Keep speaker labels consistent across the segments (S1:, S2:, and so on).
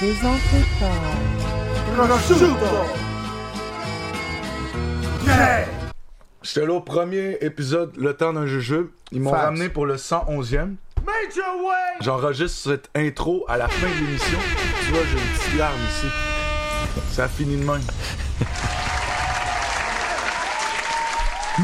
S1: présenté par
S2: Prosciutto! Yeah!
S3: J'étais là au premier épisode, Le temps d'un jujube. Ils m'ont
S2: Facts.
S3: ramené pour le 111e.
S2: Made your way!
S3: J'enregistre cette intro à la fin de l'émission. Tu vois, j'ai une petite larme ici. Ça finit de même.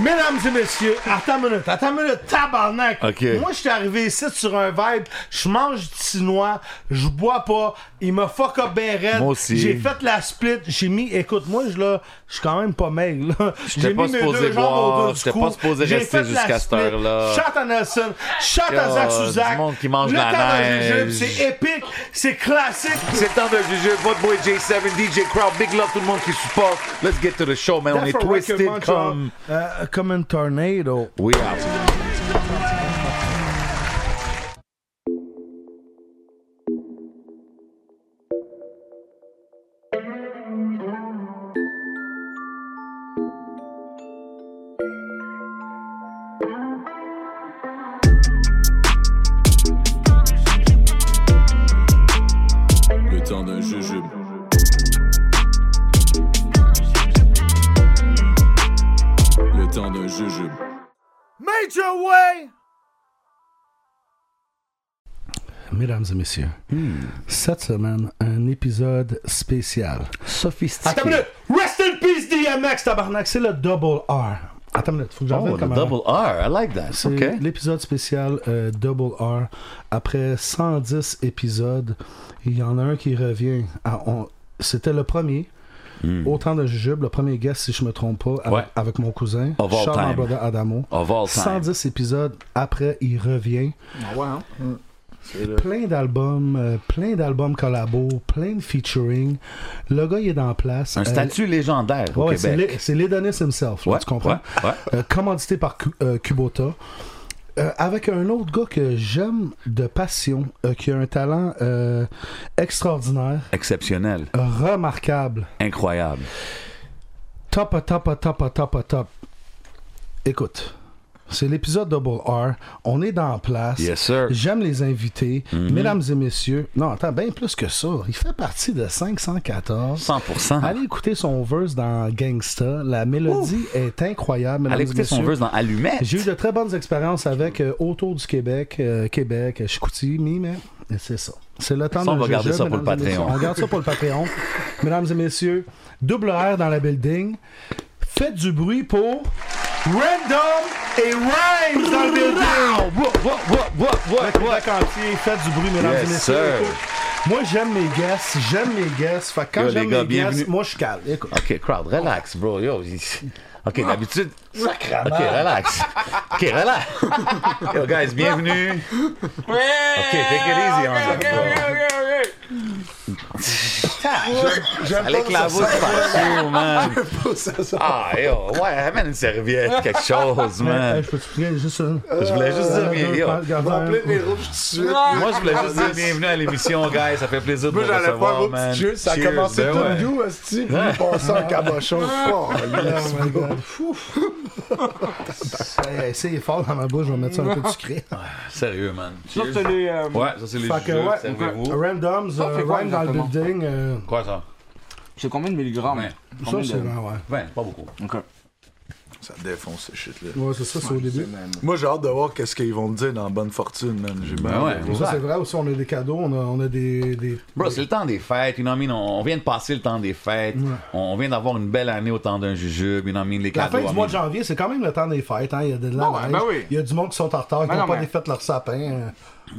S2: Mesdames et messieurs, attends une minute, attends une minute, tabarnak!
S4: Ok.
S2: Moi, je suis arrivé ici sur un vibe, je mange du chinois, je bois pas, il m'a fuck up ben raide.
S4: Moi aussi.
S2: J'ai fait la split, j'ai mis, écoute, moi, je là, je suis quand même pas maigre, là. J'ai
S4: pas
S2: mis mes
S4: supposé
S2: deux jambes
S4: boire,
S2: autour du
S4: j'étais
S2: cou,
S4: pas supposé
S2: j'ai
S4: rester
S2: fait la
S4: jusqu'à cette
S2: split.
S4: heure-là.
S2: Shout à Nelson, shout à
S4: Oh,
S2: Zach
S4: du
S2: Suzak.
S4: monde qui mange
S2: Le
S4: la
S2: temps d'un jujube,
S4: neige.
S2: C'est épique, c'est classique.
S4: C'est le temps de juger votre boy J7, DJ Crowd, big love tout le monde qui supporte. Let's get to the show, man. On est
S2: Therefore, Rick
S4: twisted
S2: Munch,
S4: comme.
S2: euh, comme un tornado.
S4: We are.
S5: Le temps d'un jujube. Le temps d'un jujube.
S2: Major Way! Mesdames et messieurs, cette semaine, un épisode spécial.
S4: Sophistiqué. Oh,
S2: Attends une minute! Rest in peace DMX, tabarnak! C'est le double R. Attends une minute, faut que j'en
S4: Oh,
S2: revienne
S4: the
S2: comme avant.
S4: double R. I like that.
S2: C'est
S4: OK.
S2: l'épisode spécial euh, Double R. Après 110 épisodes, il y en a un qui revient. à on- C'était le premier. Autant de jujube, le premier guest, si je me trompe pas, avec,
S4: Hmm. Ouais.
S2: avec mon cousin,
S4: Of all
S2: Charles
S4: time.
S2: my brother Adamo.
S4: Of all time.
S2: 110 épisodes, après, il revient.
S4: Ah hein? Mm.
S2: Plein d'albums, euh, plein d'albums collabos, plein de featuring. Le gars, il est dans place.
S4: Un
S2: Euh,
S4: statut légendaire au
S2: Ouais, c'est
S4: Québec.
S2: l'E- c'est l'Edonis himself, là,
S4: Ouais,
S2: tu comprends?
S4: ouais, ouais.
S2: Euh, commandité par Cu- euh, Kubota. Euh, avec un autre gars que j'aime de passion, euh, qui a un talent euh, extraordinaire,
S4: Exceptionnel.
S2: remarquable,
S4: Incroyable.
S2: top, top, top, top, top. Écoute, c'est l'épisode Double R. On est dans la place.
S4: Yes, sir.
S2: J'aime les invités.
S4: Mm-hmm.
S2: Mesdames et messieurs, non, attends, bien plus que ça. Il fait partie de 514.
S4: 100%.
S2: Allez écouter son verse dans Gangsta. La mélodie est incroyable. mesdames
S4: Allez
S2: et
S4: écouter son
S2: messieurs.
S4: verse dans Allumette.
S2: J'ai eu de très bonnes expériences avec euh, autour du Québec, euh, Québec, euh, Chicoutimi, mais c'est ça. C'est le temps
S4: Ça, on
S2: de
S4: va garder ça pour
S2: mesdames
S4: le
S2: et messieurs.
S4: Patreon.
S2: On garde ça pour le Patreon. mesdames et messieurs, double R dans la building. Faites du bruit pour Random et Rhymes dans le building. Le Québec entier, faites du bruit, mesdames
S4: Yes,
S2: et messieurs.
S4: sir.
S2: Écoute, Moi, j'aime mes guests, j'aime mes guests. Fait que quand
S4: Yo, les
S2: j'aime
S4: gars,
S2: mes guests,
S4: bienvenue.
S2: moi, je suis calme. Écoute.
S4: OK, crowd, relax, bro. Yo, il- OK, d'habitude. OK, relax. OK, relax. Yo, guys, bienvenue. OK, take it easy on that, bro.
S3: J'aime
S4: Allez,
S3: pas ça.
S4: éclabousse partout, man.
S3: ça, ça.
S4: Ah, yo, ouais, amène une serviette, quelque chose,
S2: Euh,
S4: man.
S2: je peux t'expliquer juste ça.
S4: Je voulais juste dire, bien- yo.
S3: En plein les rouges tout de suite.
S4: Moi, je voulais juste dire bienvenue à l'émission, guys. Ça fait plaisir de
S3: Moi,
S4: vous
S3: j'allais faire
S4: recevoir,
S3: vos
S4: man.
S3: petits jeux. oh, Ça a
S4: Cheers,
S3: commencé
S4: ben
S3: tout
S4: ouais.
S3: doux, hostie. Puis il passait en cabochon. Oh, yes,
S2: Oh my
S3: bro.
S2: God. Fouf. Hey, C'est fort dans ma bouche, je vais mettre ça un peu de sucré.
S4: Ah, Sérieux, man.
S6: Ça,
S4: Cheers.
S6: c'est les. euh,
S4: Ouais, ça, c'est les
S2: Fait que,
S4: jeux.
S2: ouais,
S4: Servez-vous.
S2: Randoms,
S6: Ça,
S2: euh,
S6: c'est quoi
S2: Rhyme dans le
S6: exactement?
S2: building. euh,
S4: Quoi, ça?
S6: C'est combien de milligrammes
S4: Ouais.
S2: ça,
S6: Combien
S2: c'est
S6: de...
S2: vraiment, ouais.
S4: Ben, Ah, pas beaucoup.
S6: Ok.
S3: Ça défonce ce shit-là.
S2: Ouais, c'est ça, c'est au début.
S3: Moi, j'ai hâte de voir qu'est-ce qu'ils vont me dire dans Bonne Fortune, man. J'ai bien
S4: Ben
S3: hâte
S4: ouais.
S3: de voir.
S2: Ça, c'est vrai aussi, on a des cadeaux, on a, on a des. des...
S4: Bro, c'est le temps des fêtes, you know what I mean? On on vient de passer le temps des fêtes. On vient d'avoir une belle année au temps d'un jujube, you know what I mean? Les
S2: La
S4: cadeaux.
S2: fin du
S4: I
S2: mois
S4: mean.
S2: de janvier, c'est quand même le temps des fêtes. Hein. Il y a de la
S6: Bon,
S2: neige.
S6: ben oui.
S2: Il y a du monde qui sont en retard, qui
S6: Ben
S2: n'ont
S6: non,
S2: pas
S6: mais-
S2: défait leur sapin. euh.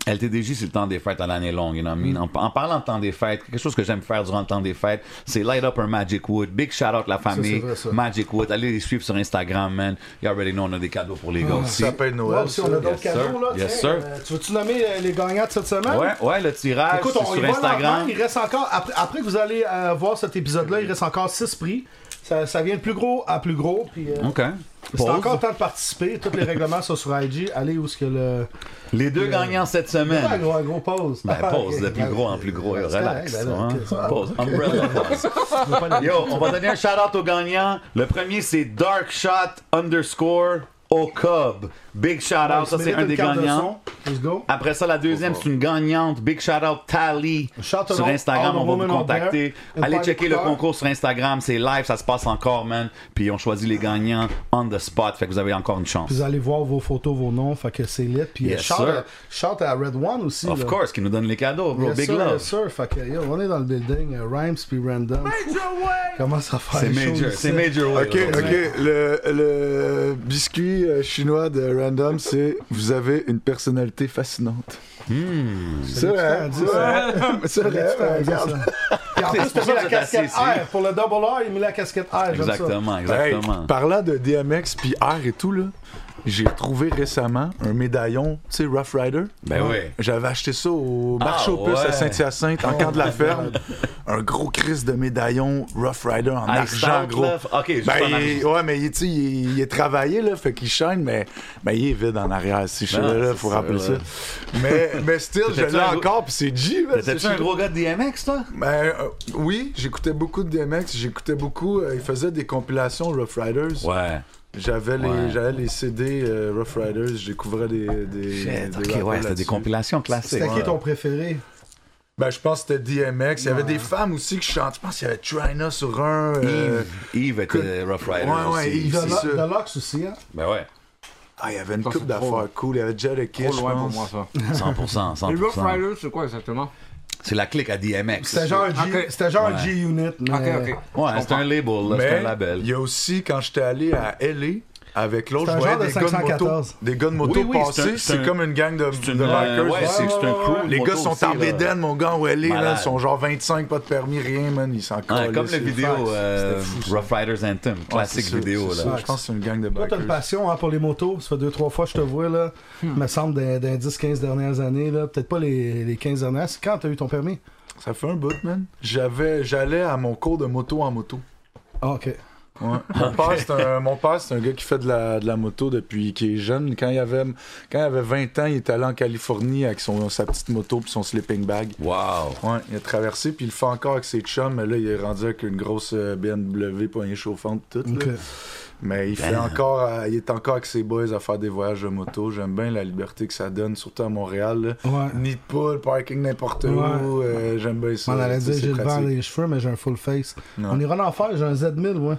S4: LTDJ, c'est le temps des fêtes à l'année longue, you know what I mean?
S2: Mm.
S4: En, en parlant de temps des fêtes, quelque chose que j'aime faire durant le temps des fêtes, c'est light up un Magic Wood. Big shout out la famille.
S2: vrai, ça.
S4: Magic Wood. Allez les suivre sur Instagram, man. You already know, on a des cadeaux pour les gars aussi.
S3: Ça peut être
S2: Ouais,
S3: Noël.
S2: aussi,
S3: ça.
S2: on a d'autres
S4: Yes,
S2: cadeaux,
S4: sir.
S2: là.
S4: Yes,
S2: tiens,
S4: sir.
S2: euh, tu veux-tu nommer euh, les gagnants de cette semaine?
S4: Ouais, ouais, le tirage
S2: Écoute,
S4: Ah, c'est
S2: on y
S4: sur
S2: va lentement,
S4: Instagram.
S2: Il reste encore, après, après que vous allez euh, voir cet épisode-là, il reste encore 6 prix. Ça, ça vient de plus gros à plus gros. Puis, euh,
S4: OK.
S2: c'est
S4: Pause.
S2: encore temps de participer. Tous les règlements sont sur IG. Allez où est-ce que le.
S4: Les
S2: Euh,
S4: deux gagnants cette semaine.
S2: Ah, gros, gros pause.
S4: Ben, pause de
S2: Ok,
S4: plus
S2: ben,
S4: gros en plus gros.
S2: ben, c'est
S4: relax.
S2: correct, ben,
S4: hein.
S2: ok, ça va.
S4: Pause. Umbrella pause. Yo, on va donner un shout-out aux gagnants. Le premier, c'est Dark Shot underscore Okub. Big shout-out.
S2: Il se
S4: ça, c'est
S2: mérite
S4: un
S2: une
S4: des
S2: carte de
S4: gagnants.
S2: son. Let's go.
S4: Après ça, la deuxième, c'est une gagnante. Big shout out Tally
S2: Shout out
S4: sur Instagram.
S2: all the
S4: On va
S2: women
S4: vous
S2: out
S4: contacter.
S2: there.
S4: Allez
S2: Empire
S4: checker le
S2: Couleur.
S4: concours sur Instagram. C'est live, ça se passe encore, man. Puis on choisit les gagnants on the spot. Fait que vous avez encore une chance.
S2: Vous allez voir vos photos, vos noms, fait que c'est lit. Puis
S4: Yes,
S2: shout,
S4: sir.
S2: à, shout à Red One aussi.
S4: Of
S2: là.
S4: course, qui nous donne les cadeaux, bro.
S2: Yes,
S4: Big
S2: sir,
S4: love.
S2: yes, sir. Fait que, yo, on est dans le building, euh, Rhymes puis Random. Comment ça fait
S4: C'est major. C'est major. ouais,
S3: Ok,
S4: aujourd'hui.
S3: ok. Le, le biscuit euh, chinois de Random, c'est vous avez une personnalité fascinante. C'est vrai.
S2: dit,
S3: C'est vrai. C'est hein. vrai. Regarde.
S2: Puis en plus,
S4: C'est
S2: t'as mis
S4: pour ça
S2: la
S4: que
S2: casquette
S4: t'as assis
S2: R. Pour le double R, il met la casquette R. j'aime ça.
S4: Exactement,
S3: Hey,
S4: exactement.
S3: parlant de DMX puis R et tout là, j'ai trouvé récemment un médaillon, tu sais Rough Rider.
S4: Ben oui.
S3: J'avais acheté ça au marché
S4: Ah,
S3: aux puces
S4: ouais. Oh,
S3: à Saint-Hyacinthe, en camp de la ferme. Un gros crise de médaillon Rough Rider en
S4: Ah, il
S3: argent,
S4: stout,
S3: gros.
S4: là. Ok, juste
S3: Ben,
S4: en
S3: il- ouais, mais il, tu sais, il, il est travaillé, là, fait qu'il shine, mais ben, il est vide en arrière, si je
S4: Ben,
S3: là,
S4: c'est
S3: faut
S4: ça,
S3: rappeler ça.
S4: ouais.
S3: Mais, mais still, je
S4: T'étais-tu
S3: l'ai
S4: un gros-
S3: encore, puis c'est G, là,
S4: T'étais-tu
S3: c'est
S4: un
S3: chiant.
S4: gros gars de DMX, toi?
S3: Ben, euh, oui, j'écoutais beaucoup de DMX, j'écoutais beaucoup, euh, il faisait des compilations Rough Riders.
S4: Ouais.
S3: J'avais
S4: Ouais.
S3: les, j'avais les CD euh, Rough Riders, je découvrais des. des,
S4: Shit,
S3: des
S4: ok,
S3: rappeurs
S4: ouais, c'était des
S3: là-dessus.
S4: compilations classiques.
S2: C'était qui
S4: Ouais.
S2: ton préféré?
S3: Ben, je pense que c'était DMX. Il y avait des femmes aussi qui chantaient. Je pense qu'il y avait Trina sur un. euh,
S4: Yves, Yves était
S3: que-
S4: Rough Rider.
S3: Ouais, ouais,
S4: aussi.
S3: Yves.
S2: The
S3: c'est
S2: Lo-
S3: ça.
S2: The Locks aussi, hein?
S4: Ben ouais,
S3: Ah, il y avait une
S6: Ça,
S3: coupe
S6: c'est trop-
S3: d'affaires cool. Il y avait Jadakiss.
S6: Trop loin
S3: je
S6: pour
S3: pense.
S6: moi, ça.
S4: 100%.
S6: Les Rough
S4: 100%.
S6: Riders, c'est quoi exactement
S4: C'est la clique à DMX.
S2: C'était genre un G-
S6: Ok.
S2: c'était genre un
S4: Ouais.
S2: G-Unit.
S6: Ok,
S3: Euh,
S2: mais-
S6: ok.
S4: Ouais, c'est un label, là, c'est un
S3: Mais il
S4: label.
S3: y a aussi, quand j'étais allé à LA avec l'autre,
S2: C'est un
S3: je
S2: genre
S3: voyais
S2: de
S3: des gars de moto.
S2: 514.
S3: Des gars de moto
S4: Oui, oui, c'est un-
S3: passer.
S4: c'est
S3: C'est
S4: un-
S3: comme une gang de,
S4: une,
S3: de
S4: euh,
S3: bikers.
S4: ouais, c'est- c'est un crew de
S3: Les
S4: moto
S3: gars sont
S4: aussi,
S3: en
S4: là.
S3: bédaine, mon gars, en LA. Là,
S4: Malade.
S3: ils sont genre 25, pas de permis, rien, man. Ils s'en
S4: Ouais,
S3: calissent,
S4: comme la
S3: Oh, c'est fax.
S4: vidéo euh,
S3: C'était fou, ça.
S4: Rough Riders Anthem,
S3: Ouais,
S4: classique
S3: c'est ça,
S4: vidéo.
S3: c'est
S4: là.
S3: ça. Je pense que c'est une gang de
S2: Toi, t'as une
S3: bikers.
S2: passion hein, pour les motos. Ça fait deux, trois fois que je te vois, là.
S6: Hmm.
S2: me semble, dans, dans les 10-15 dernières années, là. Peut-être pas les, les 15 dernières. C'est quand t'as eu ton permis?
S3: Ça fait un bout, man. J'avais, j'allais à mon cours de moto en moto.
S2: Ah, ok.
S3: Ouais. Mon père, c'est un, mon père, c'est un gars qui fait de la, de la moto depuis qu'il est jeune. Quand il, avait, quand il avait 20 ans, il est allé en Californie avec son, sa petite moto puis son sleeping bag.
S4: Wow.
S3: Ouais, il a traversé, puis il le fait encore avec ses chums, mais là, il est rendu avec une grosse euh, BMW, poignée chauffante, tout. là.
S2: Ok.
S3: Mais il, fait
S4: Damn.
S3: encore, à- il est encore avec ses boys à faire des voyages de moto. J'aime bien la liberté que ça donne, surtout à Montréal. là.
S2: Ouais.
S3: Nid de poule, parking n'importe où.
S2: Ouais.
S3: euh, J'aime bien ça.
S2: On allait
S3: Tu
S2: dire
S3: sais,
S2: j'ai
S3: c'est
S2: le vent
S3: pratique.
S2: les cheveux, mais j'ai un full face.
S3: Ouais.
S2: On ira en faire, j'ai un Z1000, moi.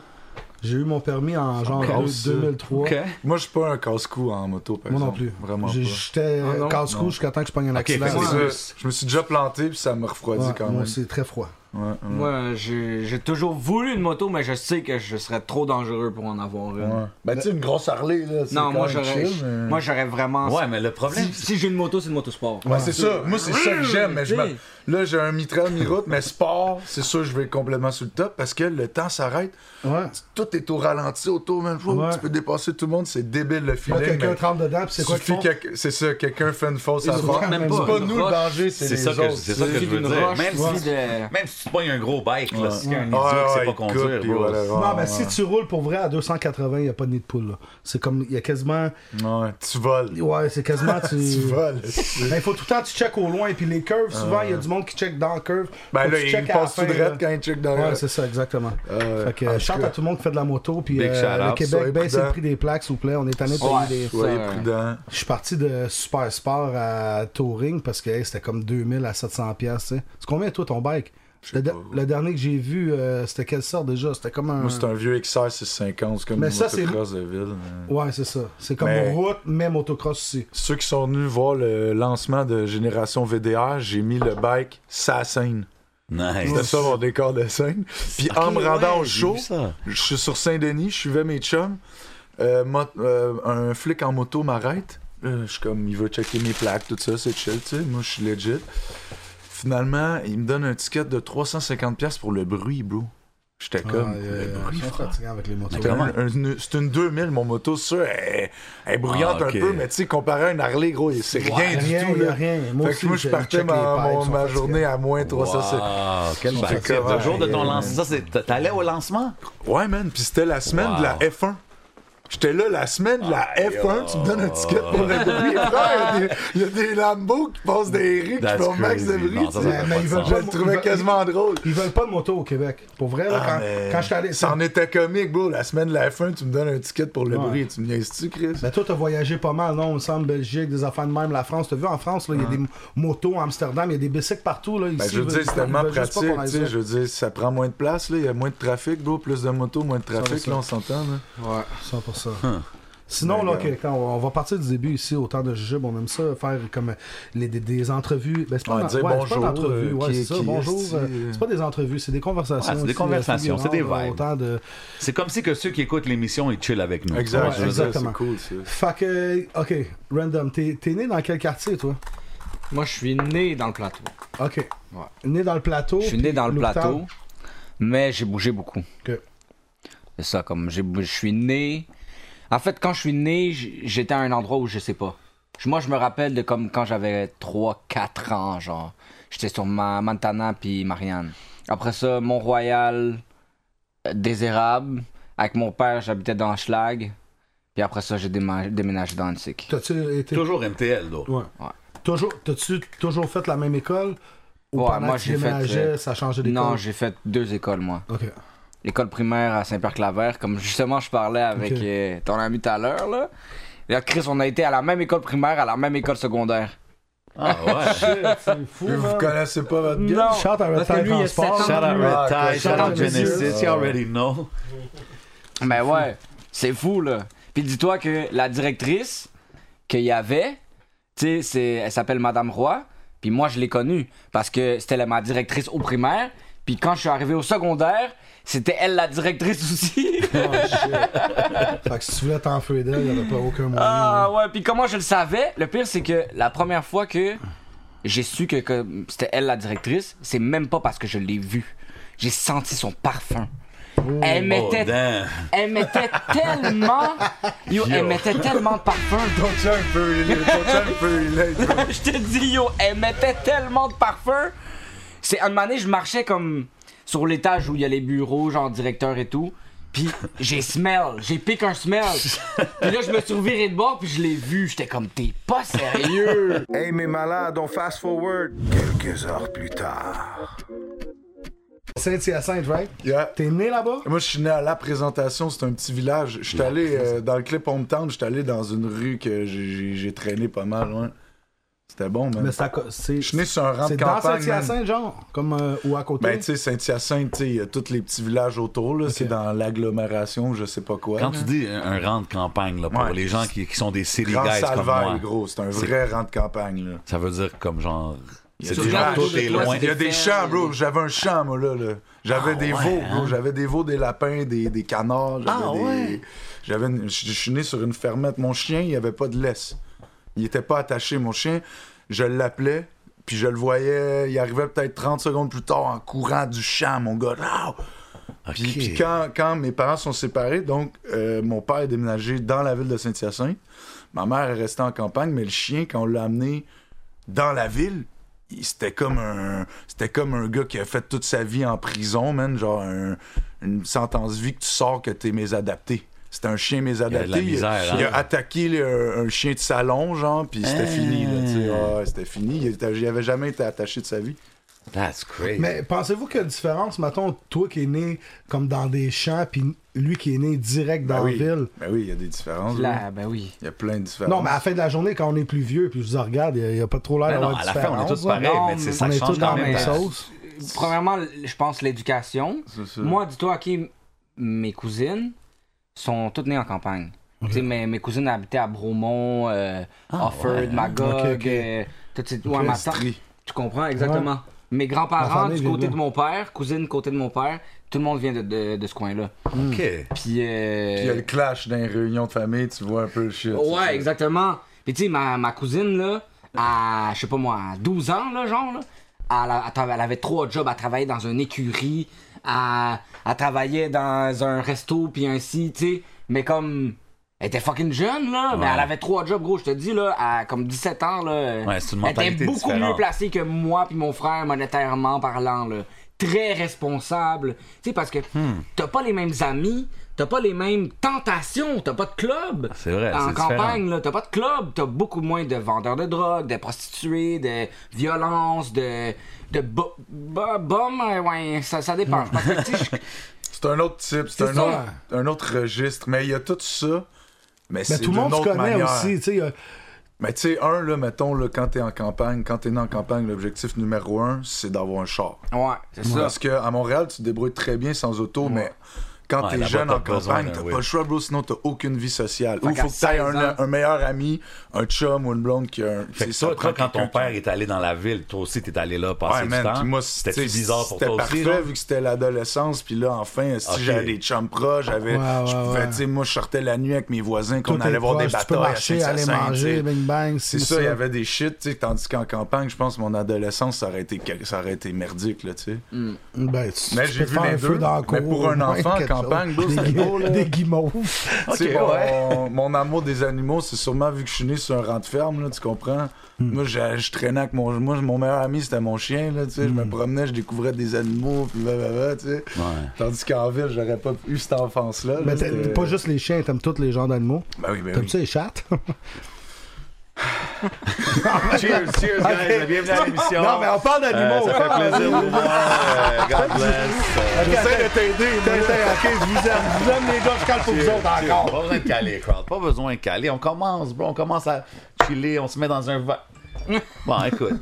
S2: J'ai eu mon permis en genre
S3: Ok.
S2: deux- 2003.
S4: Ok.
S3: Moi, je suis pas un casse-cou en moto, par
S2: Moi non
S3: exemple.
S2: plus.
S3: Vraiment
S2: J'ai-
S3: pas.
S2: J'étais
S6: Ah non?
S2: casse-cou
S3: Non.
S2: jusqu'à temps que je pogne un
S4: Ok,
S2: accident.
S4: fait que
S2: Ouais.
S3: C'est ça, Je me suis déjà planté, puis ça me refroidit
S2: Ouais,
S3: quand
S2: moi
S3: même.
S2: aussi, très froid.
S3: Ouais, ouais.
S6: Moi, j'ai j'ai toujours voulu une moto, mais je sais que je serais trop dangereux pour en avoir une.
S3: Ouais. Ben, tu sais, une grosse Harley, là. c'est
S6: Non,
S3: quand
S6: moi
S3: même
S6: j'aurais,
S3: chill, mais-
S6: moi j'aurais vraiment.
S4: Ouais, mais le problème,
S6: si si j'ai une moto, c'est une moto sport.
S2: Ah.
S3: Ouais, c'est ça. Moi, c'est ça que j'aime. Mais je me- Là, j'ai un Mitra mi-route, mais sport, c'est sûr, je vais complètement sur le top parce que le temps s'arrête.
S2: Ouais.
S3: Tout est au ralenti autour, même.
S2: Ouais.
S3: Tu peux dépasser tout le monde, c'est débile le
S2: Là,
S3: feeling.
S2: quelqu'un
S3: mais-
S2: trempe dedans, puis c'est quoi qu'ils
S3: ben, suffit
S2: font?
S3: que- C'est ça, quelqu'un fait une fausse
S2: Ils
S3: à
S2: se
S3: bord.
S2: font même
S3: C'est
S2: pas.
S3: pas nous le danger, c'est
S4: c'est
S3: les
S4: ça que
S3: autres.
S4: c'est ça que
S6: C'est
S4: je veux
S6: une
S4: dire.
S6: roche,
S4: Même
S6: suffit
S4: si
S6: de-
S4: même si tu pognes un gros bike, là, si t'es un idiot
S3: Ouais,
S4: qui sait
S3: ouais,
S4: pas
S3: il coupe,
S4: conduire,
S3: puis
S4: bro.
S3: voilà, ouais,
S2: Non, mais
S3: Ah, ouais.
S2: si tu roules pour vrai à 280, il n'y a pas de nid de poule. là. C'est comme, il y a quasiment.
S3: Ouais, tu voles.
S2: Ouais, c'est quasiment. Tu,
S3: Tu voles.
S2: Ben, il faut tout le temps que tu checkes au loin, puis les curves, souvent, il y a du monde qui check dans le curve.
S3: Ah, Ben
S2: Faut que
S3: là,
S2: tu
S3: il
S2: checkes à la
S3: passe tout
S2: fin,
S3: droit
S2: là.
S3: quand il check dans
S2: Ouais, c'est ça, exactement.
S3: Euh,
S2: fait que,
S3: en
S2: euh,
S3: tout
S2: chante
S3: cas.
S2: à tout le monde qui fait de la moto, puis
S4: Big
S2: euh,
S4: shout-out,
S2: le
S3: soyez
S2: Québec baisse le
S3: prudents.
S2: prix des plaques, s'il vous plaît. On est tanné de payer
S6: Ouais.
S2: des...
S3: Soyez
S6: Ça,
S3: prudent.
S2: Je suis parti de Super Sport à Touring, parce que hey, c'était comme 2000 à 700$, piastres, tu sais. C'est combien, toi, ton bike? Le, de- le dernier que j'ai vu, euh, c'était quelle sorte, déjà? C'était comme un...
S3: Moi, c'est un vieux XR 650, c'est comme
S2: Mais
S3: une
S2: ça, c'est-
S3: motocross de ville. mais-
S2: Ouais, c'est ça. C'est comme
S3: Mais-
S2: route, mais motocross aussi.
S3: Ceux qui sont venus voir le lancement de Génération VDR, j'ai mis le bike sa scène.
S4: Nice.
S3: C'était ça mon décor de scène. Puis
S4: Ok,
S3: en me rendant
S4: ouais,
S3: au
S4: j'ai
S3: show,
S4: vu ça.
S3: je suis sur Saint-Denis, je suivais mes chums. Euh, mo- euh, un flic en moto m'arrête. Là, je suis comme, il veut checker mes plaques, tout ça, c'est chill, tu sais. Moi, je suis legit. Finalement, il me donne un ticket de 350$ pour le bruit, bro. J'étais comme,
S2: Ah,
S3: le
S2: euh,
S3: bruit,
S2: ils sont
S3: frère.
S2: fatigants avec les motos.
S4: Mais
S3: C'est
S4: comment?
S3: un- un- c'est une 2000, mon moto, ça, elle, elle est bruyante
S4: Ah, ok.
S3: un peu, mais tu sais, comparé à une Harley, gros, c'est rien
S2: Ouais,
S3: du
S2: rien,
S3: tout.
S2: y a
S3: là.
S2: rien. Moi
S3: Moi, fait
S2: aussi,
S3: que moi,
S2: je
S3: je partais
S2: check les
S3: ma,
S2: pipes,
S3: mon-
S2: ils sont
S3: ma
S2: fatigués.
S3: journée à moins
S4: Wow,
S3: 300. c'est-
S4: quel
S3: Fait
S4: bike.
S3: que,
S4: Le jour de ton
S3: ouais,
S4: lancement, ça, c'est- t'allais au lancement?
S3: Ouais, man, puis c'était la semaine
S4: Wow.
S3: de la F1. J'étais là la semaine de la F1, tu me donnes
S4: oh.
S3: un ticket pour le débris. Frère, il y a des- Il y a des Lambo qui passent des riz qui
S4: That's
S3: font Max
S4: crazy.
S3: de
S4: Non, ça, ça fait pas de sens.
S3: Je le trouvais quasiment drôle.
S2: Ils veulent pas de moto au Québec. Pour vrai, là,
S3: Ah,
S2: quand,
S3: mais
S2: quand je suis allé.
S3: C'en était comique, bro. La semaine de la F1, tu me donnes un ticket pour le
S2: Ouais. Ben,
S3: bruit. Tu me niaises-tu, Chris?
S2: Mais toi, t'as voyagé pas mal, non? Il me semble, Belgique, des affaires de même, la France. T'as vu en France, là, il y a des m- motos, Amsterdam, il y a des bicycles partout, là. Ici,
S3: Hein? Ben, je veux
S2: ils
S3: dire, c'est
S2: veulent-
S3: tellement
S2: ils veulent juste pas
S3: pratique,
S2: qu'on aille
S3: tu sais,
S2: ça.
S3: je veux dire, ça prend moins de place, là, il y a moins de trafic, bro, plus de motos, moins de trafic,
S2: ça.
S3: là, on s'entend, là.
S2: Ouais, 100%. Sinon, là, ok, quand on, on va partir du début ici, au temps de Jujube, on aime ça, faire comme euh, les, des, des entrevues. Ben, c'est pas,
S3: Ouais,
S2: une-
S3: dire
S2: ouais, c'est pas
S3: bonjour,
S2: une entrevue,
S3: euh,
S2: ouais,
S3: qui-
S2: c'est ça,
S3: qui est-ce
S2: bonjour.
S3: qui-
S2: euh, C'est pas des entrevues, c'est des conversations.
S4: Ouais, c'est des
S2: aussi, euh,
S4: conversations, c'est des
S2: fulgurantes,
S4: vibes.
S2: Autant de...
S4: C'est comme si que ceux qui écoutent l'émission, ils chillent avec nous.
S3: Exact,
S2: Ouais,
S3: je veux dire,
S2: exactement.
S3: c'est cool, ça.
S2: Fait que, euh, ok, random, t'es t'es né dans quel quartier, toi?
S7: Moi, je suis né dans le plateau.
S3: Oh,
S2: Ok.
S7: Ouais.
S2: Né dans le plateau.
S6: Je suis
S2: puis
S6: né dans le
S2: l'hôpital.
S6: plateau, mais j'ai bougé beaucoup.
S2: Ok.
S6: C'est ça, comme j'ai bou- je suis né. En fait, quand je suis né, j- j'étais à un endroit où je sais pas. Je- Moi, je me rappelle de comme quand j'avais 3-4 ans, genre. J'étais sur ma Montana puis Marianne. Après ça, Mont-Royal, euh, des érables. Avec mon père, j'habitais dans Schlag. Puis après ça, j'ai déma- déménagé dans Antic.
S2: T'as-tu été.
S4: Toujours MTL, donc.
S2: Ouais.
S6: Ouais.
S2: Toujours, t'as-tu toujours fait la même école? Ou
S6: Ouais,
S2: pendant
S6: moi,
S2: que tu
S6: j'ai fait,
S2: déménageais,
S6: euh,
S2: ça changeait d'école?
S6: Non, j'ai fait deux écoles, moi.
S2: Ok.
S6: l'école primaire à Saint-Pierre-Claver, comme justement je parlais avec
S2: Ok.
S6: euh, ton ami tout à l'heure, là. Là, Chris, on a été à la même école primaire, à la même école secondaire.
S4: Ah ouais.
S2: C'est fou,
S3: Vous vous connaissez pas votre gueule?
S6: Non,
S2: Shout à Red
S6: parce que
S2: Tide
S6: lui, il a
S2: Transport.
S6: sept
S4: Shout out Red Tide, shout out
S2: Monsieur.
S4: Genesis, you already know.
S6: Mais Ben ouais, c'est fou, là. Puis dis-toi que la directrice qu'il y avait, tu sais, c'est- elle s'appelle Madame Roy, puis moi, je l'ai connue parce que c'était la- ma directrice au primaire, puis quand je suis arrivé au secondaire, c'était elle la directrice aussi.
S4: Oh,
S2: Fait que si tu voulais t'enfuir d'elle, il n'y avait pas aucun moyen.
S6: Ah
S2: hein.
S6: ouais, puis comment je le savais Le pire, c'est que la première fois que j'ai su que, que c'était elle la directrice, c'est même pas parce que je l'ai vue. J'ai senti son parfum. Elle
S4: Oh,
S6: mettait,
S4: damn.
S6: elle mettait tellement,
S4: Yo.
S6: yo, elle mettait tellement de parfum.
S3: Ton chum peut relate, ton chum peut relate, bro.
S6: je te dis, yo, elle mettait tellement de parfum. C'est une année, je marchais comme sur l'étage où il y a les bureaux, genre directeur et tout. Puis j'ai smell, j'ai piqué un smell. puis là, je me suis reviré de bord, puis je l'ai vu. J'étais comme, t'es pas sérieux.
S8: Hey mes malades, on fast forward. Quelques heures plus tard.
S2: Saint-Hyacinthe, right?
S3: Yeah.
S2: T'es né là-bas?
S3: Moi, je suis né à La Présentation, c'est un petit village. Je suis allé, euh, dans le clip On me tente, je suis allé dans une rue que j'ai- j'ai j'ai traîné pas mal, ouais. C'était bon, man.
S2: Mais ça, co- c'est.
S3: Je suis né sur un rang de
S2: C'est dans
S3: campagne, man.
S2: Saint-Hyacinthe, genre? Comme, euh, ou à côté?
S3: Ben, tu sais, Saint-Hyacinthe, tu sais, il y a tous les petits villages autour, là. C'est dans l'agglomération, je sais pas quoi.
S4: Quand tu dis un, un rang de campagne, là, pour
S3: Ouais.
S4: les gens qui, qui sont des city
S3: Grand
S4: guys comme moi,
S3: Salvaire, gros, c'est un vrai rang de campagne, là.
S4: ça veut dire comme genre.
S3: des
S4: C'est des gens
S3: villages
S4: tout est
S6: autour de
S4: loin. Ah
S6: toi,
S3: Il y a des
S6: Des
S3: champs,
S6: fermes.
S3: bro. J'avais un champ, moi, là. là. J'avais des veaux, bro. J'avais des veaux, des lapins, des, des canards. J'avais
S4: hein? Ah,
S3: des...
S4: ouais.
S3: J'avais une- Je je suis né sur une fermette. Mon chien, il avait pas de laisse. Il était pas attaché, mon chien. Je l'appelais, puis je le voyais. Il arrivait peut-être 30 secondes plus tard en courant du champ, mon gars. Ah, Rao!
S4: Ok.
S3: Puis, puis quand, quand mes parents sont séparés, donc euh, mon père est déménagé dans la ville de Saint-Hyacinthe. Ma mère est restée en campagne, mais le chien, quand on l'a amené dans la ville, il- c'était comme un c'était comme un gars qui a fait toute sa vie en prison, man, genre un- une sentence vie que tu sors que t'es mésadapté. C'était un chien
S4: de la
S3: mésadapté.
S4: misère,
S3: il
S4: hein.
S3: a attaqué là, un, un chien de salon, genre, puis c'était fini. là, tu sais. Ah, Ouais, c'était fini. Il, était- il avait jamais été attaché de sa vie.
S4: That's crazy.
S2: Mais pensez-vous qu'il y a une différence, mettons, toi qui es né comme dans des champs, puis lui qui est né direct dans la
S3: Ben oui.
S2: ville?
S3: Ben oui, il y a des différences. là.
S6: Là, ben oui.
S3: Il y a plein de différences.
S2: Non, mais à la fin de la journée, quand on est plus vieux, puis je vous en regarde, il n'y a, pas trop l'air
S4: Ben non,
S2: d'avoir
S4: à
S2: de
S4: la fin, on est
S2: différence,
S4: tous
S2: là.
S4: pareils,
S6: Non,
S4: mais c'est-
S6: mais
S4: ça
S2: on est
S4: change
S2: tous dans
S4: quand
S2: la
S4: même.
S2: même
S6: la-
S2: sauce.
S6: Premièrement, je pense l'éducation. Moi, dis-toi, ok, m- mes cousines sont toutes nées en campagne. Tu sais, mes, mes cousines habitaient à Bromont, euh, Offord,
S4: ouais.
S6: Magog,
S2: Ah, Ok, ok.
S6: euh, toutes ces- ouais, ma tante-
S3: Estrie.
S6: Tu comprends, exactement. Mes
S2: Ma
S6: grands-parents
S2: famille
S6: du
S2: vient de
S6: côté
S2: là.
S6: de mon père, cousine côté de mon père, tout le monde vient de, de- de ce coin-là.
S4: Ok.
S6: Puis. euh,
S3: Puis il y a le clash dans les réunions de famille, tu vois un peu le shit.
S6: Ouais, exactement. Puis tu sais, ma, ma cousine, là, à, je sais pas moi, à 12 ans, là, genre, là, elle, a- elle trava- elle avait trois jobs. Elle travaillait dans une écurie, elle, elle travaillait dans un resto, puis ainsi, tu sais. Mais comme. Elle était fucking jeune, là. Mais
S4: Ouais.
S6: elle avait trois jobs, gros, je te dis, là, à comme 17 ans, là.
S4: Ouais, c'est une
S6: elle était
S4: mentalité
S6: beaucoup
S4: différente.
S6: mieux placée que moi puis mon frère,
S4: Hmm.
S6: monétairement parlant, là. Très responsable. Tu sais, parce que t'as pas les mêmes amis, T'as pas les mêmes tentations, t'as pas de club.
S4: Ah, C'est vrai,
S6: En
S4: c'est
S6: campagne, là, t'as pas de club, t'as beaucoup moins de vendeurs de drogue, de prostituées, de violences, de. de bo- bo- bombes, euh, ouais, ça, ça
S4: Hmm.
S6: dépend. Je pense que, tu sais, je-
S3: C'est un autre type, c'est
S6: C'est
S3: un
S6: ça.
S3: autre, un autre registre. Mais il y a tout ça. Mais
S2: Mais
S3: c'est
S2: Ben, tout le monde
S3: d'une
S2: se
S3: autre
S2: connaît
S3: manière.
S2: aussi, tu sais. euh,
S3: Mais tu sais, un, là, mettons, là, quand t'es en campagne, quand t'es né en campagne, l'objectif numéro un, c'est d'avoir un char.
S6: Ouais, c'est ça.
S3: Parce que à Montréal, tu te débrouilles très bien sans auto, mais quand
S4: Ouais,
S3: t'es
S4: là-bas,
S3: jeune
S4: t'as
S3: en
S4: besoin
S3: campagne,
S4: d'un
S3: t'as
S4: whip.
S3: pas le choix, bro, sinon t'as aucune vie sociale. Ou
S6: qu'à
S3: faut que t'aies
S6: 16
S3: un,
S6: ans.
S3: un meilleur ami, un chum ou une blonde qui a un.
S4: Fait que
S3: ça
S4: toi,
S3: prend
S4: toi, quand ton
S3: quelqu'un
S4: père
S3: qui-
S4: est allé dans la ville, toi aussi, t'es allé là passer
S3: Ouais,
S4: du
S3: man,
S4: temps.
S3: puis moi,
S4: C'était
S3: tu sais,
S4: bizarre pour
S3: c'était
S4: toi aussi.
S3: parfait
S4: genre?
S3: vu que c'était l'adolescence, puis là, enfin, si
S4: Ok.
S3: j'avais des chums proches, j'avais.
S2: Ouais, ouais,
S3: je pouvais,
S2: ouais.
S3: tu sais, moi, je sortais la nuit avec mes voisins, qu'on
S2: tout
S3: allait
S2: est
S3: voir des
S2: proche, Tu peux
S3: batailles à
S2: marcher, aller
S3: Saint-Hyacinthe, tu
S2: manger, ben,
S3: sais.
S2: bing bang.
S3: C'est ça, il y avait des shit, tu sais, tandis qu'en campagne, je pense, mon adolescence, ça aurait été, quel- ça aurait été merdique, là, tu sais.
S2: Ben, tu,
S3: Mais
S2: tu
S3: j'ai
S2: peux
S3: vu
S2: faire
S3: les
S2: un
S3: deux.
S2: feu dans la
S3: Mais
S2: cour,
S3: pour un
S2: ou
S3: enfant en
S2: quelque
S3: campagne,
S2: chose.
S3: bro, c'était
S2: des,
S3: beau, là.
S2: des guimauves.
S3: Tu sais, mon, mon amour des animaux, c'est sûrement vu que je suis né sur un rang de ferme, là, tu comprends?
S2: Hmm.
S3: Moi, je, je traînais avec mon. Moi, mon meilleur ami, c'était mon chien, là, tu sais.
S2: Hmm.
S3: Je me promenais, je découvrais des animaux, puis blablabla, tu sais.
S4: Ouais.
S3: Tandis qu'en ville, j'aurais pas eu cette enfance-là. là,
S2: Mais t'aimes
S3: c'était-
S2: pas juste les chiens, t'aimes tous les genres d'animaux.
S3: Ben oui, ben oui.
S2: T'aimes ça les chattes?
S4: Cheers, cheers, guys. Bienvenue à l'émission.
S2: Non, mais hein? on parle
S4: Euh,
S2: d'animaux.
S4: ça fait plaisir de vous voir. Euh, God bless. Euh,
S2: J'essaie de t'aider. Ok, je vous aime. Je vous aime, les gars. Je calme pour vous autres encore.
S4: Pas besoin de caler, Crowd. Pas besoin de caler. On commence, bro. On commence à chiller. On se met dans un va. Bon, écoute.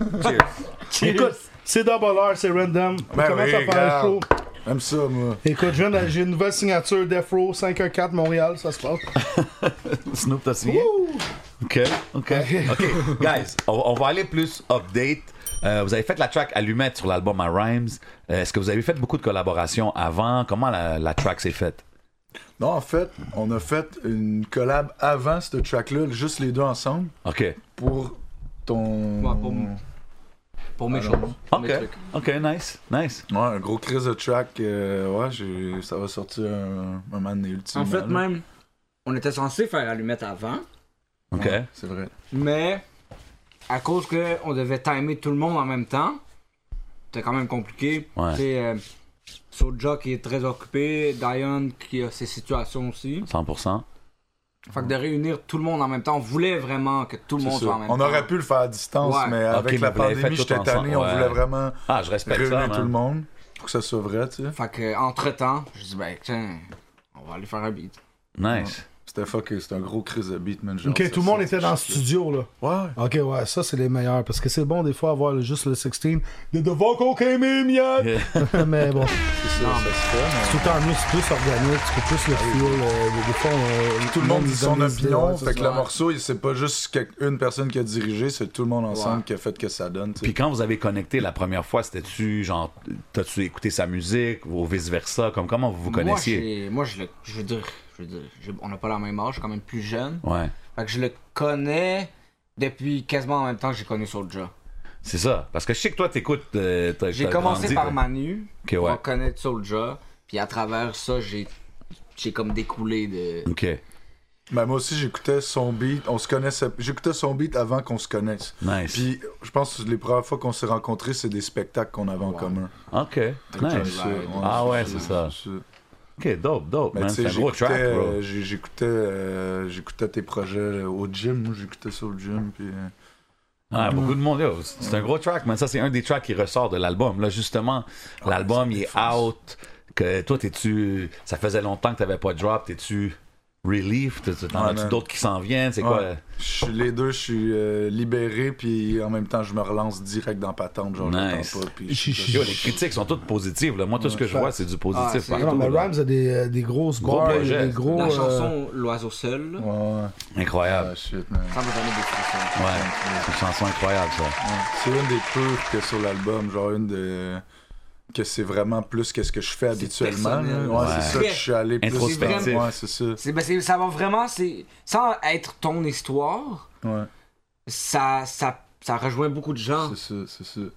S4: Cheers.
S2: Écoute, c'est Double R, c'est random. On
S3: Ben
S2: commence
S3: oui,
S2: à faire un
S3: regarde.
S2: show.
S3: J'aime ça, moi.
S2: Écoute, je viens de- j'ai une nouvelle signature Death Row 514 Montréal, ça se passe.
S3: Ah,
S4: Snoop, t'as signé? OK. OK. OK. Guys, on, on va aller plus update. Euh, vous avez fait la track Allumette sur l'album à Rhymes. Euh, Est-ce que vous avez fait beaucoup de collaborations avant? Comment la, la track s'est faite?
S3: Non, en fait, on a fait une collab avant ce track-là, juste les deux ensemble,
S4: OK.
S3: pour ton.
S6: Ouais, pour moi. Pour mes choses. Pour
S4: OK.
S6: mes trucs.
S4: OK, nice. Nice.
S3: Ouais, un gros crise de track. euh, ouais, j'ai- ça va sortir un, un moment donné ultimement.
S6: En fait,
S3: là.
S6: même, on était censé faire allumette avant,
S4: OK.
S3: Ouais, c'est vrai.
S6: mais à cause que on devait timer tout le monde en même temps, c'était quand même compliqué.
S4: Ouais.
S6: Tu sais, euh, Soja qui est très occupé, Diane qui a ses situations aussi.
S4: 100%.
S6: Fait que de réunir tout le monde en même temps, on voulait vraiment que tout le
S3: C'est
S6: monde
S3: sûr.
S6: soit en même
S3: on
S6: temps.
S3: aurait pu le faire à distance,
S6: Ouais.
S3: mais
S4: Ok,
S3: avec la
S4: mais vous l'avez
S3: pandémie,
S4: fait tout
S3: j'étais
S4: ensemble,
S3: tanné. On
S4: ouais.
S3: voulait vraiment
S4: Ah, je respecte ça,
S3: réunir
S4: man.
S3: tout le monde pour que ça soit vrai, tu sais.
S6: Fait que, entre-temps, je dis, ben, tiens, on va aller faire un beat.
S4: Nice.
S3: C'était fuck, c'était un gros crise de beat, man. genre,
S2: Ok,
S3: ça,
S2: tout le monde
S3: ça,
S2: était
S3: ça,
S2: dans le
S3: ça.
S2: studio, là.
S3: Ouais.
S2: Ok, ouais, ça c'est les meilleurs parce que c'est bon des fois avoir le- juste le 16. The The Vocal came in, yeah! mais bon, c'est
S3: C'est ça, ça se fait, mais-
S2: tout le temps mieux, c'est plus organique, tu peux plus le fuel. euh, des fois, on, euh,
S3: Tout le monde
S2: nous
S3: dit
S2: donne
S3: son
S2: des idées, ouais,
S3: opinion.
S2: c'est
S3: Fait que
S2: ça.
S3: le morceau, il- c'est pas juste que- une personne qui a dirigé, c'est tout le monde ensemble
S6: Ouais.
S3: qui a fait que ça donne, tu
S4: Puis
S3: sais.
S4: quand vous avez connecté la première fois, c'était-tu genre, t'as-tu écouté sa musique ou vice-versa? Comme comment vous vous connaissiez?
S6: Moi, j'ai- moi, je, le- je veux dire, je veux dire j'ai- on n'a pas la même âge, je suis quand même plus jeune.
S4: Ouais.
S6: Fait que je le connais depuis quasiment en même temps que j'ai connu Soulja.
S4: C'est ça. Parce que je sais que toi, t'écoutes. euh, t'as-
S6: J'ai
S4: t'as
S6: commencé
S4: grandi,
S6: par
S4: t'as-
S6: Manu,
S4: Ok,
S6: pour
S4: ouais.
S6: connaître Soulja, puis à travers ça, j'ai j'ai comme découlé de...
S4: Ok.
S3: Ben, moi aussi, j'écoutais son beat. On se connaissait. J'écoutais son beat avant qu'on se connaisse.
S4: Nice.
S3: Puis, je pense que les premières fois qu'on s'est rencontrés, c'est des spectacles qu'on avait en commun.
S4: Ok.
S3: Comme
S4: Nice.
S3: ça,
S4: Ah ouais, c'est ça. Ok, dope, dope,
S3: Mais
S4: man.
S3: tu
S4: C'est
S3: sais,
S4: un gros
S3: j'écoutais,
S4: track, bro.
S3: euh, j'ai- j'écoutais, euh, j'écoutais tes projets euh, au gym. Moi, j'écoutais ça au gym. Puis, euh,
S4: Ah, beaucoup de monde, yo, c'est c'est un gros track, mais ça, c'est un des tracks qui ressort de l'album. Là, justement,
S3: Ah,
S4: l'album, il est out. Que toi, t'es-tu. Ça faisait longtemps que t'avais pas drop. T'es-tu relief? T'es- T'en
S3: Ouais,
S4: as-tu
S3: man.
S4: d'autres qui s'en viennent? C'est quoi?
S3: ouais, je suis les deux, je suis euh, libéré, puis en même temps, je me relance direct dans patente. Genre,
S4: Nice.
S3: j'attends pas. Puis, je suis-
S4: Yo, les critiques sont toutes positives. Là. Moi, tout ce que je vois, c'est du
S6: Ah,
S4: positif.
S6: c'est-
S4: par
S2: Non, mais
S4: contre, là.
S2: Rhymes a des, euh, des grosses
S4: Gros
S2: bars,
S4: projet.
S2: des gros.
S6: La
S2: euh,
S6: chanson L'oiseau seul,
S3: Ouais, ouais. Ah,
S4: Incroyable.
S3: shit, man.
S6: ça m'a donné des frissons.
S4: Ouais. C'est une chanson incroyable, ça.
S3: C'est une des peurs que sur l'album, genre une de que c'est vraiment plus que ce que je fais habituellement.
S6: personnel.
S3: là. Ouais,
S4: Ouais.
S3: c'est ça que je suis allé plus
S4: Introspectif.
S3: Ouais, c'est ça.
S6: C'est- ben, c'est- ça va vraiment, c'est sans être ton histoire,
S3: Ouais,
S6: ça, ça, ça rejoint beaucoup de gens.
S3: c'est ça, c'est ça.
S6: Tu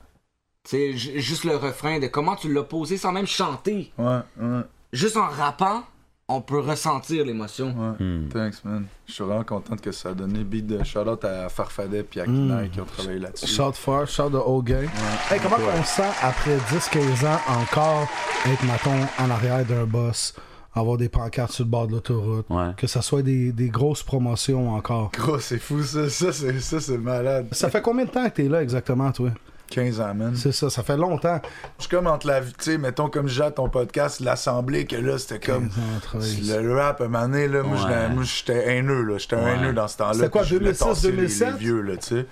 S6: sais, ju- juste le refrain de comment tu l'as posé sans même chanter.
S3: Ouais, ouais,
S6: Juste en rappant, on peut ressentir l'émotion.
S3: ouais.
S4: Hmm.
S3: Thanks, man. Je suis vraiment contente que ça a donné beat de shout-out à Farfadet puis à
S2: Mm.
S3: Knight qui ont travaillé là-dessus.
S2: Shout far, shout the whole game.
S3: Ouais.
S2: Hey, comment on sent après 10-15 ans encore être, mettons, en arrière d'un boss, avoir des pancartes sur le bord de l'autoroute,
S4: Ouais.
S2: que ça soit des, des grosses promotions encore.
S3: Gros, c'est fou, ça. Ça, c'est, ça, c'est malade.
S2: Ça fait combien de temps que t'es là exactement, toi
S3: 15 ans, man.
S2: C'est ça, ça fait longtemps.
S3: Je suis comme entre la... Tu sais, mettons, comme j'ai ton podcast, l'Assemblée, que là, c'était comme...
S2: 15 ans, 13.
S3: Le rap, à un moment donné, là, moi,
S4: Ouais.
S3: j'étais- moi, j'étais haineux, là. J'étais un haineux dans ce temps-là.
S2: C'était quoi,
S3: puis je voulais
S2: 2006,
S3: tasser les-
S2: 2007?
S3: Les vieux, là, tu sais.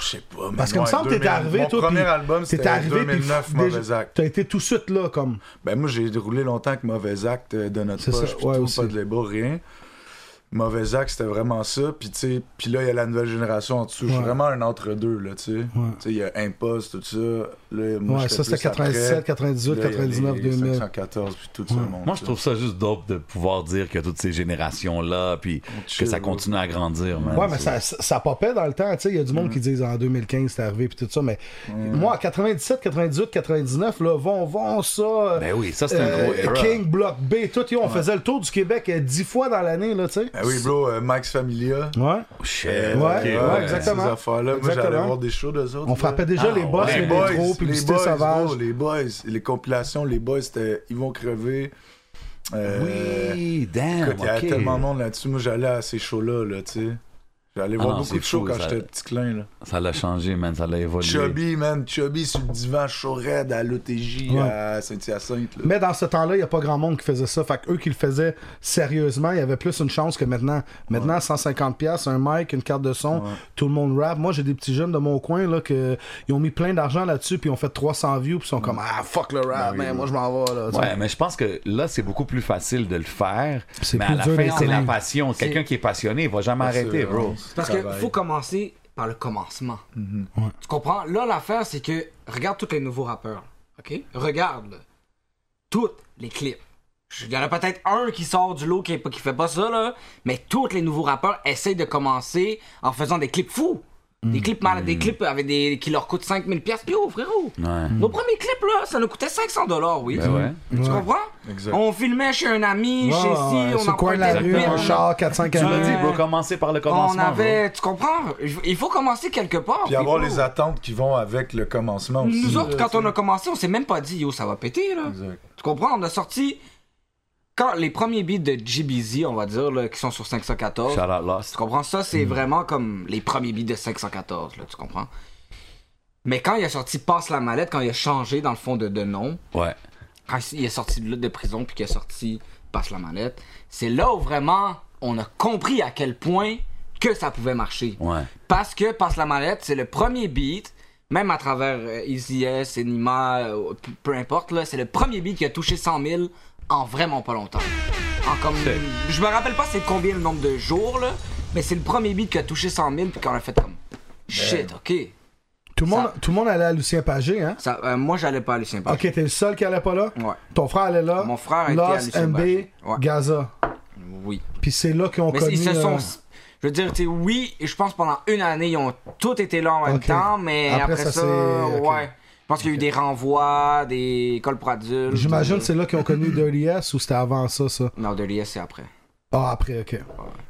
S3: Je sais pas, mais
S2: Parce que me
S3: ouais,
S2: semble que t'es
S3: 2000
S2: arrivé,
S3: Mon
S2: toi.
S3: premier
S2: puis
S3: album,
S2: t'es
S3: c'était
S2: arrivé, puis
S3: 2009,
S2: f-
S3: Mauvais
S2: déjà-
S3: Acte.
S2: T'as été tout de suite là, comme.
S3: Ben moi, j'ai roulé longtemps que Mauvais Acte euh, de notre
S2: C'est
S3: poche,
S2: ça,
S3: puis
S2: ouais,
S3: tout,
S2: aussi.
S3: pas de label, rien. Mauvais Acte, c'était vraiment ça. Puis tu sais, puis là, il y a la nouvelle génération en dessous. Je suis
S2: Ouais.
S3: vraiment un entre-deux, là, tu sais.
S2: Ouais.
S3: Tu sais, il y a Impost, tout ça. Là, moi,
S2: Ouais,
S3: j'étais
S2: ça c'était
S3: plus après.
S2: 97, 98,
S3: Là, il y a
S2: 99,
S3: les
S2: 2000.
S3: 514, puis tout ce monde.
S4: Moi, je trouve ça juste dope de pouvoir dire que toutes ces générations-là, puis que
S3: chill,
S4: ça
S3: ouais.
S4: continue à grandir.
S3: Ah,
S4: man.
S2: Ouais, mais ça, ça, ça popait dans le temps, tu sais. Il y a du monde qui disent en 2015 c'est arrivé, puis tout ça. Mais
S3: Mm.
S2: moi, en 97, 98, 99, là, vont, vont, ça. euh,
S4: Ben oui, ça, c'est un
S2: euh,
S4: gros era.
S2: King, Block B, tout, yo, on faisait le tour du Québec euh, dix fois dans l'année, là, tu sais.
S3: Ben oui, bro, euh, Max Familia.
S2: Ouais.
S4: Oh, Shit.
S3: Euh,
S2: Ouais,
S4: Ok,
S2: ouais, exactement.
S3: Ces affaires-là. Moi, j'allais
S2: Exactement.
S3: voir des shows d'eux autres.
S2: On
S3: là.
S2: frappait déjà les boss,
S4: ouais.
S2: les,
S3: Ah, Les
S2: métros,
S3: boys, les
S2: publicité
S3: boys, oh,
S2: sauvage.
S3: gros, les boys, les compilations, les boys, c'était Ils vont crever. Euh,
S4: Oui, damn.
S3: Écoute, il y avait
S4: Ah, ok.
S3: tellement de monde là-dessus. Moi, j'allais à ces shows-là, là, tu sais. J'allais
S4: Ah non,
S3: voir
S4: c'est
S3: beaucoup de shows
S4: fou,
S3: quand
S4: ça.
S3: j'étais petit clin, là.
S4: Ça l'a changé, man. Ça l'a évolué.
S3: Chubby, man. Chubby sur le divan, show raide à l'OTJ,
S2: Ouais.
S3: à Saint-Hyacinthe, là.
S2: Mais dans ce temps-là, il n'y a pas grand monde qui faisait ça. Fait que eux qui le faisaient sérieusement, il y avait plus une chance que maintenant. Maintenant, 150$, piastres, un mic, une carte de son, tout le monde rap. Moi, j'ai des petits jeunes de mon coin là, que, ils ont mis plein d'argent là-dessus, puis ils ont fait 300 views, puis ils sont comme Ah, fuck le
S6: Ben
S2: rap, man, moi je m'en vais. Là, tu sais.
S4: Ouais, mais je pense que là, c'est beaucoup plus facile de le faire.
S2: C'est
S4: mais
S2: plus
S4: à la
S2: dur
S4: fin,
S2: d'être
S4: c'est la
S2: convaincu.
S4: passion. Quelqu'un qui est passionné, il va jamais arrêter, bro.
S6: Parce qu'il faut commencer par le commencement. Tu comprends? Là, l'affaire, c'est que regarde tous les nouveaux rappeurs. OK? Regarde. Toutes les clips. Il y en a peut-être un qui sort du lot qui, est pas- qui fait pas ça, là. Mais tous les nouveaux rappeurs essayent de commencer en faisant des clips fous. Des
S2: Mm.
S6: clips mal, des clips avec des qui leur coûtent 5000 pièces Yo, frérot.
S2: Mm.
S4: Ouais.
S6: Nos premiers clips là, ça nous coûtait 500 dollars, oui.
S4: Ben ouais.
S6: Tu comprends
S3: Exact.
S6: On filmait chez un ami,
S2: Ouais,
S6: chez ci,
S2: ouais,
S6: on
S2: sur le coin de la
S6: empruntait
S2: rue,
S6: le
S2: un
S6: film.
S2: char, 400
S4: Tu l'as
S2: camions.
S4: dit, bro, commencer par le
S6: On
S4: commencement.
S6: avait, tu comprends Il faut- Il faut commencer quelque part.
S3: Puis avoir
S6: Il
S3: les
S6: faut-
S3: Mmh. attentes qui vont avec le commencement aussi.
S6: Nous
S3: là, tu
S6: autres, quand
S3: sais.
S6: on a commencé, on s'est même pas dit yo ça va péter là.
S3: Exact.
S6: Tu comprends On a sorti quand les premiers beats de GBZ, on va dire là, qui sont sur 514.
S4: Shout out
S6: Tu
S4: Lost.
S6: comprends ça
S3: Mmh.
S6: C'est vraiment comme les premiers beats de 514 là, tu comprends Mais quand il a sorti passe la mallette, quand il a changé dans le fond de, de nom,
S4: Ouais.
S6: quand il est sorti de, là, de prison puis qu'il est sorti passe la mallette, c'est là où vraiment on a compris à quel point que ça pouvait marcher.
S4: Ouais.
S6: Parce que Passe la mallette, c'est le premier beat, même à travers euh, Easy S, Enima, euh, p- peu importe, là, c'est le premier beat qui a touché 100 000 en vraiment pas longtemps. En comme,
S4: C'est-
S6: je me rappelle pas c'est combien le nombre de jours, là, mais c'est le premier beat qui a touché 100 000 puis qu'on a fait comme
S2: Ben.
S6: shit, ok.
S2: Tout, le monde,
S6: Ça-
S2: tout le monde allait à Lucien Pagé, hein
S6: Ça, euh, moi j'allais pas à Lucien Page.
S2: Ok, t'es le seul qui allait pas là
S6: Ouais.
S2: Ton frère allait là
S6: Mon frère était à
S2: Los,
S6: Lucien
S2: MB,
S6: Pagé. Ouais.
S2: Gaza.
S6: Oui.
S2: Puis c'est là qu'ils ont
S6: Mais
S2: connu.
S6: ils se sont.
S2: euh,
S6: Je veux dire, tu sais, oui, et je pense pendant une année, ils ont tous été là en même
S2: Ok.
S6: temps, mais
S2: Après,
S6: après,
S2: ça,
S6: ça,
S2: c'est- ok.
S6: ouais. Je pense qu'il y a eu des renvois, des écoles pour adultes.
S2: J'imagine que c'est là qu'ils ont connu Dirty S ou c'était avant ça, ça
S6: Non, de l'IS, c'est après.
S2: Ah, après, ok.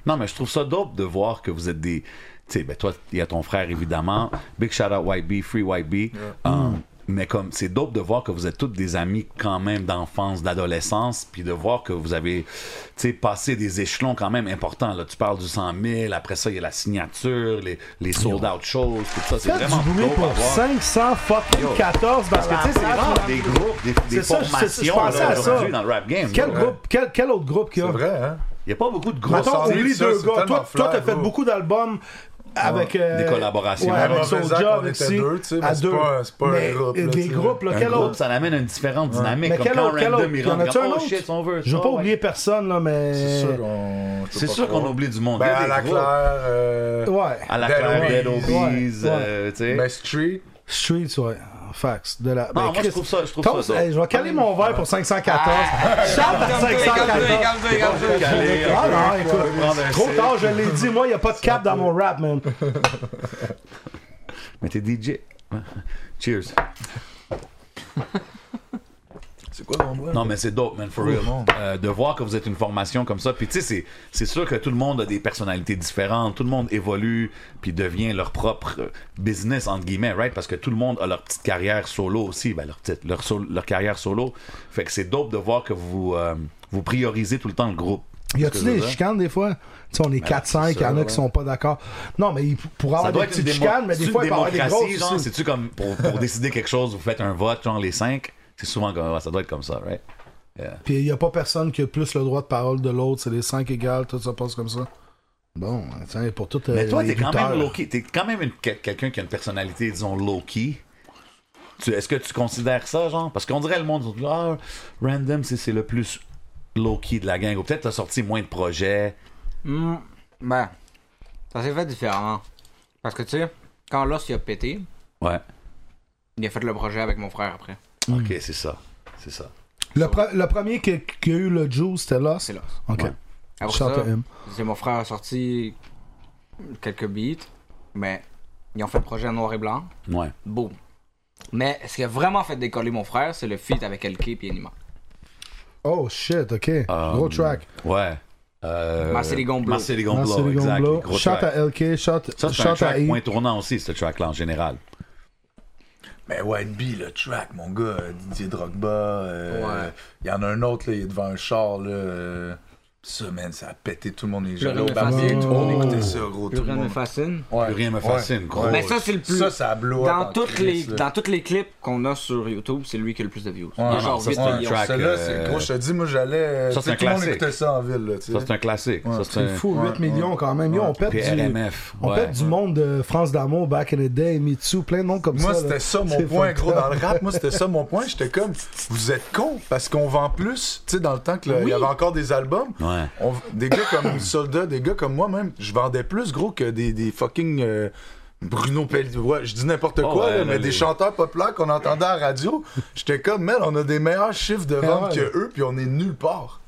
S4: Non, mais je trouve ça dope de voir que vous êtes des. Tu sais, ben toi, il y a ton frère, évidemment. Big shout out YB, Free YB.
S2: Mm.
S4: Um, Mais comme, c'est dope de voir que vous êtes tous des amis quand même d'enfance, d'adolescence, puis de voir que vous avez, tu sais, passé des échelons quand même importants. Là, tu parles du 100 000, après ça, il y a la signature, les, les sold-out shows, tout ça. C'est
S2: Faites oh. du
S4: vraiment
S2: bruit
S4: dope à
S2: pour
S4: voir.
S2: 500 fucking 14
S4: Parce que, tu sais, c'est vraiment des groupes, des, des
S2: C'est ça, je- c'est- je
S4: formations
S2: pensais à
S4: là,
S2: ça.
S4: aujourd'hui dans le rap game.
S2: Quel
S4: là.
S2: groupe, quel, quel autre groupe qu'il y
S3: C'est
S2: a
S3: vrai, hein?
S4: Il n'y a pas beaucoup de groupes.
S2: Mettons,
S3: Grosse
S2: oublie
S3: envie, ça,
S2: deux
S3: c'est
S2: gars.
S3: tellement
S2: Toi, toi, t'as
S3: flair,
S2: fait
S3: gros.
S2: beaucoup d'albums avec. euh,
S4: Des collaborations.
S2: Ouais,
S4: Ouais,
S2: avec
S3: Mauvais
S2: Soulja,
S3: Acte, on
S2: avec
S3: était
S2: Si,
S3: deux, tu sais, mais
S2: à
S3: c'est
S2: deux.
S3: pas un- c'est pas un
S2: Mais
S3: groupe, là,
S2: Des
S3: tu sais.
S2: groupes, là,
S4: Un
S2: quel
S4: groupe,
S2: autre
S4: ça amène une différente dynamique.
S2: Mais
S4: comme
S2: quel
S4: quand
S2: autre, quel autre
S4: Random, il
S2: Y en
S4: rentre,
S2: a-tu un
S4: oh
S2: autre
S4: shit, on veut.
S2: Je veux
S4: ça,
S2: pas
S4: ouais.
S2: oublier personne, là, mais.
S3: C'est sûr qu'on.
S4: C'est sûr qu'on oublie du monde.
S3: Ben,
S4: Il y a
S3: à
S4: des
S3: la
S4: groupes.
S3: claire. euh,
S2: Ouais.
S4: À la
S3: Dead
S4: claire, Dead
S3: Obies.
S4: Obies,
S2: Ouais,
S4: euh, tu sais.
S3: Ben, Street.
S2: Streets, ouais. Fax. De la...
S4: moi, je trouve ça- Ah! je trouve
S2: Toast,
S4: ça dope.
S2: hey, je vais caler mon verre pour 514. Charles à 514.
S4: Calé,
S2: Ah
S4: un peu.
S2: non, écoute,
S4: prendre un
S2: trop
S4: sip.
S2: tard, je l'ai dit. Moi, il n'y a pas de cap dans mon rap, man.
S4: Mais t'es DJ. Cheers.
S3: C'est quoi mon doigt?
S4: Non, mais c'est dope, man, for real.
S3: non.
S4: Euh, de voir que vous êtes une formation comme ça. Puis, tu sais, c'est- c'est sûr que tout le monde a des personnalités différentes. Tout le monde évolue, puis devient leur propre euh, business, entre guillemets, right? Parce que tout le monde a leur petite carrière solo aussi, ben, leur, petite, leur, sol- leur carrière solo. Fait que c'est dope de voir que vous, euh, vous priorisez tout le temps le groupe.
S2: Y a-tu
S4: que je
S2: des
S4: veux
S2: chicanes des fois? Tu sais, on est
S4: Ben,
S2: 4-5, il y en a qui sont pas d'accord. Non, mais il pour
S4: Ça
S2: avoir
S4: doit
S2: des
S4: être une
S2: petites
S4: démo-
S2: chicanes, mais
S4: c'est
S2: des
S4: une
S2: fois, il peut y avoir des
S4: démocratie,
S2: grosses.
S4: genre.
S2: aussi.
S4: C'est-tu comme pour, pour décider quelque chose, vous faites un vote, genre les cinq C'est souvent comme ouais, ça doit être comme ça, right?
S2: Puis il y a pas personne qui a plus le droit de parole de l'autre, c'est les 5 égales, tout ça passe comme ça. Bon, tiens, pour tout. euh,
S4: Mais toi,
S2: les
S4: t'es quand même
S2: lutteurs.
S4: low-key. T'es quand même une- quel- quelqu'un qui a une personnalité, disons, low-key. Tu- Est-ce que tu considères ça, genre? Parce qu'on dirait le monde, ils sont tous, ah, random, c'est c'est le plus low-key de la gang. Ou peut-être t'as sorti moins de projets.
S9: Hmm. Ben,
S6: Ça s'est fait différemment. Parce que tu sais, quand l'os il a pété,
S4: Ouais.
S6: il a fait le projet avec mon frère après.
S2: Hmm.
S4: Ok, c'est ça. C'est ça.
S2: Le, pre- le premier qui, qui a eu le juice, c'était Lost.
S6: C'est là.
S2: Ok.
S4: Ouais.
S6: Après
S2: Shout out
S6: ça,
S2: to him.
S6: c'est mon frère a sorti quelques beats, mais ils ont fait le projet en noir et blanc.
S4: Ouais.
S6: Boum. Mais ce qui a vraiment fait décoller mon frère, c'est le feat avec LK et Enima.
S2: Oh shit, ok. Gros track.
S4: Um, Ouais. Euh,
S6: Marcelli Gomblo.
S4: Marcelli Gomblo,
S2: Merci les
S4: exact.
S2: Gomblo.
S4: Gros
S2: Shout
S4: track.
S2: à LK, shout,
S4: Ça, c'est
S2: shout
S4: un
S2: à
S4: track
S2: E.
S4: point tournant aussi, ce track-là, en général.
S3: Mais White Bee, le track, mon gars, euh, Didier Drogba, euh, il y en a un autre, là, il est devant un char, là. euh, ça, man, ça a pété tout le monde les gens.
S6: rien
S3: Au
S6: me
S3: basket,
S6: fascine.
S3: tout le monde
S2: Oh.
S3: écoutait ça, gros,
S6: Le
S3: tout le
S6: rien me
S3: monde.
S6: fascine.
S3: Ouais.
S4: Plus rien me fascine, gros.
S6: Mais ça, c'est le plus.
S3: Ça, ça a blow up
S6: dans,
S3: en
S6: toutes les,
S3: crise, là.
S6: dans tous les clips qu'on a sur YouTube, c'est lui qui a le plus de views.
S3: Ouais,
S4: non,
S6: genre
S4: ça,
S6: huit
S4: c'est un
S6: millions.
S4: track.
S3: Celle-là,
S4: euh,
S3: c'est gros, je te dis, moi, j'allais.
S4: ça,
S3: Ça,
S4: c'est un
S3: Tout le monde
S4: classique.
S3: écoutait ça en ville, là, tu
S4: Ça, c'est
S3: sais.
S4: un classique.
S3: Ouais.
S4: Ça, c'est
S2: C'est
S4: un...
S2: fou, 8
S3: Ouais,
S2: millions quand même. Yo, on pète
S4: Puis
S2: du,
S4: RMF.
S2: on
S4: ouais.
S2: pète du monde de France d'amour, back in the day, Mitsu, plein de noms comme
S3: Moi,
S2: ça.
S3: c'était
S2: là.
S3: ça mon
S2: C'est
S3: point,
S2: fucked
S3: gros,
S2: up.
S3: dans le rap. Moi, c'était ça mon point. J'étais comme, vous êtes cons, parce qu'on vend plus. Tu sais, dans le temps qu'il y avait encore des albums,
S4: Ouais.
S3: on- des gars comme Soldat, des gars comme moi-même, je vendais plus, gros, que des, des fucking. euh, Bruno Pelletier, ouais, je dis n'importe
S4: Oh,
S3: quoi,
S4: ouais,
S3: là, mais
S4: là,
S3: des
S4: les-
S3: chanteurs populaires qu'on entendait à la radio, j'étais comme, man, on a des meilleurs chiffres de vente
S2: Ah, ouais.
S3: que eux, puis on est nulle part.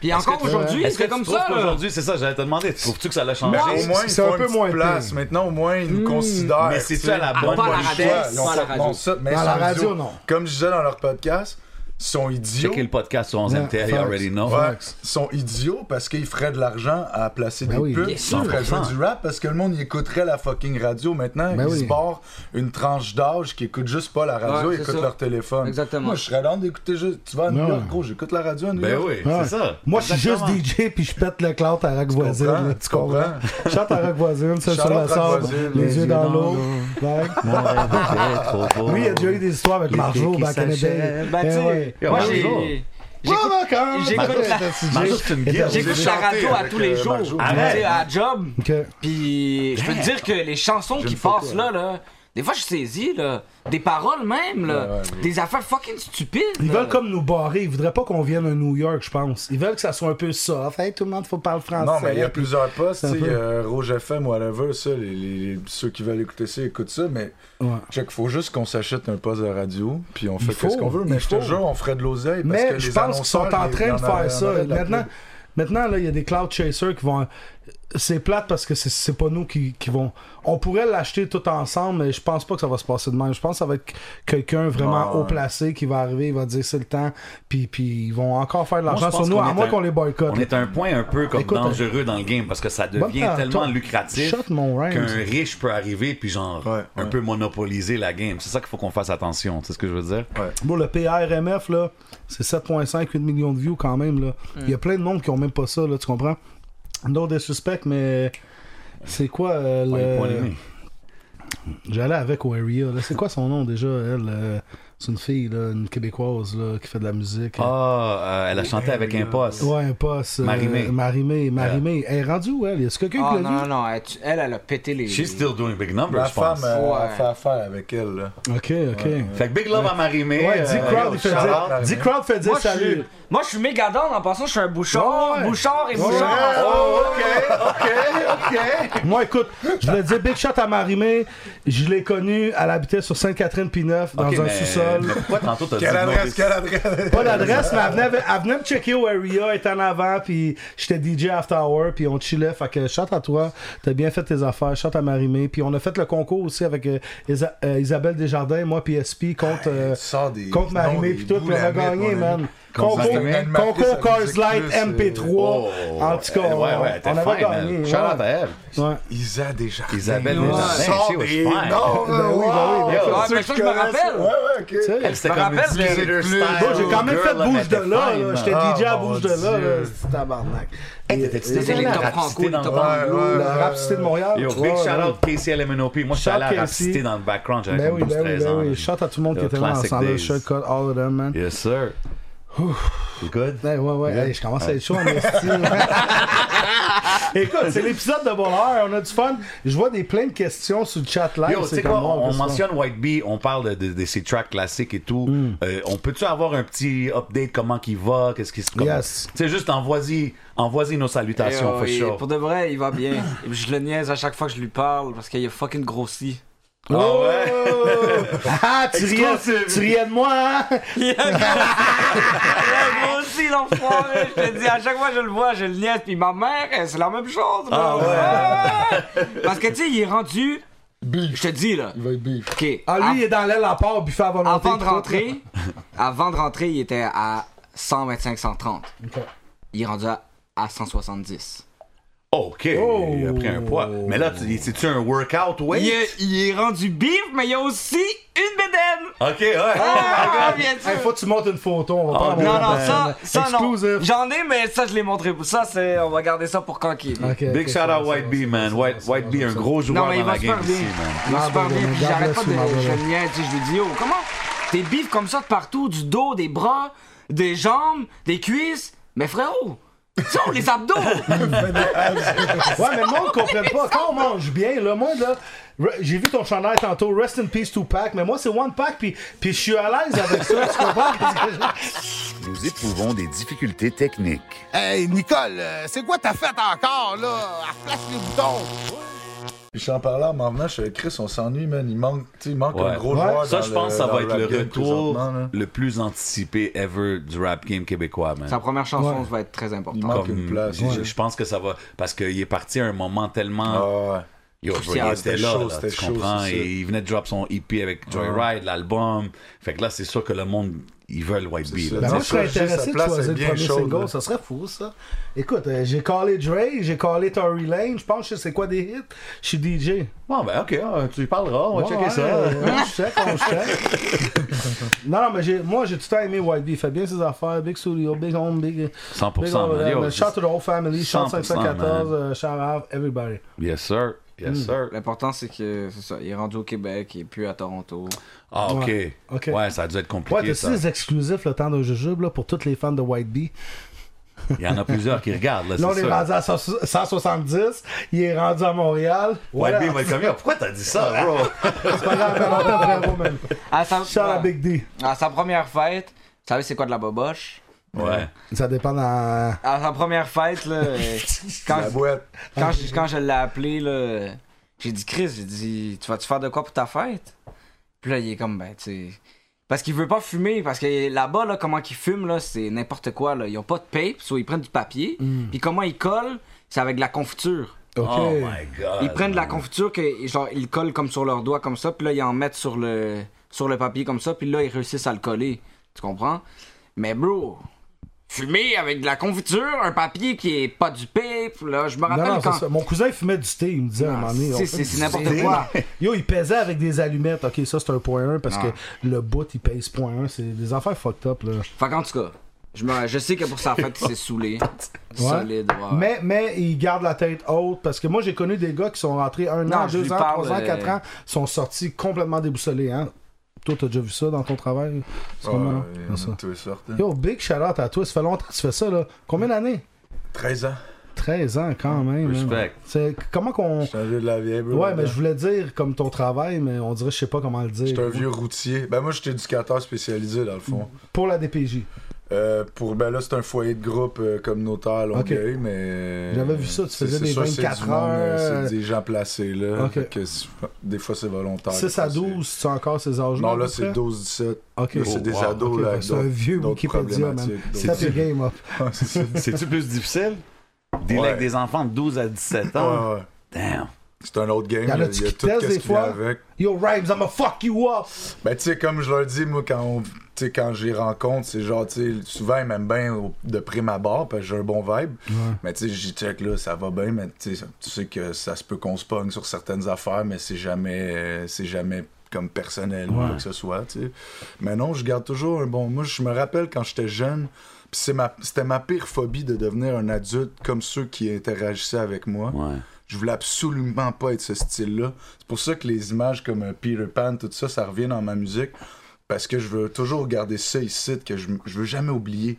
S6: Puis encore aujourd'hui,
S4: Est-ce que
S6: c'est
S4: comme
S6: comme
S4: tu ça,
S6: ça. là.
S4: aujourd'hui, c'est ça, j'allais te demander, trouves-tu que ça l'a changé?
S3: Mais au moins,
S2: c'est
S3: ils font
S2: un
S3: un,
S2: peu
S3: petit
S2: moins
S3: place.
S2: pire. Hmm.
S3: Maintenant, au moins, ils nous considèrent.
S4: Mais c'est-tu
S3: tu sais.
S4: à la
S6: Ah,
S4: bonne
S6: pas à la
S4: bonne
S6: radio.
S4: vitesse?
S3: Ils ont
S6: Pas à la
S3: fait-
S6: radio.
S3: non, ça, mais
S2: Dans
S3: ils
S2: la
S3: sont
S2: radio,
S3: idiots.
S2: non.
S3: Comme je disais dans leur podcast, ils sont idiots.
S4: Checker le podcast sur 11
S2: Ouais,
S4: MTL, you
S2: facts.
S4: already know.
S3: Ouais, ils sont idiots parce qu'ils feraient de l'argent à placer
S2: Ben
S3: des
S2: oui,
S3: pubs,
S2: bien
S3: ils
S4: sûr.
S3: feraient jouer du rap parce que le monde il écouterait la fucking radio maintenant.
S2: Ben
S3: ils
S2: oui.
S3: se barrent une tranche d'âge qui écoute juste pas la radio,
S6: Ouais,
S3: ils
S6: c'est
S3: écoutent
S6: ça.
S3: leur téléphone.
S6: Exactement.
S3: Moi, je serais dans d'écouter juste. Tu vas à New
S2: Ouais.
S3: York, gros, j'écoute la radio à New
S4: Ben
S3: York.
S4: oui,
S2: Ouais.
S4: c'est ça.
S2: Moi, je suis juste
S4: Exactement.
S2: DJ puis je pète le clout à Rock Voisine.
S3: comprends,
S2: là,
S3: tu
S2: Tu comprends? Chante à Rock Voisine, seul
S3: Shout
S2: sur la
S3: out Rock
S2: sable,
S3: Voisine,
S2: les yeux dans l'eau. Ouais.
S4: Ah,
S2: Lui, il a déjà eu des histoires avec
S4: Les filles
S2: Marjo
S4: qui
S2: back in the day.
S4: s'achèvent.
S6: Ben, tu
S2: Eh
S6: sais,
S2: ouais.
S6: moi,
S4: Ouais,
S6: j'ai.
S4: ouais.
S6: J'écoute
S2: Ouais, quand même,
S6: j'écoute
S2: t'as
S6: la-
S2: fait ce
S4: Marjo,
S2: DJ.
S4: c'est une guilde.
S2: Ok.
S6: J'écoute
S3: J'ai
S6: la
S3: chanté
S6: radio à
S3: avec,
S6: tous les
S3: euh,
S6: jours.
S3: Marjo.
S6: Tu sais, à job.
S2: Ok.
S6: Puis je peux te dire que les chansons qui
S3: photo,
S6: passent là, là, des fois je saisis là, des paroles même là, des affaires fucking stupides.
S2: Ils
S6: là.
S2: veulent comme nous barrer. Ils voudraient pas qu'on vienne à New York, je pense. Ils veulent que ça soit un peu soft. Hey, tout le monde, faut parler français.
S3: Non, mais il y a plusieurs postes,
S2: Ah, C'est un
S3: tu sais,
S2: peu-
S3: euh, Rouge FM, whatever, ça, les, les- les- ceux qui veulent écouter ça, écoutent ça, mais
S2: Ouais.
S3: check, faut juste qu'on s'achète un poste de radio, puis on fait
S2: faut,
S3: qu'est-ce qu'on veut, mais
S2: il
S3: je te
S2: faut.
S3: jure, on ferait de l'oseille, parce que
S2: Mais
S3: les
S2: je pense qu'ils sont en
S3: annonceurs,
S2: train
S3: ils-
S2: de
S3: il y en a- il y en
S2: faire
S3: a
S2: ça.
S3: de la
S2: Maintenant, maintenant là, il y a des cloud chasers qui vont. C'est plate parce que c'est- c'est pas nous qui, qui vont. On pourrait l'acheter tout ensemble, mais je pense pas que ça va se passer de même. Je pense que ça va être quelqu'un vraiment
S3: Ouais.
S2: haut placé qui va arriver, il va dire c'est le temps, puis, puis ils vont encore faire de l'argent
S4: je
S2: sur
S4: pense
S2: nous,
S4: qu'on
S2: à
S4: est
S2: moins
S4: un-
S2: qu'on les boycotte.
S4: On est à un point un peu comme
S2: Écoute,
S4: dangereux dans le game parce que ça
S2: bonne
S4: devient
S2: part-
S4: tellement
S2: toi,
S4: lucratif
S2: shot mon range.
S4: qu'un riche peut arriver puis genre
S3: Ouais,
S4: un
S3: ouais.
S4: peu monopoliser la game. C'est ça qu'il faut qu'on fasse attention, tu sais ce que je veux dire?
S2: Bon, le PRMF, là, c'est 7,5, 8 millions de views quand même. là.
S3: Mm.
S2: Il y a plein de monde qui ont même pas ça, là, tu comprends? No disrespect, mais c'est quoi euh,
S4: Point- point
S2: le.
S4: aimé.
S2: J'allais avec Waria, là. C'est quoi son nom déjà, elle? euh, C'est une fille, là, une québécoise, là, qui fait de la musique.
S4: Ah, euh, elle a chanté avec un poste.
S2: Ouais, un poste. euh,
S4: Marimé.
S2: Marimé, Marimé. Elle est rendue où, elle? Est-ce que quelqu'un
S6: Ah,
S2: qui
S6: non,
S2: l'a
S6: non, non, elle, tu- elle, elle a pété les.
S4: She's still doing big numbers,
S3: Ma
S4: je pense.
S3: femme euh, a
S6: Ouais.
S3: fait affaire avec elle, là.
S2: vu? Ok, ok.
S4: Fait que big love à Marimé.
S2: Ouais,
S4: euh,
S2: D-Crowd, il fait
S3: shout-out,
S2: dire,
S3: Marimé.
S2: D-Crowd fait dire
S6: Moi je suis,
S2: salut.
S6: moi je suis méga down en passant, je suis un bouchard,
S2: Ouais, ouais.
S6: bouchard et bouchard.
S3: Ouais. Oh, ok, ok, ok.
S2: Moi, écoute, je voulais dire big shot à Marimé. Je l'ai connue. Elle habitait sur Sainte-Catherine-Pineuf, dans
S4: ok,
S2: un
S4: mais- mais
S2: sous-sol.
S4: Pourquoi tantôt t'as dit
S3: Quelle
S4: le nom
S3: adresse,
S4: des-
S3: quelle adresse.
S2: Pas d'adresse, mais elle venait, avec- elle venait me checker au area, elle était en avant, puis j'étais DJ after hour, puis on chillait. Fait que chante à toi, t'as bien fait tes affaires, chante à Marimé. Puis on a fait le concours aussi avec euh, Isa- euh, Isabelle Desjardins, moi, puis SP contre, euh,
S3: Tu sors des-
S2: contre Marimé,
S3: non,
S2: puis
S3: des
S2: tout, puis on a
S3: boules à
S2: gagné,
S3: mettre, mon ami.
S2: man.
S4: Comme
S2: Concours,
S4: ça, elle
S3: m'a appelé
S2: concours
S3: sa
S2: Cars
S3: musique
S2: Light
S3: plus,
S2: MP3.
S4: Oh,
S2: en tout cas,
S4: ouais, ouais,
S2: on-
S4: ouais,
S2: on
S4: t'es
S2: avait
S4: fine,
S2: gagné.
S4: man. Shout out
S2: ouais.
S4: à elle.
S2: Ouais.
S3: Isa Desjardins.
S4: Isabelle
S3: Ouais.
S4: Desjardins,
S3: Sors
S4: she was
S3: des
S4: fine.
S3: noms,
S2: Ben oui, ben oui, ben oui.
S3: wow. Pour
S6: Ouais,
S3: ceux
S6: mais ça,
S3: qui
S6: je me
S3: connaissent-
S6: rappelle.
S3: Ouais, ouais, ok.
S2: Tu sais,
S4: C'était
S6: me
S4: comme une
S6: rappelle, j'ai
S4: skater
S6: plus-
S4: style.
S2: Moi, j'ai quand même fait
S4: Girl,
S2: bouge de
S4: I'm
S2: là.
S4: at the
S2: là.
S4: fine.
S2: J'étais DJ à
S4: Oh,
S2: bouge de
S4: mon
S2: là.
S4: Dieu.
S2: là. C'est tabarnak.
S4: Hey, t'étais-tu
S2: Et-
S4: déjà
S2: et-
S4: allé
S2: et-
S4: rapster
S9: Franco,
S4: dans le
S9: top
S4: bar?
S3: Ouais, ouais.
S2: Le rap cité de Montréal.
S4: Yo,
S2: tu
S4: big
S2: vois,
S4: shout
S2: ouais.
S4: out KCLMNOP. Moi, je suis
S2: Shout
S4: allé à
S2: KC.
S4: rapister dans le background. J'avais
S2: Ben
S4: comme
S2: oui, ben oui,
S4: 12-13
S2: ben
S4: ans. là.
S2: oui. Shout à tout le monde qui
S4: Yo,
S2: était là en
S4: classic
S2: le
S4: days.
S2: shirt, cut, all of them, man.
S4: Yes, sir. You good?
S2: Ouais, ouais, ouais. Hey, je commence à être chaud en esti. Écoute, c'est l'épisode de Bonheur. On a du fun. Je vois des plein de questions sur le chat live.
S4: Yo, tu
S2: c'est
S4: sais quoi,
S2: comme, oh,
S4: on, on
S2: qu'est-ce qu'on-
S4: mentionne White Bee, on parle de, de- de ses tracks classiques et tout.
S2: Hmm.
S4: Euh, on peut-tu avoir un petit update, comment qu'il va, qu'est-ce qui se comment-
S2: Yes.
S4: Tu sais, juste envoie-y, envoie-y nos salutations,
S6: Et, euh,
S4: for
S6: et
S4: sure.
S6: Pour de vrai, il va bien. Et puis, je le niaise à chaque fois que je lui parle parce qu'il a fucking grossi.
S4: Ah ouais?
S2: Oh! Ah, tu riais, tu riais de moi, hein?
S6: Il a grossi, il a grossi l'enfoiré. Je te dis, à chaque fois que je le vois, je le niaise. Puis ma mère, elle, c'est la même chose.
S4: Ah
S6: ouais. Parce que tu sais, il est rendu. Je te dis là.
S3: Il va être beef.
S6: Ok.
S2: Ah, lui, il est dans l'aile à part, buffet à volonté.
S6: avant de
S2: puis tout, là.
S6: rentrer, avant de rentrer, il était à 125, 130.
S2: Ok.
S6: Il est rendu à, à 170.
S4: OK, il a pris un poids. Mais là, tu- c'est-tu un workout weight?
S6: Il est, il est rendu bif, mais il y a aussi une bédaine.
S4: OK, ouais.
S6: Ah, bien sûr.
S2: Hey, faut que tu montes une photo, on va pas
S4: Ah,
S2: avoir
S6: Non, non,
S2: de-
S6: ça, ça
S2: Exclusive.
S6: non. J'en ai, mais ça, je l'ai montré. Ça, c'est, on va garder ça pour quand qu'il.
S2: Ok,
S4: Big
S2: ok, Euh,
S4: shout
S2: ça
S4: out
S2: va, ça
S4: White
S2: va,
S4: Bee,
S2: ça va,
S4: man.
S2: ça va,
S4: White,
S2: ça va,
S4: White Bee,
S2: ça
S4: un
S2: va.
S4: gros
S6: Non,
S4: joueur
S6: mais il
S4: dans la
S6: va super
S4: game
S6: bien.
S4: ici, man.
S6: Il va
S2: Ah,
S6: super
S2: bon,
S6: bien.
S2: bon,
S6: Puis j'arrête
S2: garde-le
S6: pas de.
S2: sous ma
S6: Je
S2: main.
S6: le niaise, tu sais, je lui dis, oh, comment T'es bif comme ça de partout, du dos, des bras, des jambes, des cuisses. Mais frérot, ça, on les abdos.
S2: Ouais, mais le monde comprend pas. Quand on mange bien, là, moi, là, re- j'ai vu ton chandail tantôt, Rest in Peace Tupac, mais moi, c'est One Pack, puis, puis je suis à l'aise avec ça, tu comprends? Parce que j'ai-
S4: Nous éprouvons des difficultés techniques.
S10: Hey, Nicole, euh, c'est quoi ta fête encore, là? Elle flash les boutons!
S3: Puis j'en parlais en m'en venant, je suis Chris, on s'ennuie, man. Il manque, tu sais, il manque
S4: Ouais.
S3: un gros
S2: Ouais.
S3: joueur.
S4: Ça,
S3: dans
S4: je pense que ça
S3: dans
S4: va être
S3: rap
S4: le
S3: game
S4: retour
S3: présentement, là.
S4: le plus anticipé ever du rap game québécois, man.
S6: Sa première chanson va être très
S3: Il
S6: importante.
S3: manque une place.
S4: Je je pense que ça va. Parce qu'il est parti à un moment tellement.
S3: Ah, ouais.
S4: Yo,
S6: Crucial.
S4: bro, il
S3: C'était
S4: était là,
S3: chaud,
S4: là,
S3: c'était
S4: tu
S3: chaud,
S4: comprends?
S3: c'est
S4: Et
S3: ça.
S4: il venait de drop son EP avec Joyride, l'album. Fait que là, c'est sûr que le monde, ils veulent White Bee.
S3: ça.
S4: là,
S2: Ben,
S4: tu
S2: moi,
S4: sais.
S2: je serais
S3: ça,
S2: intéressé
S3: sa
S2: de
S3: place
S2: choisir
S3: est
S2: le
S3: bien
S2: premier
S3: chaude,
S2: single,
S3: là.
S2: ça serait fou, ça. Écoute, euh, j'ai callé Dre, j'ai callé Tory Lane, je pense que c'est quoi des hits, je suis DJ.
S4: Bon, ben, ok, ah, tu y parleras, on va
S2: Ouais,
S4: checker
S2: ouais,
S4: ça.
S2: euh, ouais, je check, on check. non, non, mais j'ai- moi, j'ai tout le temps aimé White B. Il fait bien ses affaires. Big Studio, Big Home, Big.
S4: 100%, man. Yo,
S2: man. ben, Shout to the whole family. Shout
S4: 100%,
S2: 514, euh, shout out Mm. Ben, everybody.
S4: Yes, sir. Yes, sir.
S6: L'important, c'est que c'est ça. Il est rendu au Québec, il est plus à Toronto.
S4: Ah, ok.
S2: Ouais, ok.
S4: Ouais, ça a dû être compliqué.
S2: Ouais, t'as
S4: ça.
S2: des exclusifs le temps de jujube là, pour toutes les fans de White Bee.
S4: Il y en a plusieurs qui regardent, là,
S2: Là, on
S4: c'est
S2: est
S4: ça.
S2: rendu à 100 170. Il est rendu à Montréal.
S4: White
S2: Voilà.
S4: Bee va être comme, Yo, pourquoi t'as dit ça, hein?
S2: Ah,
S4: bro?
S2: C'est pas grave, mais on t'en fera pas, man.
S6: À sa,
S2: Shout à Big D.
S6: à sa première fête, vous savez c'est quoi de la boboche?
S4: Ouais.
S2: Ça dépend dans.
S6: À sa première fête, là, euh, quand,
S3: La boîte.
S2: Ah,
S6: quand, je, quand je l'ai appelé, là, j'ai dit Chris, j'ai dit Tu vas-tu faire de quoi pour ta fête? Puis là, il est comme ben tu sais. Parce qu'il veut pas fumer, parce que là-bas, là, comment qu'ils fument, là, c'est n'importe quoi. Là. Ils ont pas de pape, soit ils prennent du papier.
S2: Mm.
S6: Puis comment ils collent, c'est avec de la confiture.
S2: Ok.
S4: Oh my god.
S6: Ils prennent de la confiture que genre ils le collent comme sur leurs doigts comme ça, puis là ils en mettent sur le sur le papier comme ça, puis là ils réussissent à le coller. Tu comprends Mais bro, fumer avec de la confiture, un papier qui est pas du pipe, là, je me rappelle
S2: non, non, c'est
S6: quand
S2: ça. Mon cousin, il fumait du thé. Il me disait à un moment donné.
S6: c'est-
S2: on
S6: c'est-
S2: fait du
S6: c'est n'importe
S2: thé.
S6: quoi.
S2: Yo, il pesait avec des allumettes. Ok, ça, c'est un point 1 parce
S6: Ouais.
S2: que le bout, il pèse point 1. C'est des affaires fucked up, là.
S6: Fait qu'en tout cas, je me je sais que pour sa fête, il s'est saoulé. Solide, ouais.
S2: Mais, mais il garde la tête haute parce que moi j'ai connu des gars qui sont rentrés un
S6: Non,
S2: an,
S6: je
S2: deux
S6: lui
S2: ans,
S6: parle,
S2: trois ans,
S6: euh,
S2: quatre ans, sont sortis complètement déboussolés. Hein? Toi, t'as déjà vu ça dans ton travail? C'est
S3: Ouais,
S2: comment, là?
S3: il y en
S2: Non,
S3: a
S2: ça.
S3: tous sortes, hein.
S2: Yo, big shout out à toi. Ça fait longtemps que tu fais ça, là. Combien d'années?
S3: 13 ans.
S2: 13 ans quand même. hein.
S4: Respect.
S2: C'est comment qu'on.
S3: J'étais un vieux de la vieille, bro.
S2: Ouais, mais je voulais dire comme ton travail, mais on dirait, je sais pas comment le
S3: J'étais un
S2: dire.
S3: vieux routier. Ben, moi, j'étais éducateur spécialisé, dans le fond.
S2: Pour la DPJ.
S3: Euh, pour, ben là, c'est un foyer de groupe euh, communautaire à Longueuil, mais.
S2: J'avais vu ça, tu
S3: C'est-
S2: faisais
S3: c'est
S2: des
S3: sûr, c'est
S2: 24
S3: du monde, euh,
S2: heures.
S3: C'est des gens placés, là.
S2: Ok.
S3: Fait que c'est- des fois, c'est volontaire.
S2: 6
S3: des
S2: à
S3: fois, c'est-
S2: 12, c'est encore ces âges-là? à
S3: Non,
S2: peu
S3: là,
S2: près?
S3: c'est 12-17.
S2: Ok.
S3: Là, c'est des
S2: Oh, wow.
S3: ados,
S2: Ok,
S3: là,
S2: fait que C'est un
S3: d'autres-
S2: vieux
S3: d'autres
S2: Wikipédia, man.
S3: problématiques,
S2: Step
S3: d'autres-
S2: your game up.
S3: Ouais, c'est ça.
S4: C'est-tu plus difficile? Dealer
S3: Ouais.
S4: avec des enfants de 12 à 17 ans.
S3: Ouais, ouais.
S4: Damn.
S3: C'est un autre game.
S2: Y'en
S3: là.
S2: a-tu
S3: Il y a
S2: qui
S3: tout
S2: testent
S3: ce
S2: des
S3: qui vient
S2: fois?
S3: avec.
S2: Yo, Rhymes, I'ma fuck you up!
S3: Ben, tu sais, comme je leur dis, moi, quand, on, tu sais, quand je les rencontre, c'est genre, tu sais, souvent, ils m'aiment bien au- de prime abord parce que j'ai un bon vibe. Mais tu sais, j'y check, là, ça va bien, mais tu sais, tu sais que ça se peut qu'on se pogne sur certaines affaires, mais c'est jamais, euh, c'est jamais comme personnel ou quoi que ce soit. tu sais. Mais non, je garde toujours un bon. Moi, je me rappelle quand j'étais jeune, pis c'est ma- c'était ma pire phobie de devenir un adulte comme ceux qui interagissaient avec moi.
S4: Ouais.
S3: Je voulais absolument pas être ce style-là. C'est pour ça que les images comme euh, Peter Pan, tout ça, ça revient dans ma musique. Parce que je veux toujours garder ça ici, que je, je veux jamais oublier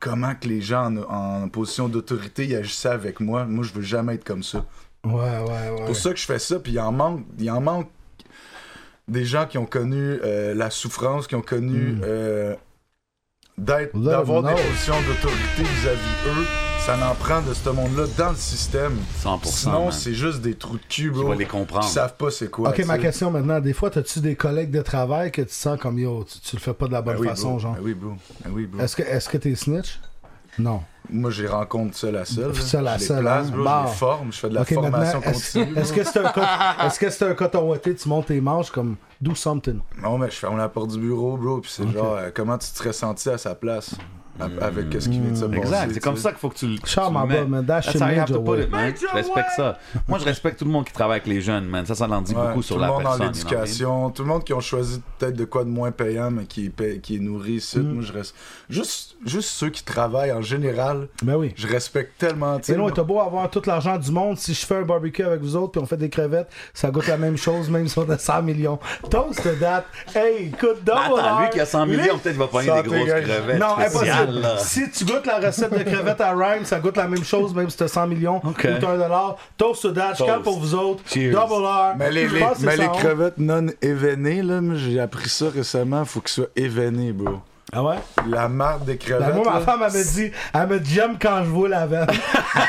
S3: comment que les gens en, en position d'autorité ils agissaient avec moi. Moi, je veux jamais être comme ça.
S2: Ouais, ouais, ouais.
S3: C'est pour ça que je fais ça, puis il en manque, il en manque des gens qui ont connu euh, la souffrance, qui ont connu euh, d'être,
S2: Là,
S3: d'avoir
S2: non.
S3: des positions d'autorité vis-à-vis eux. Ça en prend de ce monde-là dans le système.
S4: 100%.
S3: Sinon,
S4: man.
S3: c'est juste des trous de cul,
S4: Tu
S3: bro.
S4: vas les comprendre.
S3: Qui savent pas c'est quoi.
S2: Ok, ma
S3: tu sais.
S2: question maintenant, des fois, as-tu des collègues de travail que tu sens comme yo, tu, tu le fais pas de la
S3: Ben
S2: bonne
S3: oui,
S2: façon,
S3: bro.
S2: genre?
S3: Ben oui, bro. Ben oui, bro.
S2: Est-ce que est-ce que t'es snitch? Non.
S3: Moi, je les rencontre seul à seul. là.
S2: Seul à
S3: je les
S2: seul,
S3: place,
S2: hein.
S3: bro,
S2: Bon.
S3: Je les forme, je fais de la
S2: ok,
S3: formation
S2: maintenant, est-ce
S3: continue.
S2: est-ce que c'est un, cot- est-ce que c'est un coton ouaté, tu montes tes manches comme do something?
S3: Non, mais je ferme la porte du bureau, bro. Puis c'est genre, euh, comment tu te serais senti à sa place a- avec ce qui vient de
S2: Hmm.
S3: se passer.
S4: Exact, c'est
S3: tu
S4: comme
S3: sais.
S4: ça qu'il faut que tu le.
S2: Charme en bas, man. That's your major way.
S4: Je respecte ça. Moi, je respecte tout le monde qui travaille avec les jeunes, man. Ça, ça en dit
S3: Ouais,
S4: beaucoup sur
S3: tout
S4: la
S3: le monde
S4: personne.
S3: dans
S4: you know what I mean?
S3: l'éducation, tout le monde qui ont choisi peut-être de quoi de moins payant, mais qui est, pay- qui est nourri ici.
S2: Hmm.
S3: Moi, je reste. Juste, juste ceux qui travaillent en général,
S2: Ben oui.
S3: je respecte tellement. tu sais,
S2: Et non,
S3: moi-
S2: t'as beau avoir tout l'argent du monde, si je fais un barbecue avec vous autres puis on fait des crevettes, ça goûte la même chose, même si on a 100 millions. Toast date. Hey, écoute donc.
S4: Attends,
S2: Laurent,
S4: lui qui a 100 millions, peut-être il va pogner
S3: Ça,
S4: des grosses
S3: t'es-
S4: crevettes.
S2: Non, impossible.
S4: spéciales, là.
S2: Si tu goûtes la recette de crevettes à Rhyme, ça goûte la même chose, même si t'as 100 millions
S4: Ok.
S2: ou t'as 1 dollar. Toast to that, je
S4: Toast.
S2: cale pour vous autres.
S4: Cheers.
S2: Double R.
S3: Mais les,
S2: Je
S3: les-
S2: pense que c'est
S3: mais les
S2: ça, hein.
S3: crevettes non événées, là, moi, j'ai appris ça récemment, faut qu'ils soient événées, bro.
S2: Ah ouais?
S3: La marque des
S2: Ben,
S3: crevettes.
S2: moi, ma
S3: là,
S2: femme, elle me dit, elle me dit, j'aime quand je vois la veine.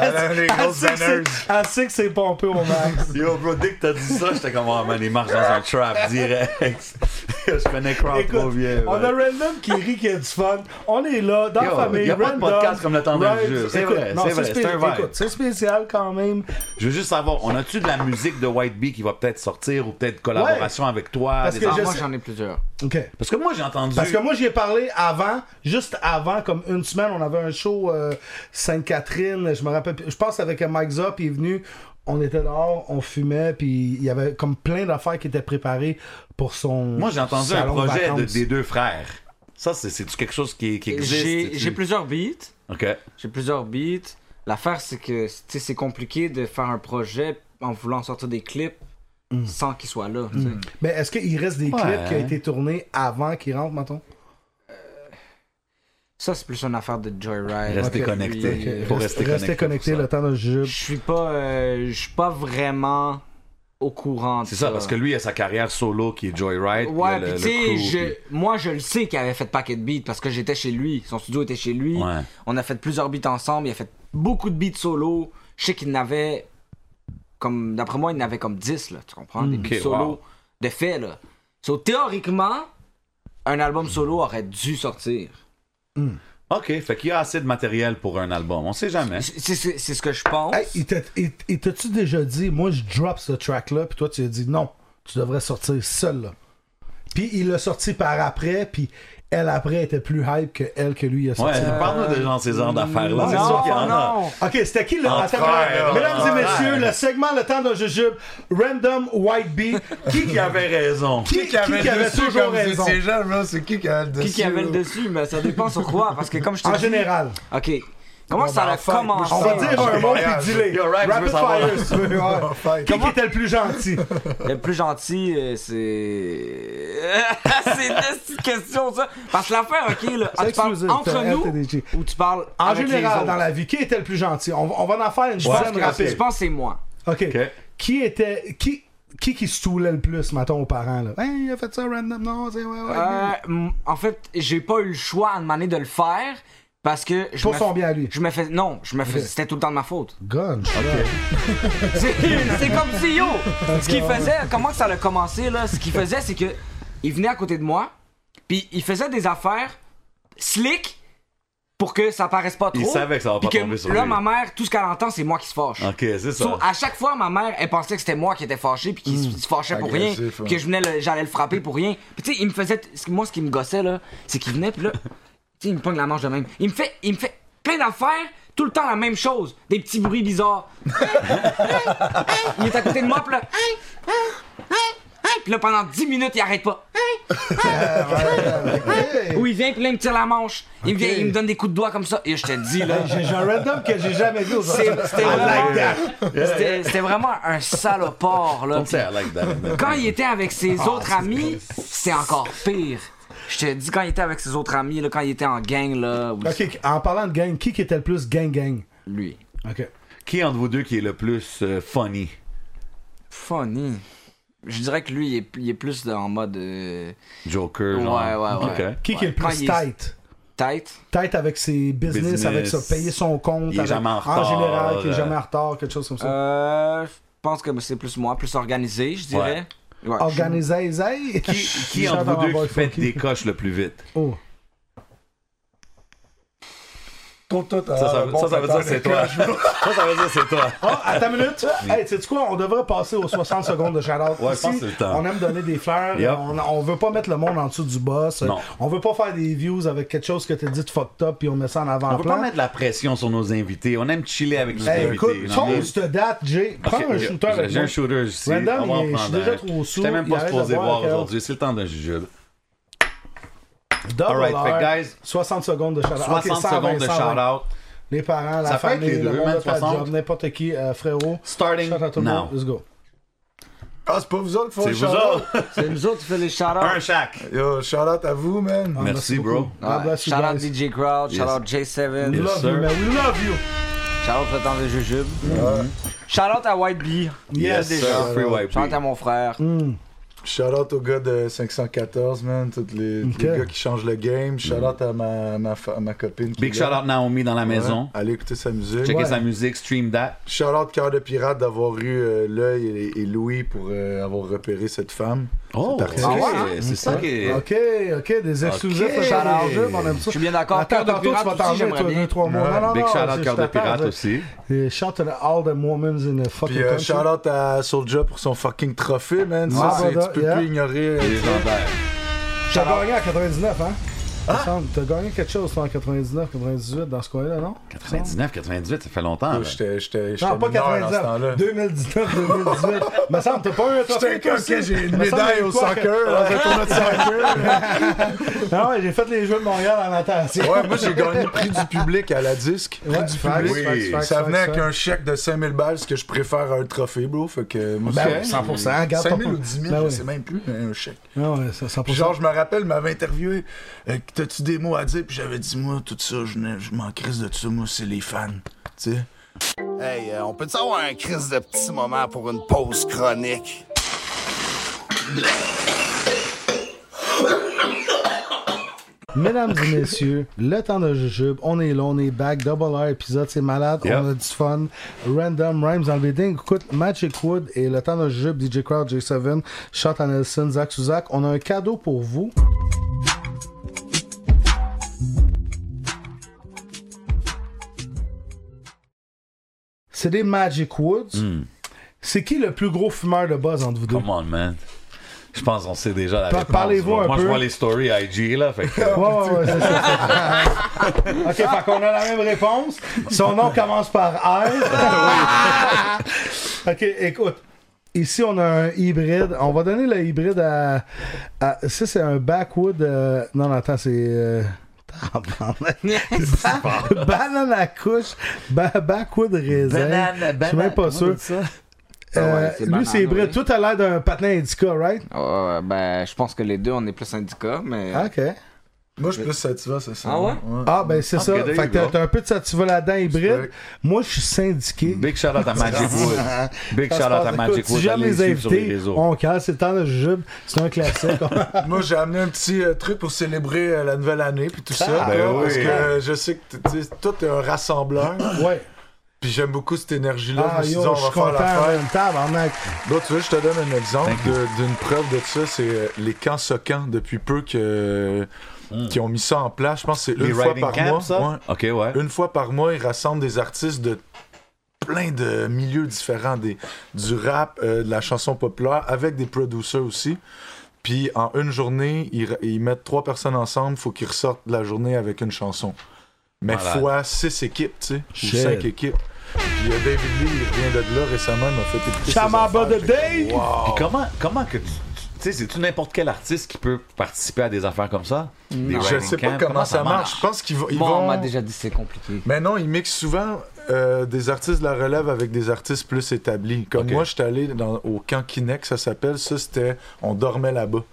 S3: elle a les
S2: Elle
S3: grosses
S2: sait que c'est-
S3: banners.
S2: elle sait que c'est pompé au max.
S4: Yo, bro, dès que t'as dit ça, j'étais comme, oh man, il marche dans un trap direct. je connais Crowd trop
S2: Écoute,
S4: bien.
S2: on a
S4: man.
S2: Random qui rit, qui a du fun. On est là, dans
S4: Yo,
S2: la famille.
S4: y a pas de
S2: Random,
S4: podcast comme le temps d'un
S2: Rhymes.
S4: jeu. C'est
S2: Écoute,
S4: vrai,
S2: non,
S4: c'est vrai,
S2: spé-
S4: c'est un vibe.
S2: écoute, c'est spécial quand même.
S4: Je veux juste savoir, on a-tu de la musique de White Bee qui va peut-être sortir ou peut-être collaboration avec toi?
S2: Parce
S4: des
S2: que
S4: affaires-
S2: je
S6: Ah, moi,
S2: sais-
S6: j'en ai plusieurs.
S2: OK.
S4: Parce que moi, j'ai entendu.
S2: Parce que moi, j'y ai parlé avant, juste avant, comme une semaine, on avait un show euh, Sainte-Catherine, je me rappelle, plus. je pense avec euh, Mike Zop, il est venu, on était dehors, on fumait, puis il y avait comme plein d'affaires qui étaient préparées pour son
S4: Moi, j'ai entendu un
S2: salon de
S4: projet de-
S2: vacances.
S4: des deux frères. Ça, c'est- c'est-tu quelque chose qui, qui existe?
S6: J'ai j'ai
S4: tu-
S6: plusieurs beats.
S4: OK.
S6: J'ai plusieurs beats. L'affaire, c'est que tu sais, c'est compliqué de faire un projet en voulant sortir des clips
S2: Mm.
S6: sans qu'ils soient là. tu sais.
S2: Mais est-ce qu'il reste des
S4: Ouais.
S2: clips qui ont été tournés avant qu'ils rentrent, mettons?
S6: Ça, c'est plus une affaire de Joyride.
S4: Restez
S6: Puis,
S4: connectés.
S6: euh,
S4: Faut
S2: Restez,
S4: rester connecté pour
S2: connectés
S4: ça.
S2: le temps d'un jeu.
S6: Je suis pas, euh, je suis pas vraiment au courant. de
S4: C'est ça, parce que lui, il a sa carrière solo qui est Joyride. puis
S6: Ouais,
S4: il y a
S6: puis
S4: le-
S6: tu
S4: le
S6: sais,
S4: crew,
S6: je- moi je le sais qu'il avait fait Packet Beat parce que j'étais chez lui, son studio était chez lui.
S4: puis- Ouais.
S6: On a fait plusieurs beats ensemble, il a fait beaucoup de beats solo. Je sais qu'il n'avait comme d'après moi, il n'avait comme 10 là, tu comprends, des
S4: Mm.
S6: beats
S4: Ok,
S6: solo
S4: wow.
S6: de fait là. So, théoriquement, un album solo aurait dû sortir.
S4: OK, fait qu'il y a assez de matériel pour un album. On sait jamais.
S6: C'est- C'est c'est ce que je pense.
S2: Hey, il t'a- il- il t'as-tu déjà dit, moi je drop ce track-là, puis toi tu as dit non, tu devrais sortir seul là. Puis il l'a sorti par après, puis elle après était plus hype que elle que lui il a
S4: Ouais,
S2: sorti.
S4: parle-nous de genre ces genres d'affaires-là.
S2: non,
S4: C'est sûr qu'il y en a.
S6: Euh, non.
S2: Ok, c'était qui le.
S4: Entre
S2: Attends,
S4: frères,
S2: mesdames
S4: entre
S2: et messieurs,
S4: frères.
S2: le segment Le temps d'un jujube, Random White Bee, qui,
S4: Qui avait raison?
S2: qui, qui avait, toujours raison
S3: C'est genre, là, c'est qui qui a le dessus?
S6: Qui qui avait le dessus, mais ça dépend sur quoi, parce que comme je te
S2: En
S6: dis-
S2: général,
S6: Ok. Comment ça a commencé?
S2: on va dire un mot puis dis-les.
S4: Yo, Rhymes, je veux
S2: Rapid
S4: savoir.
S2: fire, si tu veux. ouais. Qui qui était le plus gentil
S6: Le plus gentil, euh, c'est. c'est une petite question, ça. Parce que l'affaire, ok, là,
S2: C'est
S6: tu parles
S2: exclusif,
S6: entre
S2: t'as
S6: nous
S2: LTDG.
S6: ou tu parles
S2: En
S6: avec les
S2: général,
S6: autres?
S2: dans la vie, qui était le plus gentil On, va- on va en faire une
S6: Je pense
S2: dizaine
S6: que-
S2: rapide.
S6: Je pense que c'est moi.
S2: OK.
S4: Ok.
S2: Qui était. Qui. Qui qui se saoulait le plus, mettons, aux parents, là? Hein? Hey, il a fait ça random, non, c'est ouais, Ah ouais.
S6: Euh, m- en fait, j'ai pas eu le choix à demander de le faire parce que. Je
S2: Pour
S6: me
S2: son
S6: f-
S2: bien à lui.
S6: Je me fais. Non, je me fais.
S2: Ok.
S6: C'était tout le temps de ma faute.
S2: Gun.
S6: C'est c'est comme si yo! Ce qu'il faisait, comment ça a commencé là? Ce qu'il faisait, c'est que il venait à côté de moi, puis il faisait des affaires slick pour que ça paraisse pas trop.
S4: Il savait que ça va
S6: Puis
S4: pas tomber sur
S6: Là,
S4: lui.
S6: ma mère, tout ce qu'elle entend, c'est moi qui se fâche.
S4: OK, c'est ça.
S6: So, à chaque fois, ma mère, elle pensait que c'était moi qui était fâché, puis qu'il se- se fâchait pour rien,
S3: Agressif, ouais.
S6: puis que je venais, le- j'allais le frapper pour rien. Puis tu sais, il me faisait, t- ce que- moi, ce qui me gossait là, c'est qu'il venait, puis là, tu sais, il me pogne la manche de même. Il me fait, il me fait plein d'affaires, tout le temps la même chose, des petits bruits bizarres. il est à côté de moi, puis là, Puis là, pendant 10 minutes, il arrête pas. Ou il vient, puis là, il me tire la manche. Il me vient, il me donne des coups de doigts comme ça. Et je te dis, là.
S11: J'ai j'ai un random que j'ai jamais vu
S6: c'est-
S11: aujourd'hui.
S6: C'était vraiment, c'était- c'était vraiment un salopard, là.
S4: On sait, I like that.
S6: Quand il était avec ses autres amis, c'est encore pire. Je te dis, quand il était avec ses autres amis, là, quand il était en gang, là, ou-
S2: Ok, en parlant de gang, qui qui était le plus gang-gang?
S6: lui.
S2: Ok.
S4: Qui entre vous deux qui est le plus euh, funny?
S6: Funny. Je dirais que lui, il est, il est plus dans- en mode euh,
S4: Joker, genre.
S6: Ouais, ouais, ouais.
S4: Ok.
S2: Qui qui est le
S6: Quand
S2: plus
S6: il est-
S2: tight?
S6: tête.
S2: Tight avec ses business,
S4: Business.
S2: avec ça, payer son compte.
S4: Il est
S2: avec-
S4: jamais en retard,
S2: général, qui est
S4: euh,
S2: jamais en retard, quelque chose comme ça.
S6: Euh, je pense que c'est plus moi, plus organisé, je dirais. Ouais, je-
S2: Organisé, zay.
S4: Qui, qui entre vous deux qui fait des coches le plus vite?
S2: Oh.
S11: Trouve tout
S4: Ça,
S2: Euh,
S4: ça, ça, ça veut dire que c'est toi. ça, ça veut dire que c'est toi.
S2: Ah, attends une minute. Hey, sais-tu quoi? On devrait passer aux 60 secondes de shout-out.
S4: Ouais, je
S2: Ici,
S4: pense que c'est le temps.
S2: On aime donner des fleurs.
S4: Yep.
S2: On, on veut pas mettre le monde en dessous du boss.
S4: Non.
S2: On veut pas faire des views avec quelque chose que t'as dit de fucked up puis on met ça en
S4: On peut pas
S2: avant-plan.
S4: mettre de la pression sur nos invités. On aime chiller avec nos
S2: Hey,
S4: invités.
S2: écoute,
S4: Non, mais-
S2: chose de date, Jay. Prends
S4: Ok,
S2: un
S4: j'ai-
S2: shooter avec
S4: J'ai
S2: moi.
S4: un shooter ici.
S2: Random,
S4: on va
S2: il est-
S4: en
S2: je suis
S4: prendre
S2: déjà
S4: un.
S2: trop sourd,
S4: J'étais même
S2: il
S4: pas
S2: arrête
S4: supposé
S2: de boire,
S4: voir
S2: Carl.
S4: aujourd'hui. C'est le temps d'un jujube.
S2: Double
S4: All right,
S2: R,
S4: fait que, guys,
S2: 60 secondes de shout-out.
S4: 60
S2: Ah, Ok, 120,
S4: secondes de
S2: 120.
S4: shout-out.
S2: Les parents, la
S4: Ça peut être
S2: famille,
S4: les deux,
S2: le monde
S4: man,
S2: de ta
S4: 60.
S2: job, n'importe qui, euh, frérot.
S4: Starting
S2: Shout-out à tout le
S4: now.
S2: monde. Let's go.
S3: Ah, c'est pas vous autres qui font
S4: C'est
S3: le
S4: vous
S3: shout-out?
S4: autres.
S6: C'est nous autres qui fait les
S4: Un
S6: shout-outs.
S4: chaque.
S3: Yo, shout-out à vous, man.
S2: Ah,
S4: Merci,
S2: beaucoup.
S4: bro.
S2: God bless you
S6: shout out
S2: guys. Mm.
S6: DJ Crowd, shout out J7,
S2: We
S4: Yes,
S2: love
S4: sir.
S2: you, man. We love you.
S6: shout out le temps de Jujube.
S2: Mm.
S6: Shout out à White Bee.
S2: Yes,
S4: sir. Free white
S6: Shout out
S4: bee.
S6: à mon frère.
S2: Mm.
S3: Shout-out aux gars de 514, man. Tous les, tous les
S2: Ok.
S3: gars qui changent le game. Shout-out
S4: Mm.
S3: à ma, ma, fa- ma copine. qui
S4: Big
S3: est là.
S4: shout-out Naomi dans la
S3: Ouais.
S4: maison.
S3: Allez écouter sa musique.
S4: Checker
S2: Ouais.
S4: sa musique, stream that.
S3: Shout-out Cœur de Pirate d'avoir eu euh, l'œil et, et Louis pour euh, avoir repéré cette femme.
S4: Oh,
S3: parti.
S4: ok,
S3: Ah
S2: ouais, hein?
S4: c'est ça qui est.
S2: Ok, ok, des exclusifs,
S4: Ok.
S2: okay. shout-out, Jay, on aime
S6: Je
S2: ça.
S6: suis bien d'accord.
S2: Attends,
S6: Cœur de
S2: tantôt, tu
S6: pirate
S2: vas
S6: aussi,
S2: t'en
S6: j'aimerais
S2: toi,
S6: bien.
S2: deux, trois mois. Non, non,
S4: Big
S2: non,
S4: shout-out
S2: c'est-
S4: cœur de
S2: je t'attends,
S4: pirate
S2: je-
S4: aussi.
S2: Et Shout out to all the women in the fucking
S3: Puis euh,
S2: country.
S3: shout-out à Soulja pour son fucking trophée, man. Ça,
S2: Ah,
S3: c'est-
S2: brother,
S3: tu peux
S2: yeah.
S3: plus ignorer. euh,
S4: Légendaire.
S2: T'as gagné en 99, hein?
S3: Ah!
S2: Il me semble. T'as gagné quelque chose, toi, en 99, 98, dans ce coin-là, non?
S4: 99, 98, ça fait longtemps. là.
S3: J'étais j'étais- j'étais
S2: Non, pas
S3: mineur dans ce temps-là.
S2: 99, 2019, 2018. me semble, t'as pas eu un trophée
S3: J'étais
S2: comme
S3: ok,
S2: ça.
S3: j'ai une
S2: Me semble, il y
S3: médaille
S2: a eu
S3: au
S2: quoi que-
S3: soccer, dans un tournoi de soccer.
S2: Ah ouais, j'ai fait les Jeux de Montréal en natation.
S3: Ouais, moi j'ai gagné le prix du public à la disque. Prix
S2: Ouais,
S3: du
S2: facts,
S3: public.
S2: facts, Oui. facts,
S3: ça venait
S2: facts,
S3: avec
S2: facts.
S3: un chèque de 5000 balles, ce que je préfère à un trophée, bro. Fait que moi,
S2: Ben
S3: c'est-
S2: ouais, 100%, regarde,
S3: 5000
S2: t'as pas-
S3: euh, ou 10 000,
S2: Ben
S3: je
S2: ouais.
S3: sais même plus, mais un chèque.
S2: Ah ouais, ça, ça
S3: Puis genre, je me rappelle, m'avait interviewé. euh, T'as-tu des mots à dire? Puis j'avais dit, moi, tout ça, je, n'ai- je m'en crise de tout ça. Moi, c'est les fans. Tu sais?
S10: Hey, euh, on peut-tu avoir un crise de petit moment pour une pause chronique?
S2: Mesdames et messieurs, le temps de jujube, on est là, on est back, double R épisode, c'est malade,
S4: Yep.
S2: on a du fun. Random Rhymes dans le building, écoute, Magic Wood et le temps de jujube, DJ Crowd, J7, Shot à Nelson, Zach Suzak, on a un cadeau pour vous. C'est des Magic Woods.
S3: Hmm.
S2: C'est qui le plus gros fumeur de buzz entre vous deux?
S4: Come on, man. Je pense qu'on sait déjà la
S2: Par-
S4: réponse.
S2: parlez-vous
S4: moi.
S2: un
S4: Moi, je
S2: peu.
S4: vois les stories IG, là. Fait que...
S2: Ouais, Oh, ouais, ouais, c'est ça. ok, fait qu'on a la même réponse. Son nom commence par R. ok, écoute. Ici, on a un hybride. On va donner le hybride à. à- ça, c'est un backwood. euh, non, non, attends, c'est. euh, tabarnak. banane à couche. ba- backwood raisin. Je suis même pas sûr. Euh,
S6: Ah Ouais, c'est
S2: lui,
S6: banane,
S2: c'est hybride.
S6: oui.
S2: Tout a l'air d'un patin indica, right?
S6: Ouais, ben, je pense que les deux, on est plus syndicats, mais.
S2: Ok.
S3: Moi, je suis plus satisfait, c'est ça.
S6: Ah ouais?
S2: Ah, ben, c'est ça.
S4: there you
S2: Fait que t'as-
S4: go.
S2: t'as un peu de sativa là-dedans, hybride.
S3: Respect.
S2: Moi, je suis
S3: Mm.
S2: syndiqué.
S4: Big shout out à Magic Wood. Big
S2: Ça se
S4: shout
S2: passe,
S4: out à
S2: écoute,
S4: Magic
S2: Si
S4: Wood.
S2: j'aime
S4: Allez
S2: les
S4: suivre sur les
S2: invités,
S4: réseaux.
S2: on calme, c'est le temps de jujube. C'est un classique.
S3: Moi, j'ai amené un petit euh, truc pour célébrer euh, la nouvelle année, puis tout ça.
S2: Ah,
S3: là,
S4: ben
S3: Parce
S4: oui.
S3: que euh, je sais que, tu sais, toi, t'es un rassembleur.
S2: ouais.
S3: Puis j'aime beaucoup cette énergie-là. je
S2: Ah,
S3: me suis dit,
S2: yo,
S3: on
S2: je
S3: va
S2: suis
S3: faire
S2: content.
S3: la fête.
S2: man. Tabarnak.
S3: Bon, tu veux, je te donne un exemple
S4: Thank
S3: de- d'une preuve de ça. C'est euh, les camps socans, depuis peu que, qui ont mis ça en place. Je pense que c'est
S4: Hmm. Les
S3: une fois
S4: riding
S3: par
S4: camps,
S3: mois.
S4: ça?
S3: Ouais.
S4: Ok, ouais.
S3: Une fois par mois, ils rassemblent des artistes de plein de milieux différents, des, du rap, euh, de la chanson populaire, avec des producers aussi. Puis en une journée, ils, ra- ils mettent trois personnes ensemble, faut qu'ils ressortent de la journée avec une chanson. Mais
S4: Malade.
S3: fois six équipes, tu sais, ou
S2: Shit.
S3: cinq équipes. Puis euh, David Lee, il revient de là récemment, il m'a fait écouter ses
S2: Chama
S3: affaires.
S2: de Dave.
S4: Puis comment, comment que tu, tu- sais, c'est-tu n'importe quel artiste qui peut participer à des affaires comme ça?
S2: Hmm.
S4: Des
S3: je
S4: writing
S3: sais pas
S4: camps?
S3: comment, ça marche. Je pense qu'ils vont. ils
S9: Bon, on
S3: vont-
S9: m'a déjà dit que c'est compliqué.
S3: Mais Ben non, ils mixent souvent euh, des artistes de la relève avec des artistes plus établis. Comme moi, j'étais allé dans- au camp Kinek, ça s'appelle. Ça, c'était On dormait là-bas.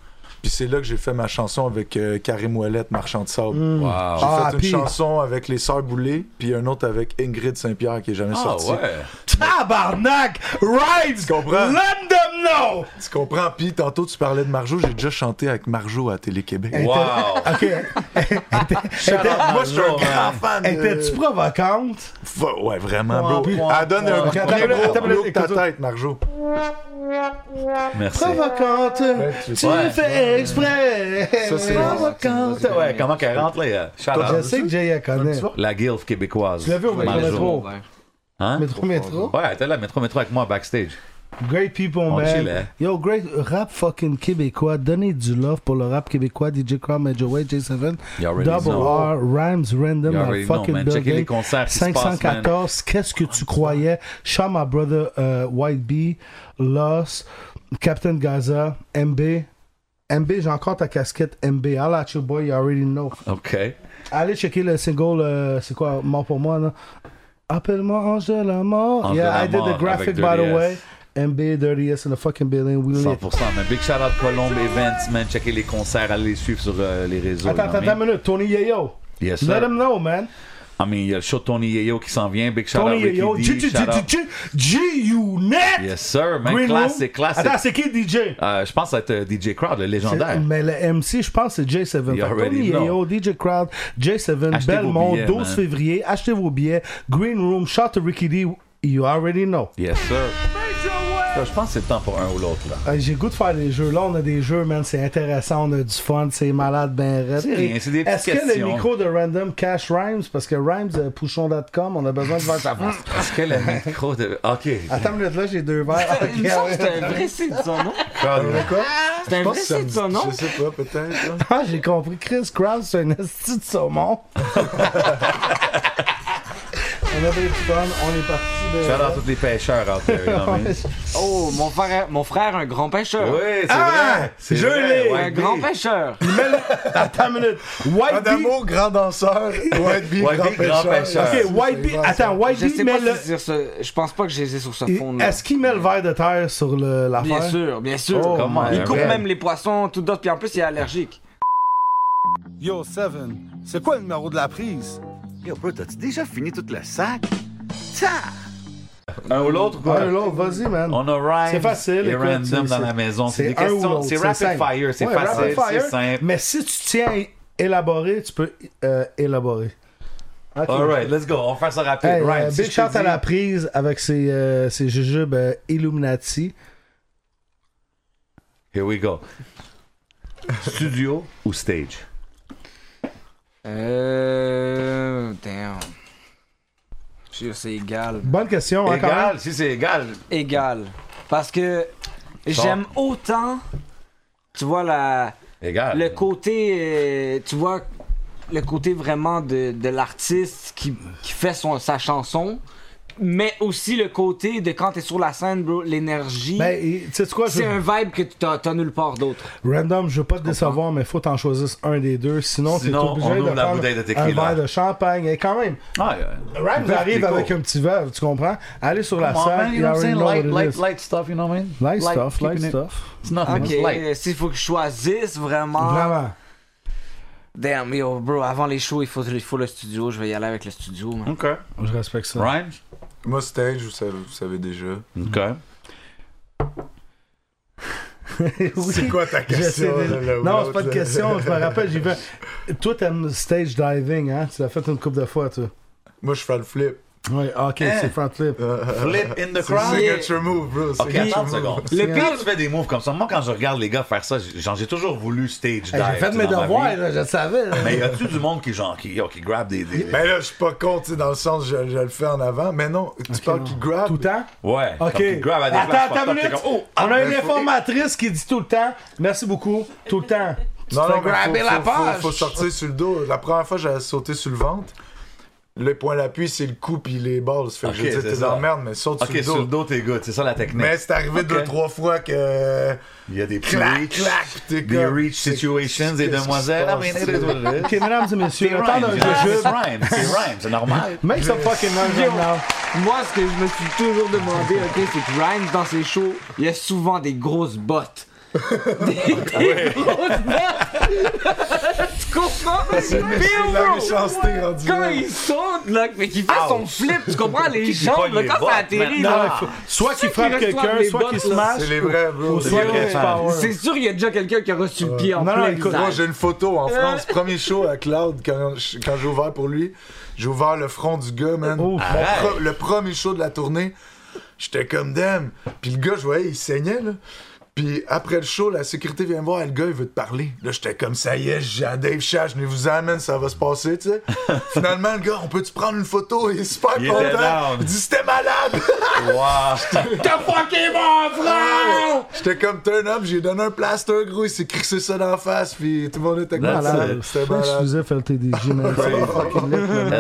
S3: Puis c'est là que j'ai fait ma chanson avec euh, Karim Ouellette, Marchand de Sable.
S2: Mm.
S3: J'ai
S2: Wow.
S3: fait
S2: Ah,
S3: une
S2: puis-
S3: chanson avec les Sœurs Boulay, puis un autre avec Ingrid Saint-Pierre qui est jamais
S4: Ah,
S3: sortie.
S4: ouais.
S2: Tabarnak! Rides!
S3: comprends?
S2: Let them know!
S3: Tu comprends? Puis tantôt, tu parlais de Marjo. J'ai déjà chanté avec Marjo à Télé-Québec.
S2: Elle était-
S4: Wow!
S2: Ok.
S3: Shout out Marjo,
S4: un
S3: man. Euh,
S2: Étais-tu provocante?
S3: Fa- Ouais, vraiment, bro.
S2: Point, point,
S3: Elle donne
S2: point.
S3: un gros
S2: Attends, attends,
S3: gros blow de ta
S2: écoute-
S3: tête, Marjo.
S4: Merci.
S2: Provocante!
S3: tu-
S2: tu
S4: Ouais.
S2: fais exprès!
S3: Ça, c'est-
S2: provocante!
S4: Ouais, comment qu'elle rentre, là? euh, shout out.
S2: Je sais que Jay la connaît.
S4: La guilf québécoise.
S2: Tu l'as vu au
S6: Ah,
S2: métro
S4: Marjo.
S2: métro?
S4: Hein?
S2: Métro métro?
S4: Ouais, elle était là, métro, métro avec moi backstage.
S2: Great people,
S4: On
S2: man.
S4: chill, hein?
S2: Yo, great uh, rap fucking québécois. Donnez du love pour le rap québécois. DJ Crown, Major Way, J7.
S4: You already
S2: Double
S4: know.
S2: R, Rhymes, Random,
S4: You
S2: la
S4: already know,
S2: fucking
S4: man. Checkez
S2: building.
S4: les concerts qui se passent,
S2: 514, qu'est-ce que tu croyais? Shaw, my brother, euh, White Bee, Loss, Captain Gaza, MB. MB, j'ai encore ta casquette MB. I'll at you, boy, you already know.
S4: OK.
S2: Allez checker le single, euh, c'est quoi, Mort pour moi, là? Appelle-moi Ange de la mort.
S4: Ange de
S2: yeah,
S4: la
S2: I did
S4: mort
S2: the graphic,
S4: avec
S2: by the
S4: 2DS.
S2: way. MB, Dirty S in the fucking building. We lit.
S4: 100%. Man. Big shout out Colombe Events, man. Checkez les concerts, allez les suivre sur euh, les réseaux.
S2: Attends,
S4: you
S2: attends,
S4: know what I
S2: attends
S4: mean?
S2: une minute. Tony Yayo.
S4: Yes,
S2: Let
S4: sir.
S2: him know, man.
S4: I mean, il y a le show de Tony Yeo qui s'en vient. Big shout
S2: Tony
S4: out Ricky
S2: Yayo.
S4: D.
S2: G- G-
S4: shout out-
S2: G- G- G- G-Unit.
S4: Yes, sir, man.
S2: Green Room.
S4: classique, classique.
S2: Attends, c'est qui DJ?
S4: Euh, je pense que ça va être euh, DJ Crowd, le légendaire.
S2: Mais le MC, je pense, c'est J7.
S4: You
S2: Fait que
S4: already
S2: Tony Yayo,
S4: know.
S2: DJ Crowd, J7,
S4: Achetez vos
S2: Belmont,
S4: billets,
S2: 12
S4: man.
S2: février. Achetez vos billets. Green Room, shout to Ricky D. You already know.
S4: Yes, sir. Là, je pense que c'est le temps pour un ou l'autre, là.
S2: Euh, J'ai goût de faire des jeux. Là, on a des jeux, man. C'est intéressant. On a du fun. C'est malade, ben raide.
S4: C'est rien, c'est des petites
S2: Est-ce que le
S4: questions.
S2: micro de Random cache Rhymes? Parce que Rhymes, euh, pouchon.com, on a besoin de faire sa face.
S4: Est-ce que le micro de. OK.
S2: Attends une minute, là, j'ai deux verres. Ok,
S6: Il me semble que
S2: ouais.
S6: c'est un vrai site de son nom.
S4: Crowd.
S3: Quoi?
S6: C'est un
S3: Je pense
S6: vrai
S3: que ça
S6: site
S3: me-
S6: de son nom.
S3: Je sais pas, peut-être. là.
S2: Ah, j'ai compris. Chris Krause, c'est un esti de saumon. on avait du fun. On est parti de...
S4: Shout out tous les pêcheurs out there, you know what I mean?
S6: Oh, mon frère, mon frère, un grand pêcheur.
S4: Oui, c'est
S2: Ah!
S4: vrai. C'est
S2: Je
S4: vrai,
S2: l'ai!
S4: ouais.
S6: Un grand pêcheur.
S2: Attends une minute. White Bee...
S3: Adamo, grand danseur. White Bee,
S4: White
S3: grand
S4: Bee, grand pêcheur.
S3: pêcheur.
S2: OK, White Bee... Attends, White
S6: Je
S2: Bee
S6: sais
S2: met
S6: pas
S2: le...
S6: si dire ça. Je pense pas que j'ai les ai sur ce fond là.
S2: Est-ce qu'il met le verre de terre sur le- l'affaire?
S6: Bien sûr, bien sûr.
S2: Oh,
S4: Comment,
S6: il
S4: un
S6: coupe
S4: vrai.
S6: même les poissons, tout d'autres, puis en plus il est allergique.
S12: Yo, Seven, c'est quoi le numéro de la prise?
S10: Yo, bro, t'as-tu déjà fini tout le sac?
S4: Un ou l'autre, ou quoi?
S2: Un l'autre, vas-y, man.
S4: On a Ryan
S2: C'est facile,
S4: et
S2: écoute,
S4: Random
S2: c'est-
S4: dans la maison. C'est des
S2: un ou
S4: questions.
S2: l'autre,
S4: C'est rapid
S2: simple.
S4: fire. C'est
S2: Ouais,
S4: facile.
S2: rapid fire,
S4: C'est simple.
S2: Mais si tu tiens à é- élaborer, tu peux euh, élaborer. Ok.
S4: Alright, let's go. On va faire ça rapide.
S2: Hey,
S4: Ryan,
S2: euh,
S4: si
S2: Big
S4: je te
S2: shout à
S4: dis-
S2: la prise avec ses, euh, ses jujubes euh, Illuminati.
S4: Here we go. Studio ou stage?
S6: Euh. Damn. Je suis sûr, c'est égal.
S2: Bonne question, hein, quand même.
S4: Égal, si c'est égal.
S6: Égal. Parce que j'aime autant, tu vois, la,
S4: Égal.
S6: le côté. euh, tu vois, le côté vraiment de, de l'artiste qui, qui fait son, sa chanson. Mais aussi le côté de quand t'es sur la scène, bro, l'énergie.
S2: Ben, et, tu sais quoi, je-
S6: C'est un vibe que t'as t'as nulle part d'autre.
S2: random, je veux pas te décevoir, mais faut t'en choisir un des deux. Sinon, t'es
S4: Sinon,
S2: obligé
S4: on
S2: de
S4: ouvre la
S2: prendre
S4: bouteille de
S2: un
S4: tequila.
S2: verre de champagne. Et quand même,
S4: Ah, yeah.
S2: Rhymes
S4: Verre
S2: arrive
S4: déco.
S2: avec un petit verre, tu comprends? Allez sur la
S4: Come on,
S2: salle,
S4: man, you
S2: il
S4: know what I'm
S2: already
S4: saying?
S2: know what
S4: Light,
S2: it
S4: light,
S2: is.
S4: light stuff, you know what I mean?
S2: Light stuff, light
S4: keeping it-
S2: stuff.
S4: It's nothing,
S6: Ok, euh,
S4: it's light.
S6: s'il faut que je choisisse vraiment.
S2: Ah, Vraiment.
S6: Damn, yo, bro, avant les shows, il faut, il faut le studio. Je vais y aller avec le studio, man.
S4: OK.
S2: Je respecte ça.
S4: Rhymes?
S3: Moi, stage, vous savez, vous savez déjà.
S4: OK.
S3: C'est quoi ta
S2: Je sais
S3: question?
S2: déjà.
S3: là, là, ou
S2: Non, c'est
S3: l'autre,
S2: pas de
S3: là?
S2: question, je me rappelle, j'y vais. Toi, t'aimes stage diving, hein? Tu l'as fait une couple de fois, toi.
S3: Moi, je fais le flip.
S2: Oui, ok,
S4: Hein?
S2: c'est front flip.
S4: Flip in the
S3: C'est le
S4: crowd.
S3: signature move, bro.
S4: Ok,
S3: signature
S4: attends une
S3: move.
S4: seconde.
S2: Le
S4: Le
S2: pire-
S4: pire, tu fais des moves comme ça. Moi, quand je regarde les gars faire ça, j'ai- j'en j'ai toujours voulu stage dive.
S2: Hey, J'ai fait
S4: tu sais,
S2: mes
S4: dans ma
S2: devoirs,
S4: vie.
S2: là, je le savais. là.
S4: Mais y a-tu du monde qui, genre, qui, oh, qui grab des. des-
S3: Ben là, je suis pas con, tu sais, dans le sens, je, je le fais en avant. Mais non, tu parles qu'il grab.
S2: Tout le temps?
S4: Ouais.
S2: Ok.
S4: comme qui grab à des places
S2: attends,
S4: pas
S2: attends
S4: top,
S2: une
S4: t'es
S2: minute.
S4: comme, oh, ah,
S2: On a une
S3: ben, faut-
S2: informatrice qui dit tout le temps, merci beaucoup, tout le temps.
S3: Non,
S2: Tu te
S3: non,
S2: fais grabber
S3: mais faut,
S2: la
S3: faut- faut-
S2: page.
S3: Faut, sortir sur le dos. La première fois, j'avais sauté sur le ventre. Le point d'appui, c'est le coup puis les balles. Fait que
S4: Ok,
S3: je veux dire,
S4: c'est
S3: t'es
S4: ça.
S3: dans la merde, mais saute
S4: Ok,
S3: Oh, sur le dos.
S4: t'es good. C'est ça la technique.
S3: Mais c'est arrivé
S4: Ok.
S3: deux, trois fois que.
S4: Il y a des petits
S3: Clac,
S4: reach,
S3: clac, t'es
S4: des
S3: comme,
S4: reach
S3: c'est-
S4: situations
S3: qu'est-ce
S4: et
S3: qui
S4: demoiselles. Ah,
S3: se
S4: I mean,
S3: passe,
S4: it is what it is.
S2: Ok, mesdames et messieurs,
S4: C'est
S2: le temps
S4: rhyme,
S2: d'un
S4: c'est
S2: jeu-jeu.
S4: rhyme, c'est rhyme, c'est normal.
S2: Make some fucking noise right now.
S6: Moi, ce que je me suis toujours demandé, ok, c'est que Rhymes, dans ses shows, il y a souvent des grosses bottes. des
S2: Ah
S6: des grosses bottes! tu comprends?
S3: C'est
S6: Bill,
S3: de la
S6: bro,
S3: méchanceté rendu
S6: Quand
S3: là.
S6: il saute, là, mais qu'il fait son flip, tu comprends? Les
S4: Qui qui
S6: jambes,
S4: pogne
S6: là,
S4: les
S6: quand
S4: bottes,
S6: ça atterrit,
S4: man?
S2: Non,
S6: là.
S2: il faut- soit qu'il
S6: qui
S2: frappe
S6: reçoivent
S2: quelqu'un,
S6: les
S2: soit qu'il
S6: bottes,
S2: se
S6: là.
S2: mash,
S3: C'est les vrais, bro.
S2: ou soit
S4: les
S2: qu'il
S4: vrais
S2: se
S4: fans.
S2: power.
S6: C'est sûr, il y a déjà quelqu'un qui a reçu le pied en
S2: Non, non,
S6: plein
S2: écoute,
S3: Moi,
S6: visage.
S3: j'ai une photo en France. Premier show à Cloud, quand je- quand j'ai ouvert pour lui, j'ai ouvert le front du gars, man.
S2: Oh.
S3: Mon
S4: Arrête.
S3: pro- le premier show de la tournée, j'étais comme damn. Puis le gars, je voyais, il saignait, là. Puis après le show, la sécurité vient me voir, le gars, il veut te parler. Là, j'étais comme ça y est, j'ai un Dave Chash, je vous amène, ça va se passer, tu sais. Finalement, le gars, on peut-tu prendre une photo? Il est super
S4: Il était
S3: content.
S4: down.
S3: Il dit, c'était malade.
S4: Wow.
S3: J'étais comme turn up, j'ai donné un plaster, gros, il s'est crissé ça dans la face, puis tout le monde était
S4: That's
S3: malade.
S4: it.
S3: C'était
S2: Thanks,
S3: malade.
S2: je vous ai fait le TDJ, man. C'est fucking lit, man.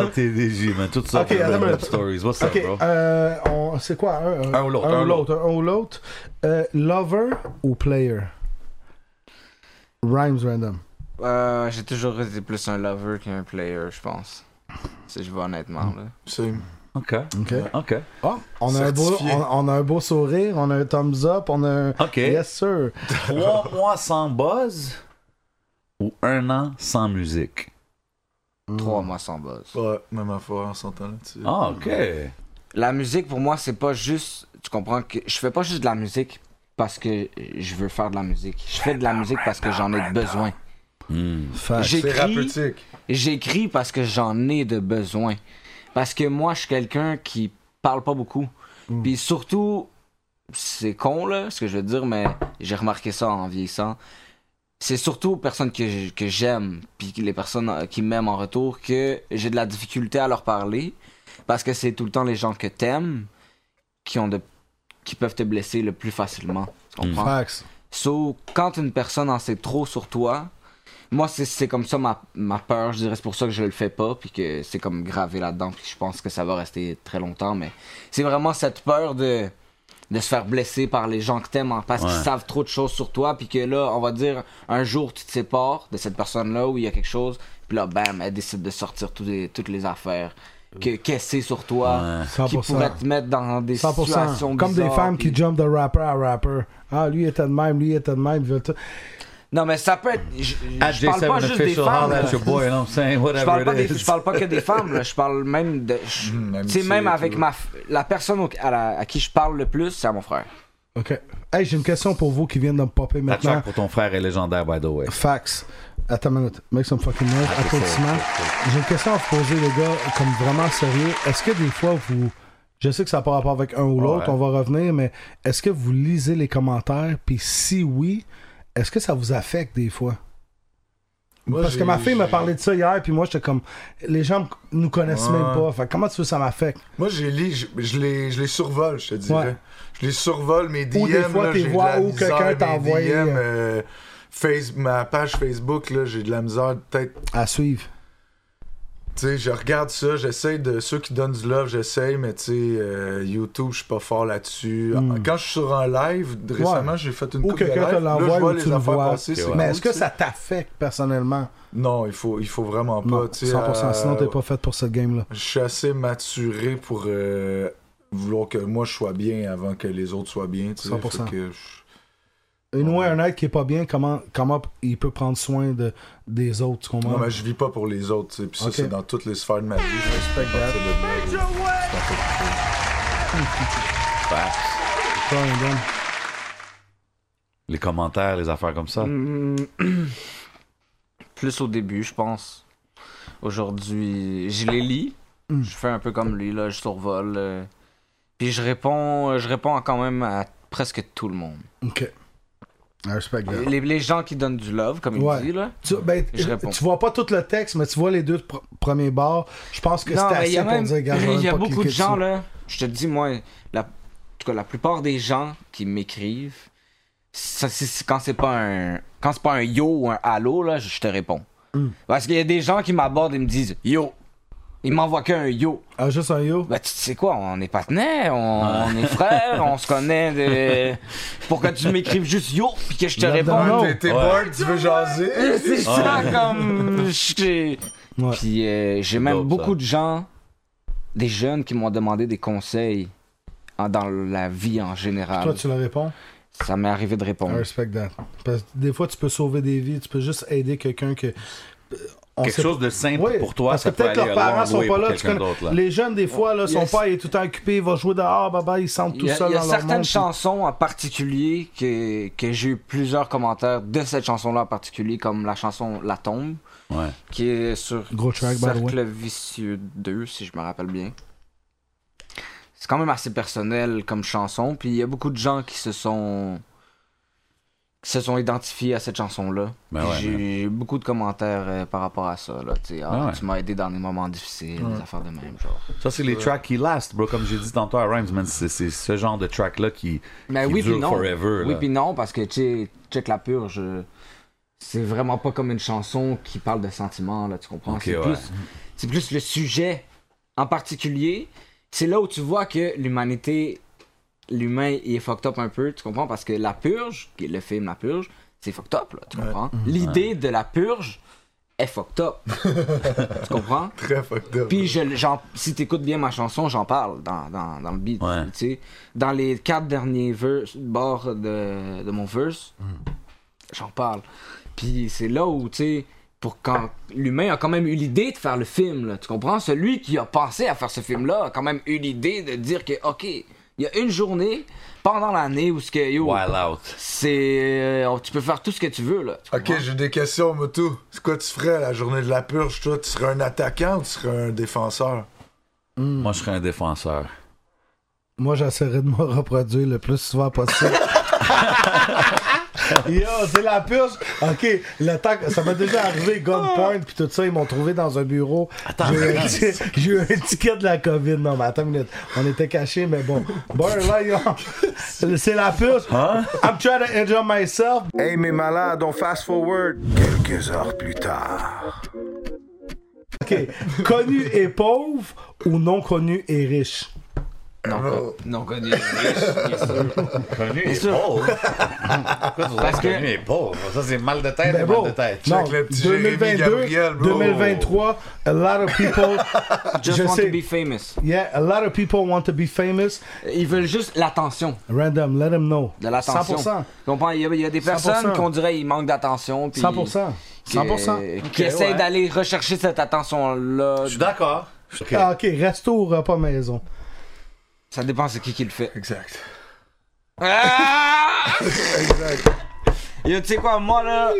S4: LTDJ, man. Tout ça
S2: Ok,
S4: pour
S2: attends
S4: Red
S2: une
S4: Lab
S2: minute.
S4: Stories. What's
S2: Ok,
S4: up, bro?
S2: euh, on- c'est quoi? Un,
S4: Un ou l'autre,
S2: Un
S4: un
S2: ou
S4: ou
S2: l'autre. Un ou l'autre. Euh, lover ou player? Rhymes random.
S6: Euh, j'ai toujours été plus un lover qu'un player, je pense. Si je vais honnêtement, là.
S3: C'est-
S4: OK.
S2: Ok.
S4: OK.
S2: Ah, on, a un beau,
S3: Certifié.
S2: on, on a un beau sourire, on a un thumbs up, on a un.
S4: OK.
S2: Yes, sir.
S4: Trois mois sans buzz ou un an sans musique?
S6: Trois mois sans buzz.
S3: Ouais, même affaire, on s'entend là-dessus.
S4: Ah, OK.
S6: La musique, pour moi, c'est pas juste. Tu comprends que je fais pas juste de la musique parce que je veux faire de la musique. Je fais de la musique parce que j'en ai besoin.
S4: Hmm.
S2: Fact.
S3: C'est
S6: J'écris.
S3: thérapeutique.
S6: J'écris parce que j'en ai de besoin. Parce que moi, je suis quelqu'un qui parle pas beaucoup. Puis surtout, c'est con, là, ce que je veux dire, mais j'ai remarqué ça en vieillissant. C'est surtout aux personnes que j- que j'aime, puis les personnes euh, qui m'aiment en retour, que j'ai de la difficulté à leur parler. Parce que c'est tout le temps les gens que t'aimes qui, ont de... qui peuvent te blesser le plus facilement. Tu comprends?
S2: Facts.
S6: So, quand une personne en sait trop sur toi, moi, c'est- c'est comme ça ma, ma peur, je dirais. C'est pour ça que je le fais pas, puis que c'est comme gravé là-dedans, puis je pense que ça va rester très longtemps. Mais c'est vraiment cette peur de, de se faire blesser par les gens que t'aimes hein, parce qu'ils
S4: Ouais.
S6: savent trop de choses sur toi, puis que là, on va dire, un jour, tu te sépares de cette personne-là où il y a quelque chose, puis là, bam, elle décide de sortir tous les- toutes les affaires que qu'elle sur toi, qui
S2: 100%.
S6: pourrait te mettre dans des
S2: 100%.
S6: situations
S2: Comme des
S6: bizarres,
S2: femmes
S6: puis-
S2: qui jump de rapper à rapper. Ah, lui était de même, lui était de même. ils veulent tout-
S6: Non, mais ça peut être. Je, je
S4: At
S6: parle
S4: J7
S6: pas juste des
S4: official,
S6: femmes.
S4: holla
S6: là.
S4: at your boy, you know what I'm saying?
S6: Je parle, pas
S4: Whatever
S6: des-
S4: it is.
S6: je parle pas que des femmes, là. je parle même de. je-
S3: Hmm,
S6: Tu sais,
S3: amitié,
S6: même
S3: tout.
S6: avec ma, f- la personne au- à, la- à qui je parle le plus, c'est à mon frère.
S2: Ok. Hey, j'ai une question pour vous qui viennent de me popper
S4: La
S2: maintenant.
S4: track pour ton frère est légendaire, by the way.
S2: Fax. Attends une minute. Make some fucking noise.
S4: c'est ça,
S2: Applaudissements. J'ai une question à vous poser, les gars, comme vraiment sérieux. Est-ce que des fois, vous. Je sais que ça n'a pas rapport avec un ou l'autre,
S4: Ouais.
S2: on va revenir, mais est-ce que vous lisez les commentaires? Puis si oui, est-ce que ça vous affecte des fois?
S3: Moi,
S2: Parce que
S3: j'ai-
S2: ma fille m'a
S3: j'ai-
S2: parlé de ça hier, puis moi, j'étais comme. Les gens nous connaissent
S3: Ouais.
S2: même pas. Fait que comment tu veux que ça m'affecte?
S3: Moi, j'ai li, je, je les, je les survole, je te dirais.
S2: Ouais.
S3: Je les survole, mes DM.
S2: Ou des fois,
S3: là,
S2: t'es
S3: j'ai de
S2: vois
S3: la
S2: où
S3: misère,
S2: quelqu'un t'a
S3: mes
S2: envoyé,
S3: DM,
S2: euh,
S3: euh, Face, ma page Facebook, là, j'ai de la misère. Peut-être,
S2: À suivre.
S3: tu sais, je regarde ça, j'essaie de. Ceux qui donnent du love, j'essaie, mais tu sais, euh, YouTube, je suis pas fort là-dessus. Ah, Quand je suis sur un live, récemment,
S2: Hmm. Ouais.
S3: j'ai fait une
S2: Ou
S3: coupe de
S2: quelqu'un te
S3: live, là, je
S2: l'envoie
S3: vois
S2: ou
S3: les
S2: tu le
S3: affaires
S2: vois.
S3: passer, c'est
S2: Mais
S3: cool,
S2: est-ce que
S3: tu sais.
S2: ça t'affecte personnellement?
S3: Non, il faut, il faut vraiment
S2: Non,
S3: pas. tu sais,
S2: 100%.
S3: euh,
S2: Sinon, t'es pas faite pour cette game-là.
S3: Je suis assez maturé pour euh, vouloir que moi je sois bien avant que les autres soient bien. Tu sais,
S2: 100%.
S3: Fait que je-
S2: Une ouais, un être qui est pas bien, comment, comment il peut prendre soin de, des autres, tu comprends?
S3: Non, mais je vis pas pour les autres. tu sais, Puis ça,
S2: Ok.
S3: c'est dans toutes les sphères de ma vie. Je respecte
S2: that. Toi, un gars.
S4: Les commentaires, les affaires comme ça.
S6: Hmm. Plus au début, je pense. Aujourd'hui, je les lis.
S4: Hmm.
S6: Je fais un peu comme lui, là, je survole. euh, Puis je réponds, je réponds quand même à presque tout le monde.
S2: Ok. I respect that.
S6: Les, les gens qui donnent du love, comme il
S2: Ouais.
S6: dit, là.
S2: Tu, ben,
S6: Je réponds.
S2: tu vois pas tout le texte, mais tu vois les deux pr- premiers bars. Je pense que
S6: Non,
S2: c'était
S6: mais il
S2: assez
S6: y a
S2: pour
S6: même-
S2: dire, gars, je vais
S6: Il y a
S2: pas
S6: beaucoup
S2: cliquer
S6: de gens,
S2: dessus.
S6: là. Je te dis, moi, la, en tout cas, la plupart des gens qui m'écrivent, ça, c'est- c'est- quand c'est pas un quand c'est pas un yo ou un allô, là, je, je te réponds. Parce qu'il y a des gens qui m'abordent et me disent yo. Il m'envoie qu'un yo.
S2: Ah, juste un yo?
S6: Bah, tu sais quoi, on est partenaires, on, on est frères, on se connaît. De... Pourquoi tu m'écrives juste yo puis que je te
S2: Ah
S6: réponds?
S3: T'es t'es bored, tu veux jaser?
S6: C'est ça,
S3: Ouais.
S6: comme. j'ai- Puis euh, j'ai même
S4: dope,
S6: beaucoup
S4: ça.
S6: de gens, des jeunes qui m'ont demandé des conseils en- dans la vie en général.
S2: Toi, tu le réponds?
S6: Ça m'est arrivé de
S2: I
S6: répondre.
S2: respect that. Parce que des fois, tu peux sauver des vies, tu peux juste aider quelqu'un que. On
S4: Quelque
S2: sait-
S4: chose de simple
S2: Oui,
S4: pour toi,
S2: parce
S4: ça
S2: que
S4: peut
S2: peut-être
S4: aller
S2: leurs
S4: à
S2: parents
S4: long
S2: sont
S4: way
S2: pas
S4: pour
S2: là, tu
S4: quelqu'un
S2: connais.
S4: d'autres. là.
S2: Les jeunes, des fois, là, son
S6: Yes.
S2: père il est tout le temps occupé, il va jouer dehors, baba, ils se sentent
S6: Il
S2: tout
S6: y a,
S2: seuls
S6: il y a
S2: dans leur
S6: certaines
S2: monde.
S6: chansons en particulier que, que j'ai eu plusieurs commentaires de cette chanson-là en particulier, comme la chanson La Tombe,
S4: Ouais.
S6: qui est sur
S2: Gros track, by the way.
S6: Cercle Vicieux 2, si je me rappelle bien. C'est quand même assez personnel comme chanson, puis il y a beaucoup de gens qui se sont qui se sont identifiés à cette chanson-là.
S4: Ben
S6: Puis
S4: ouais,
S6: j'ai eu beaucoup de commentaires euh, par rapport à ça. Là, tu sais, Ah,
S4: Ben ouais.
S6: Tu m'as aidé dans des moments difficiles, des affaires de même genre.
S4: Ça, c'est les tracks qui last, bro. Comme j'ai dit tantôt à Rhymes, man, c'est c'est ce genre de track-là qui,
S6: Mais
S4: qui
S6: oui, puis
S4: dure
S6: non.
S4: forever.
S6: oui,
S4: là.
S6: puis non, parce que, tu sais, check la purge. euh, C'est vraiment pas comme une chanson qui parle de sentiments, là, tu comprends?
S4: Ok,
S6: c'est,
S4: ouais.
S6: plus, c'est plus le sujet en particulier. C'est là où tu vois que l'humanité, l'humain, il est fucked up un peu, tu comprends? Parce que la purge, qui est le film La purge, c'est fucked up, là, tu comprends? L'idée de la purge est fucked up. tu comprends?
S3: Très fucked up.
S6: Puis je, j'en- si t'écoutes bien ma chanson, j'en parle dans, dans, dans le beat.
S4: Ouais.
S6: tu sais. Dans les quatre derniers verse, bords de, de mon verse, j'en parle. Puis c'est là où, tu sais, pour quand l'humain a quand même eu l'idée de faire le film, là, tu comprends? Celui qui a pensé à faire ce film-là a quand même eu l'idée de dire que, ok, il y a une journée pendant l'année où ce que, yo,
S4: Wild Out.
S6: c'est, euh, tu peux faire tout ce que tu veux, là. tu
S3: Ok,
S6: comprends?
S3: j'ai des questions, Motu. C'est quoi tu ferais à la journée de la purge, toi? Tu serais un attaquant ou tu serais un défenseur?
S4: Moi, je serais un défenseur.
S2: Moi, j'essaierai de me reproduire le plus souvent possible. Yo, c'est la purge. Ok, l'attaque, ça m'est déjà arrivé,
S3: Ah.
S2: Gunpoint, puis tout ça, ils m'ont trouvé dans un bureau. J'ai eu un ti- j'ai eu un ticket de la COVID. Non, mais attends une minute. On était cachés, mais bon. Bon, là, yo, c'est la purge.
S3: Hein?
S2: I'm trying to enjoy myself.
S13: Hey, mes malades, on fast forward. Quelques heures plus tard.
S2: Ok, connu et pauvre ou non connu et riche?
S6: Non,
S3: Oh.
S6: con- non, connu. bien sûr.
S4: Connu
S6: et
S4: et
S6: sûr.
S4: pauvre. Parce
S6: que-
S4: Connu et pauvre. Ça, c'est mal de tête,
S2: Ben
S4: mal
S2: bon,
S4: de tête.
S2: non,
S3: Check le petit Jérémy
S2: 2022,
S3: Gabriel, bro.
S2: 2023, a lot of people.
S6: Just
S2: je
S6: want
S2: sais-
S6: to be famous.
S2: Yeah, a lot of people want to be famous.
S6: Ils veulent juste l'attention.
S2: Random, let them know.
S6: De l'attention.
S2: 100%.
S6: Tu comprends? Il y a, il y a des personnes
S2: 100%.
S6: qu'on dirait qu'ils manquent d'attention. puis
S2: 100%.
S6: qui-
S2: 100%.
S6: Qui,
S2: Ok, ouais.
S6: essaient d'aller rechercher cette attention-là.
S4: Je suis d'accord. Ok.
S2: Ah, ok, resto ou repas maison.
S6: Ça dépend c'est qui qui le fait.
S3: Exact.
S6: Ah! Yo, tu sais quoi, moi là,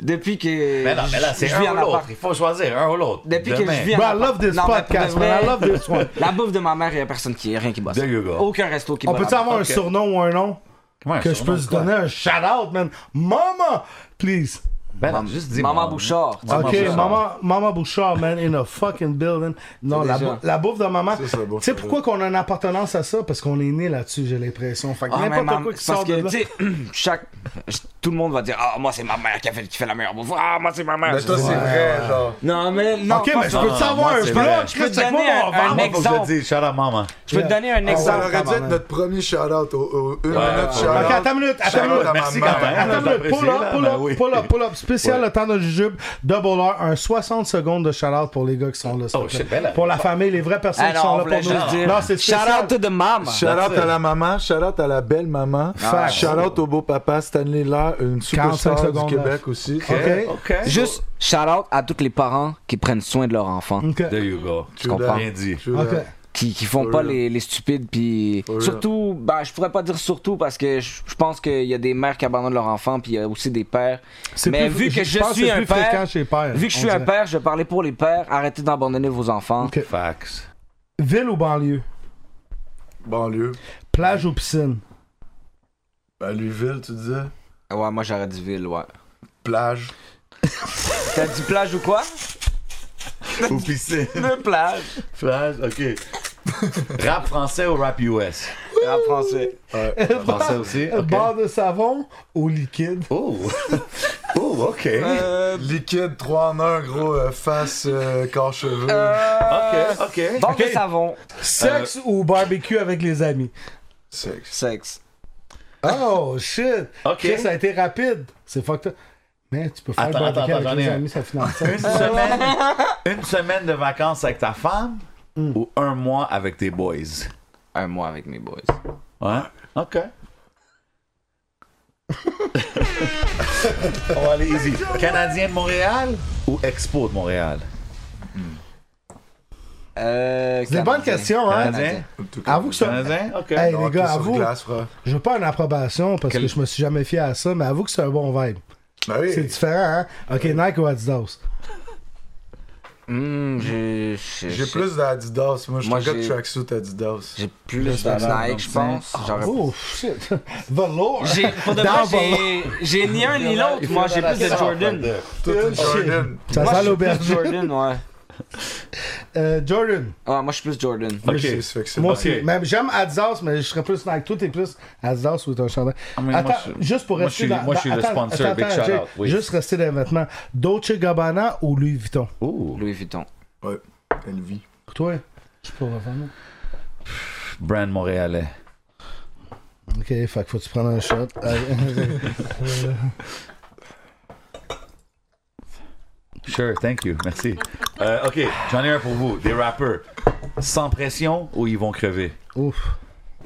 S6: depuis que.
S4: Mais non, mais là, c'est
S6: je vis
S4: un
S6: en
S4: ou l'autre.
S6: appart-
S4: Il faut choisir un ou l'autre.
S6: Depuis que
S4: Demain.
S6: je vis en
S2: Bro, I
S6: appart-
S2: love this
S6: Non, mais pour
S2: podcast,
S6: de vrai,
S2: man. I love this one.
S6: La bouffe de ma mère, il y a personne qui. Rien qui bosse.
S4: There you go.
S6: Aucun resto qui
S2: On
S6: bosse.
S2: peut-tu avoir
S4: ok.
S2: un surnom ou un nom
S4: Comment
S2: que
S4: un
S2: je peux se
S4: surnom,
S2: donner un shout-out, man? Mama, please.
S4: quoi? Ben non, juste dis
S6: Maman Bouchard. tu sais.
S2: Ok,
S4: Bouchard.
S2: maman, maman Bouchard, man, in a fucking building. Non,
S6: C'est
S2: la,
S6: déjà-
S2: bou- la bouffe de maman.
S3: Ça,
S2: Tu
S3: c'est la bouffe
S2: sais
S3: de
S2: pourquoi qu'on a une appartenance à ça? Parce qu'on est né là-dessus, j'ai l'impression. Fait que
S6: Ah, mais
S2: n'importe
S6: ma-
S2: quoi qui
S6: c'est
S2: sort
S6: parce
S2: de
S6: que,
S2: là.
S6: tu sais, chaque. Tout le monde va dire Ah, moi, c'est ma mère qui, a fait, qui fait la meilleure bouffe. Ah, moi, c'est ma mère.
S3: Mais toi, c'est vrai, genre.
S6: Non, mais non.
S2: Ok,
S6: pas
S2: mais je
S6: ça.
S2: peux-tu avoir
S4: moi,
S2: un
S4: c'est
S2: blog?
S4: vrai.
S6: Je peux te
S2: Check-moi
S6: donner
S2: mon
S6: un-
S2: verre.
S4: Maman, faut que je
S6: exemple.
S4: te dise, shout out, maman.
S6: Je peux te donner
S2: Ah,
S6: un exemple.
S3: Ça aurait dû être notre premier shout-out au, au- une minute shout-out.
S2: Ok, attends une minute, attends une minute.
S4: Merci quand même.
S2: Attends une
S4: là,
S2: minute, pull
S4: j'apprécie,
S2: up,
S4: là,
S2: pull
S4: ben
S2: up,
S4: oui.
S2: pull up, pull up. Spécial
S4: Ouais.
S2: le temps de jujube, double R, un 60 secondes de shout-out pour les gars qui sont là. s'il
S4: Oh,
S2: vous plaît.
S4: shit, ben là.
S2: Pour la famille, les vraies personnes
S6: Ah
S2: qui sont
S6: non,
S2: là
S6: on voulait
S2: pour
S6: juste
S2: nous.
S6: dire.
S2: Non, c'est
S6: Shout
S2: spécial.
S6: out to the mom.
S3: Shout-out à la maman, shout-out à la belle maman.
S2: Fact.
S3: Shout-out au beau papa Stanley Lair, une
S2: 45
S3: superstar du
S2: secondes.
S3: Québec aussi.
S2: Ok.
S4: OK.
S6: Juste shout out à tous les parents qui prennent soin de leurs enfants.
S2: Ok.
S4: There you go. Tu
S6: comprends?
S4: Bien dit.
S3: True
S2: Ok.
S3: that.
S6: Qui, qui font
S3: For
S6: pas
S3: real.
S6: les, les stupides. Puis
S3: For real.
S6: surtout, ben, je pourrais pas dire surtout parce que je je pense qu'il y a des mères qui abandonnent leurs enfants. Puis il y a aussi des pères.
S2: C'est
S6: Mais
S2: plus-
S6: vu que je
S2: pense
S6: suis
S2: c'est
S6: un
S2: plus
S6: père,
S2: fréquent chez les pères,
S6: Vu que je
S2: on
S6: suis un
S2: dirait.
S6: père, je vais parler pour les pères. Arrêtez d'abandonner vos enfants.
S2: Ok.
S4: Facts.
S2: Ville ou banlieue?
S3: Banlieue.
S2: Plage ou piscine?
S3: À Louisville, tu disais.
S6: Ouais, moi j'aurais dit ville, ouais.
S3: Plage.
S6: T'as dit plage ou quoi?
S4: Ou piscine.
S6: Une plage.
S4: Flash, ok. Rap français ou rap Euh, US?
S6: En français.
S4: Français aussi? ok.
S6: Euh,
S2: Barre de savon ou liquide?
S4: Oh! Oh! Oh, OK.
S3: Liquide 3 en 1, gros, euh, face, euh, corps, cheveux.
S6: Euh,
S4: OK, OK.
S6: Bon,
S2: Ok.
S6: le savon.
S2: Sexe ou barbecue avec les amis?
S3: Sexe.
S6: Sexe.
S2: Oh shit!
S4: Ok.
S2: Chris, ça a été rapide. C'est fucked up. Mais tu peux faire
S4: Attends,
S2: le barbecue avec
S4: attends, j'en ai
S2: tes
S4: un.
S2: amis, ça finance ça.
S4: Une semaine, une semaine de vacances avec ta femme ou un mois avec tes boys?
S6: Un mois avec mes boys.
S4: Ouais. OK. On va aller easy. Canadien de Montréal ou Expo de Montréal?
S6: Euh,
S2: C'est des bonnes questions, hein?
S4: Canadien?
S3: En tout cas,
S2: Avoue que ça.
S4: Canadien? OK.
S2: Hey, les
S3: hockey
S2: gars,
S3: sur
S2: avoue.
S3: glace, frère.
S2: Je veux pas une approbation parce que je me suis jamais fié à ça, mais avoue que c'est un bon vibe.
S3: Ben oui.
S2: C'est différent, hein? Ok, Nike ou Adidas?
S6: Hum, j'ai. j'ai-
S3: J'ai
S6: j'ai-
S3: plus d'Adidas. Moi, je suis
S6: Moi,
S3: un gars de
S6: j'ai-
S3: tracksuit Adidas.
S6: J'ai plus de Nike, je pense. J'aurais-
S2: Oh shit! Velour!
S6: J'ai, pour de vrai,
S2: Dans
S6: j'ai, j'ai ni un ni l'autre. Moi, j'ai plus de Jordan.
S3: Tout une Ah, Jordan.
S2: Ça
S6: Moi,
S2: sent
S6: je suis plus
S2: l'auberge.
S6: Jordan, ouais.
S2: Euh, Jordan,
S6: Ouais, moi, je suis plus Jordan.
S3: Moi, c'est- ça fait que c'est-
S2: moi
S4: Ok.
S2: aussi. Même J'aime Adidas, mais je serais plus Nike. Toi, t'es plus Adidas ou t'es un chandail.
S4: Ah, mais moi,
S2: Attends,
S4: je-
S2: juste pour
S4: moi,
S2: rester
S4: je suis-
S2: dans...
S4: moi, je suis
S2: dans-
S4: le
S2: attends,
S4: sponsor,
S2: attends,
S4: big
S2: attends,
S4: shout-out,
S2: Jay,
S4: oui.
S2: Juste rester dans les vêtements. Dolce Gabbana ou Louis Vuitton?
S4: Ouh.
S6: Louis Vuitton.
S3: Ouais, elle vit.
S2: Pour toi? Je pourrais vraiment.
S4: Brand montréalais.
S2: Ok, fait que faut-tu prendre un shot? Euh,
S4: Sure, thank you. Merci. Euh, OK, j'en ai un pour vous. Des rappers. Sans pression ou ils vont crever?
S2: Ouf.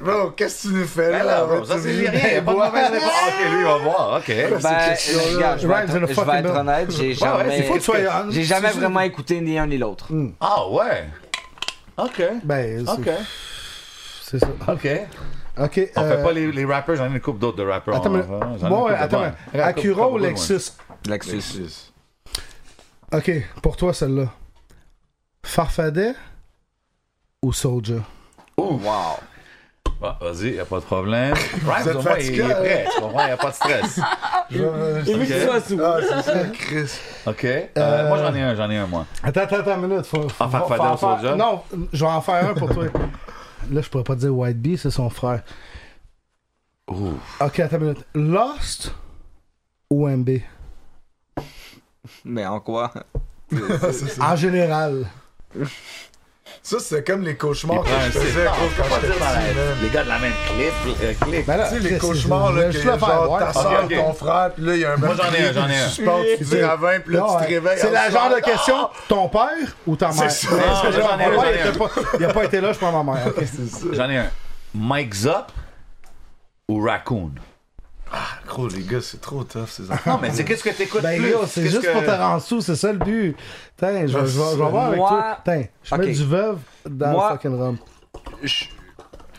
S3: Bro, qu'est-ce que tu nous fais là?
S4: Ben là, bro,
S3: Tu
S4: ça, c'est
S3: ris
S4: rien. Il a
S3: des
S4: pas de
S3: bois.
S4: mauvaise réponse. Ah, OK, lui, il va voir. OK.
S6: Ben,
S3: question-là.
S6: regarde, je vais
S2: Rhymes in a
S6: être, je
S2: fucking
S6: vais être
S2: bell.
S6: honnête, j'ai
S4: ouais,
S6: jamais,
S4: c'est fou,
S2: tu sois-
S6: j'ai jamais
S2: tu-
S6: vraiment écouté ni un ni l'autre.
S4: Ah, ouais. OK.
S2: Ben, c'est-
S4: OK.
S2: c'est ça.
S4: OK.
S2: Ok.
S4: On fait
S2: euh,
S4: pas les, les rappers, j'en ai une couple d'autres de rappers.
S2: Attends,
S4: On-
S2: mais...
S4: j'en ai une
S2: bon,
S4: couple
S2: ouais,
S4: de
S2: attends.
S4: bonnes.
S2: mais Acura ou
S4: Couple de bonnes, ouais.
S2: Lexus?
S6: Lexus.
S2: Ok, pour toi, celle-là. Farfadet ou Soldier?
S6: Wow.
S4: Bon, vas-y, y a pas de problème.
S3: Vous
S4: Rhymes,
S3: êtes
S4: au moins, il il
S3: fatigué,
S4: est
S3: hein?
S4: prêt. Tu comprends, y a pas de stress.
S3: Je- euh,
S4: Ok.
S3: Ah, c'est ça, Chris.
S4: OK. Euh, Moi, j'en ai un, j'en ai un, moi.
S2: Attends, attends, attends une minute. Faut, faut-
S4: Ah, Farfadet
S2: faut en
S4: ou
S2: faire-
S4: Soulja?
S2: Non, je vais en faire un pour toi. Là, je pourrais pas dire White Bee, c'est son frère. Ok, attends une minute. Lost ou MB?
S6: Mais en quoi?
S2: En général.
S3: Ça, c'est comme les
S4: Il
S3: cauchemars que
S4: prend un
S3: je
S4: site.
S3: faisais,
S4: Non,
S3: gros,
S4: on peut
S3: quand
S4: pas
S3: j'étais
S4: dire dans
S3: petit,
S4: la-
S3: man.
S4: Les gars de la même clip, euh, clip.
S2: Ben là,
S3: Tu sais, les
S2: Chris,
S3: cauchemars, là,
S2: je
S3: que
S2: te le fais
S3: genre,
S2: voir.
S3: ta soeur,
S4: ok.
S3: ton frère, pis là, il y a un
S4: Moi,
S3: mec
S4: j'en ai un,
S3: qui
S4: j'en ai
S3: rit,
S4: un.
S3: tu supportes, tu dis à 20, pis là,
S2: Non,
S3: tu
S2: ouais.
S3: te réveilles.
S2: C'est
S3: en
S2: la
S3: soir.
S2: genre de
S4: Ah!
S2: question, ton père ou ta mère? Parce
S3: ça.
S2: que
S4: Non,
S2: genre,
S4: Ah, j'en ai un,
S2: mon père,
S4: j'en ai
S2: il était
S4: un.
S2: pas- Il a pas été là, je prends ma mère. ok.
S4: J'en ai un. Mike Zop ou Raccoon?
S3: Gros, les gars, c'est trop tough, ces
S4: Non,
S3: enfants.
S4: mais c'est qu'est-ce que t'écoutes
S2: Ben
S4: plus?
S2: yo, c'est
S4: Qu'est-ce
S2: juste
S4: que-
S2: pour te rendre sous, c'est ça le but. Tiens, je, vais- je vais je vais voir avec
S6: Moi-
S2: toi. Tiens, je mets
S6: Ok.
S2: du veuve dans
S6: Moi-
S2: le fucking rhum.
S6: Je,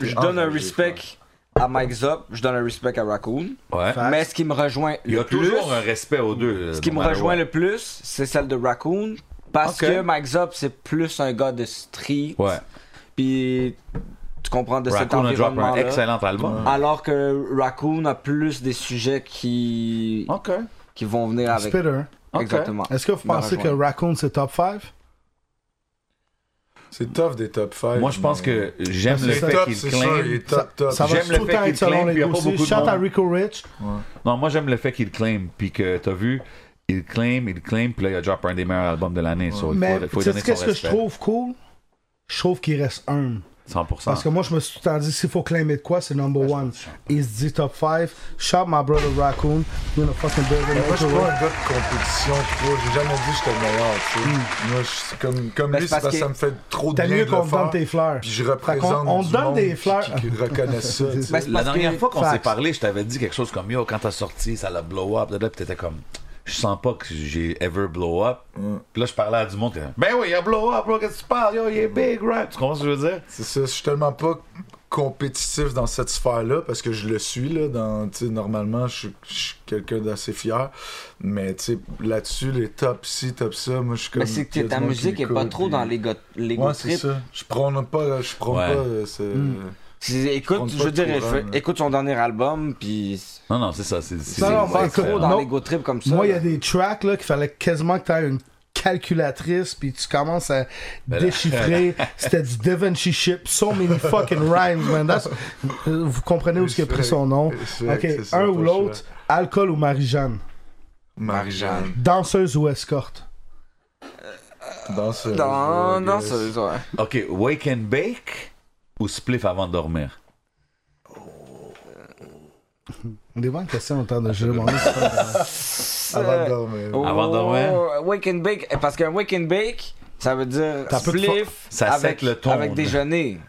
S6: je
S4: ah,
S6: donne un respect à Mike Zop, je donne un respect à Raccoon.
S4: Ouais.
S6: Mais ce qui me rejoint
S4: Il y
S6: le
S4: a
S6: plus,
S4: toujours un respect aux deux.
S6: ce qui me rejoint le plus, c'est celle de Raccoon. Parce
S4: Ok.
S6: que Mike Zop, c'est plus un gars de street.
S4: Ouais.
S6: Puis tu comprends de cet
S4: Raccoon a drop un
S6: environnement-là.
S4: excellent album.
S6: Alors que Raccoon a plus des sujets qui,
S4: OK.
S6: qui vont venir avec.
S2: Spitter.
S4: Ok.
S6: Exactement.
S2: Est-ce que vous
S6: Me
S2: pensez que
S6: rejoindre.
S2: Raccoon c'est top 5?
S3: C'est tough des top 5.
S4: Moi, je pense que j'aime
S2: Parce
S4: le
S2: que
S4: fait
S3: top,
S4: qu'il
S3: Ben, c'est ça, il
S4: claim.
S3: est top, top.
S2: Ça va
S4: J'aime
S2: tout
S4: le
S2: le
S4: fait
S2: temps
S4: qu'il
S2: être selon
S4: claim, puis
S2: les
S4: il y a pas
S2: goûts.
S4: beaucoup de
S2: Shout à
S4: monde.
S2: Rico Rich.
S4: Non, moi, j'aime le fait qu'il claim, puis que t'as vu, il claim, il claim, puis là, il a drop un des meilleurs albums de l'année. so il
S2: Mais
S4: faut, il faut
S2: tu
S4: lui
S2: sais
S4: donner
S2: qu'est-ce
S4: son
S2: que je
S4: respect.
S2: trouve cool? Je trouve qu'il reste humble.
S4: 100%.
S2: Parce que moi, je me suis tout le temps dit, s'il faut claimer de quoi, c'est number one. Il se dit top 5. Shout my brother Raccoon. You're in a fucking building.
S3: Moi, je suis pas un gars de compétition, pro. J'ai jamais dit que j'étais le meilleur, tu sais. Moi, je suis comme, comme
S6: Ben,
S3: lui,
S6: c'est
S3: c'est parce
S6: parce
S3: que ça
S6: que
S3: me fait trop de
S2: Hmm. T'as
S3: bien
S2: mieux
S3: de
S2: qu'on
S3: le
S2: te
S3: faire,
S2: donne tes fleurs.
S3: Puis je
S2: Fait
S3: représente
S2: qu'on- on
S3: du
S2: te donne
S3: monde
S2: des
S3: qui-
S2: fleurs.
S3: Qui, qui reconnaissent ça, tu sais.
S6: Ben, c'est
S4: La
S6: parce
S4: dernière
S6: que-
S4: fois qu'on s'est
S2: Facts.
S4: parlé, je t'avais dit quelque chose comme yo, quand t'as sorti, ça l'a blow up, là, là, pis t'étais comme, je sens pas que j'ai ever blow up.
S2: Mm.
S4: Puis là, je parlais à du monde, t'es comme, ben oui, il a blow up, bro, qu'est-ce que tu parles, yo, il est big, right? Tu comprends ce que je veux dire?
S3: C'est ça, je suis tellement pas compétitif dans cette sphère-là parce que je le suis là dans tu sais, normalement je suis- je suis quelqu'un d'assez fier mais tu sais là-dessus les top ci top ça moi je suis comme
S6: Mais Ben, c'est que ta
S3: quasiment
S6: musique
S3: qui
S6: est pas
S3: m'écoute,
S6: trop
S3: puis-
S6: dans les go- les go
S3: ouais c'est
S6: trip.
S3: ça je prône pas je prône
S4: Ouais.
S3: pas euh, ce-
S2: Hmm.
S6: C'est- Écoute,
S3: prends
S6: je
S3: pas
S6: veux
S3: de
S6: dire,
S3: courant,
S6: fais-
S3: là.
S6: écoute son dernier album, puis
S4: Non, non, c'est ça. C'est, c'est,
S2: Non, non,
S4: c'est
S2: bah,
S6: c'est
S2: écoute,
S6: trop
S4: excellent.
S6: dans
S2: non.
S6: les go trip comme ça.
S2: Moi, il y a
S6: là.
S2: des tracks là, qu'il fallait quasiment que tu aies une calculatrice, puis tu commences à déchiffrer. C'était du Da Vinci Ship. So many fucking rhymes, man. That's- Vous comprenez où est-ce qu'il a pris son nom.
S3: Respect,
S2: Ok,
S3: c'est ça,
S2: un
S3: pas
S2: ou
S3: le
S2: l'autre, alcool ou Marie-Jeanne.
S6: Marie-Jeanne.
S2: Danseuse ou escorte?
S3: Danseuse.
S6: Dans,
S2: euh,
S3: I
S6: dans
S3: guess.
S6: ce, ouais.
S4: OK, wake and bake ou spliff avant de dormir?
S2: On est bonnes questions en temps de jeu. mon ami.
S3: Avant de dormir.
S6: Oh,
S4: Avant de dormir?
S6: Wake and bake, eh, parce qu'un wake and bake, ça veut dire
S2: T'as peu de
S6: spliff
S4: Ça
S6: avec,
S4: sec le ton,
S6: avec
S4: là.
S6: déjeuner.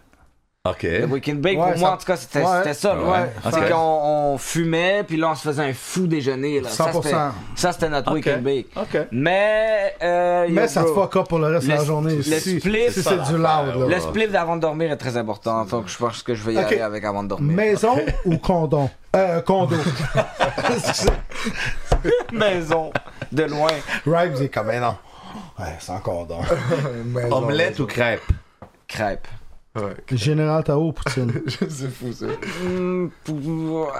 S4: OK.
S6: Le wake and bake,
S2: Ouais,
S6: pour moi,
S2: ça-
S6: en tout cas, c'était
S2: ouais.
S6: c'était ça. là.
S4: Ouais.
S6: C'est
S4: Ok.
S6: qu'on on fumait, puis là, on se faisait un fou déjeuner. Là. Ça,
S2: 100%.
S6: c'était- Ça, c'était notre wake and bake.
S4: OK.
S6: Mais, euh, yo,
S2: Mais ça te
S6: bro,
S2: fuck up pour le reste de la
S6: Le-
S2: journée.
S6: le
S2: si-
S6: split,
S2: si
S4: ça,
S2: c'est du loud. là.
S6: Le spliff d'avant de dormir est très important, donc je pense que je vais y
S2: Ok.
S6: aller avec avant de dormir.
S2: Maison ou condom? Euh, condo.
S6: Maison, de loin.
S2: Rhymes est comme, mais non. Ouais, c'est un condom.
S3: Oh, Mais
S4: Omelette ou crêpe?
S6: Crêpe.
S3: non. Ouais.
S2: Général Tao, Poutine.
S3: C'est fou ça.
S6: Hmm, pour-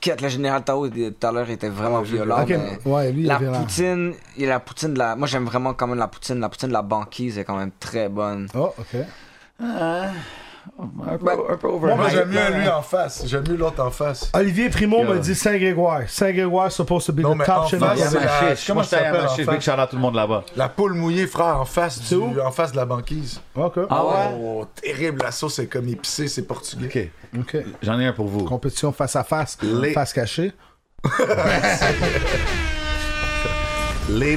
S6: Quête, le général Tao de- tout à l'heure était vraiment violent.
S2: Ok,
S6: mais
S2: ouais, lui, il est
S6: la
S2: violent.
S6: poutine, il y a la poutine de la. Moi, j'aime vraiment quand même la poutine. La poutine de la banquise est quand même très bonne.
S2: Oh, ok.
S4: Un
S6: peu-
S4: un peu
S3: Moi j'aime mieux lui en face. J'aime mieux l'autre en face.
S2: Olivier Primo
S4: Yeah.
S2: me dit Saint-Grégoire. Saint-Grégoire supposed to be
S3: Non,
S2: the
S3: mais
S2: top
S3: en
S2: shit.
S3: face,
S2: in the-
S3: c'est la-
S4: Yamachiche. Moi,
S3: comment
S4: j'étais
S3: ça
S4: à
S3: s'appelle,
S4: Yamachiche.
S3: en
S4: Big shout out à tout le monde là-bas.
S3: La poule mouillée, frère, en face du,
S2: où?
S3: en face de la banquise.
S2: Ok.
S4: Ah ouais?
S3: Oh, terrible, la sauce est comme épicée, c'est portugais.
S4: OK.
S2: Ok.
S4: J'en ai un pour vous.
S2: Compétition face à face,
S4: Les-
S2: face cachée.
S4: Label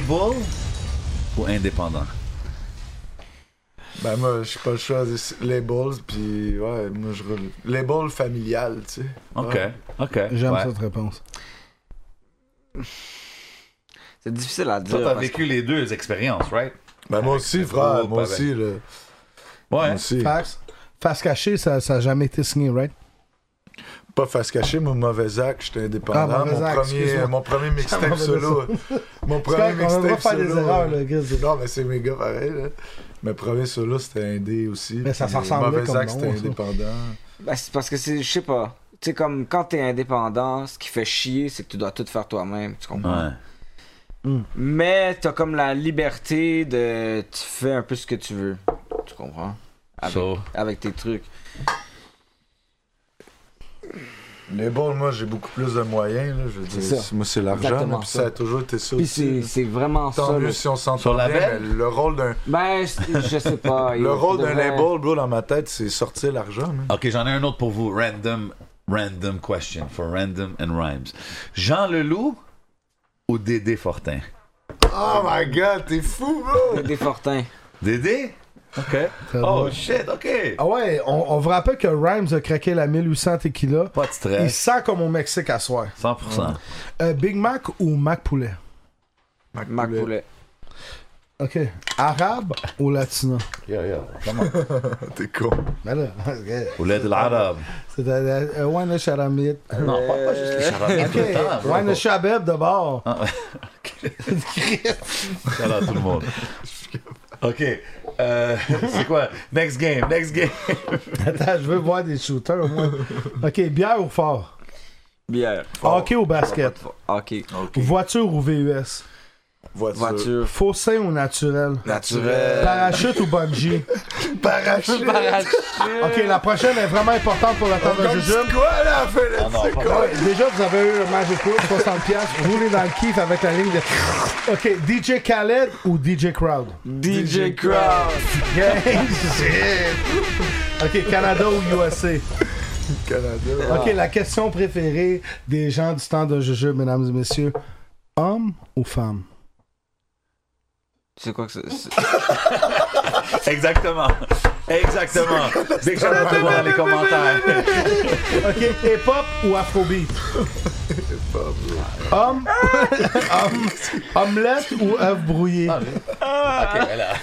S4: ou indépendant?
S3: Ben moi, je suis pas le choix. Les balls, puis ouais, moi je roule. Les balls familiales, tu sais.
S4: OK.
S3: Ouais.
S4: OK.
S2: J'aime
S4: ouais.
S2: cette réponse.
S6: C'est difficile à dire.
S4: Toi, t'as
S6: parce que-
S4: vécu les deux expériences, right?
S3: Ben moi aussi,
S4: Avec
S3: frère,
S4: le
S3: moi
S4: groupe,
S3: aussi, là. Moi
S4: Ouais.
S3: aussi.
S2: Face, face cachée, ça ça a jamais été signé, right?
S3: Pas face cachée, mon mauvais acte, j'étais indépendant.
S2: Ah, mauvais
S3: mon,
S2: acte, excuse-moi.
S3: premier, mon premier
S2: Ah,
S3: mixtape
S2: mauvais
S3: solo. mon
S2: C'est
S3: premier
S2: correct, On va
S3: mixtape
S2: faire
S3: solo.
S2: des erreurs, le gars. c'est-
S3: Non, mais c'est méga pareil, là. Mes premiers solos, c'était indé aussi.
S2: Mais ça
S3: puis
S2: s'en ressemblait
S3: Mauvais
S2: comme
S3: acte,
S2: nom,
S3: c'était
S2: ça.
S3: indépendant.
S6: Ben, c'est parce que c'est, je sais pas. Tu sais, comme quand t'es indépendant, ce qui fait chier, c'est que tu dois tout faire toi-même. Tu comprends?
S4: Ouais.
S6: Mais t'as comme la liberté de. Tu fais un peu ce que tu veux. Tu comprends? Avec,
S4: So,
S6: avec tes trucs.
S3: Les balls, moi, j'ai beaucoup plus de moyens, là. Je veux dire,
S6: C'est ça.
S3: c'est- moi, c'est l'argent,
S6: Exactement
S3: là, puis ça
S6: ça.
S3: a toujours été ça
S6: Puis
S3: aussi.
S6: c'est,
S3: là.
S6: c'est vraiment ça.
S3: Tant
S6: le-
S3: mieux si on
S4: Sur
S3: s'entend
S4: la
S3: bien,
S4: belle?
S3: mais le rôle d'un...
S6: Ben, c'est- je sais pas. il-
S3: Le rôle d'un
S6: devrait-
S3: label, bro, dans ma tête, c'est sortir l'argent, man.
S4: OK, j'en ai un autre pour vous. Random, random question for random and rhymes. Jean Leloup ou Dédé Fortin?
S3: Oh my god, t'es fou, bro!
S6: Des fortins.
S4: Dédé? OK. Oh shit, OK.
S2: Ah ouais, on, on vous rappelle que Rhymes a craqué la 1800 tequila.
S4: Pas de
S2: Il
S4: stress.
S2: sent comme au Mexique à soir.
S4: 100%.
S2: Euh, Big Mac ou Mac Poulet?
S6: Marc Poulet.
S2: Ok. Arabe ou latino?
S4: Yeah, yeah.
S3: T'es con.
S2: Ben là,
S4: Ouled l'arabe.
S2: c'est un Wine Charamit.
S4: Non, pas, pas juste les charabes.
S2: Ok, Wine Chabeb de bord.
S3: Ah.
S4: Shout out tout le monde. OK. euh, c'est quoi? Next game, next game.
S2: Attends, je veux voir des shooters au moins. Ok, bière ou fort?
S6: Bière.
S2: Hockey ou basket?
S6: Ok.
S2: Voiture ou VUS?
S3: Voiture.
S6: Voiture.
S2: Faux sein ou naturel?
S6: Naturel.
S2: Parachute ou bungee?
S3: Euh. Parachute!
S2: Ok, la prochaine est vraiment importante pour la table de
S3: Comme
S2: jujube.
S3: c'est quoi, là,
S4: Ah non,
S3: Félix?
S4: pas
S3: C'est
S4: grave.
S3: quoi?
S2: Ouais, déjà, vous avez eu le Magic Pool, 60$, piastres, roulé dans le kiff avec la ligne de. Ok, DJ Khaled ou DJ Crowd?
S6: DJ Crowd.
S2: ok, Canada ou USA?
S3: Canada.
S2: Ok, la question préférée des gens du temps de jeu, mesdames et messieurs. Homme ou femme?
S6: C'est quoi que c'est? c'est-
S4: Exactement. Exactement. Big shout out tout le monde dans les commentaires.
S2: Ok, hip-hop ou afrobeat? hip-hop. Homme? Homme. Omelette ou œuf brouillé?
S4: OK, voilà.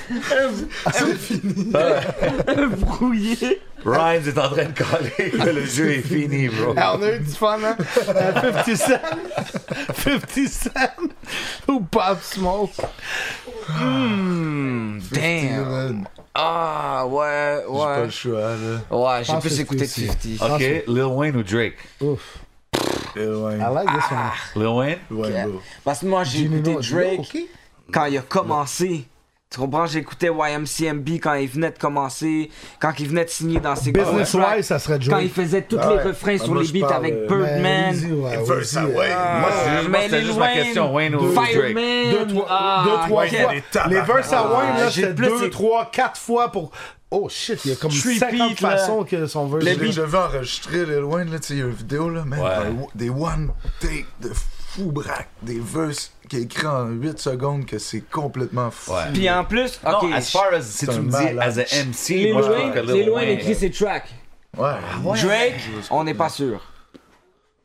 S4: C'est fini. Brouillé. Rhymes est en train de coller que le jeu est fini, bro.
S2: Ah, on a eu du fun, hein? Euh, 50 Cent. 50 Cent. Ou Pop Smoke.
S6: Hmm, damn. Ah, ouais,
S3: J'ai pas
S6: ouais.
S3: le choix, là.
S6: Ouais, j'ai
S2: pense que
S6: plus
S2: c'est
S6: écouté de
S2: aussi.
S6: 50.
S4: OK, Lil Wayne ou Drake?
S2: Ouf.
S3: Eh, ouais,
S2: I like this one.
S4: Lil Wayne?
S3: ouais, bro.
S6: Parce que moi, Ah, j'ai
S2: Jimmy
S6: écouté
S2: Miller,
S6: Drake
S2: ok.
S6: quand il a commencé. Tu comprends? J'écoutais YMCMB quand il venait de commencer, quand il venait de signer dans ses
S2: Business
S6: gros tracks,
S2: wise, ça serait Joey.
S6: Quand il faisait tous
S2: Ah
S6: les
S2: ouais.
S6: refrains
S2: Ah,
S6: sur
S2: moi,
S6: les
S2: je
S6: beats
S2: parle,
S6: avec
S2: euh,
S6: Birdman.
S2: Easy, ouais,
S6: Ah,
S2: Easy, ouais.
S6: moi, c'est- moi, c'était
S4: C'était juste ma question. Wayne ou Drake?
S6: Fireman.
S2: Deux, trois,
S6: Ah,
S2: deux, trois
S6: quel-
S2: fois. Les verses à Wayne,
S6: Ah,
S2: là,
S6: j'ai
S2: c'était
S6: plus,
S2: deux,
S6: c'est-
S2: trois, quatre fois pour. Oh shit, il y a comme
S6: Three
S2: 50
S6: beats, là.
S2: façons que son verse.
S3: Je l'ai déjà vu enregistrer Lil Wayne, là, tu sais, il y a une vidéo, là, man, un wo- des one take de fou braque, des verses qui est écrit en 8 secondes, que c'est complètement fou.
S4: Ouais.
S6: Puis en plus, ok.
S4: Non, as far as, si
S3: C'est
S4: tu
S3: un
S4: me dis,
S3: malade.
S4: as a MC,
S6: Lil
S4: moi, je
S6: Wayne,
S4: trouve que
S6: Lil
S4: Lil
S6: Wayne écrit
S4: Wayne...
S6: ses tracks.
S3: Ouais.
S6: Drake, on n'est pas sûr.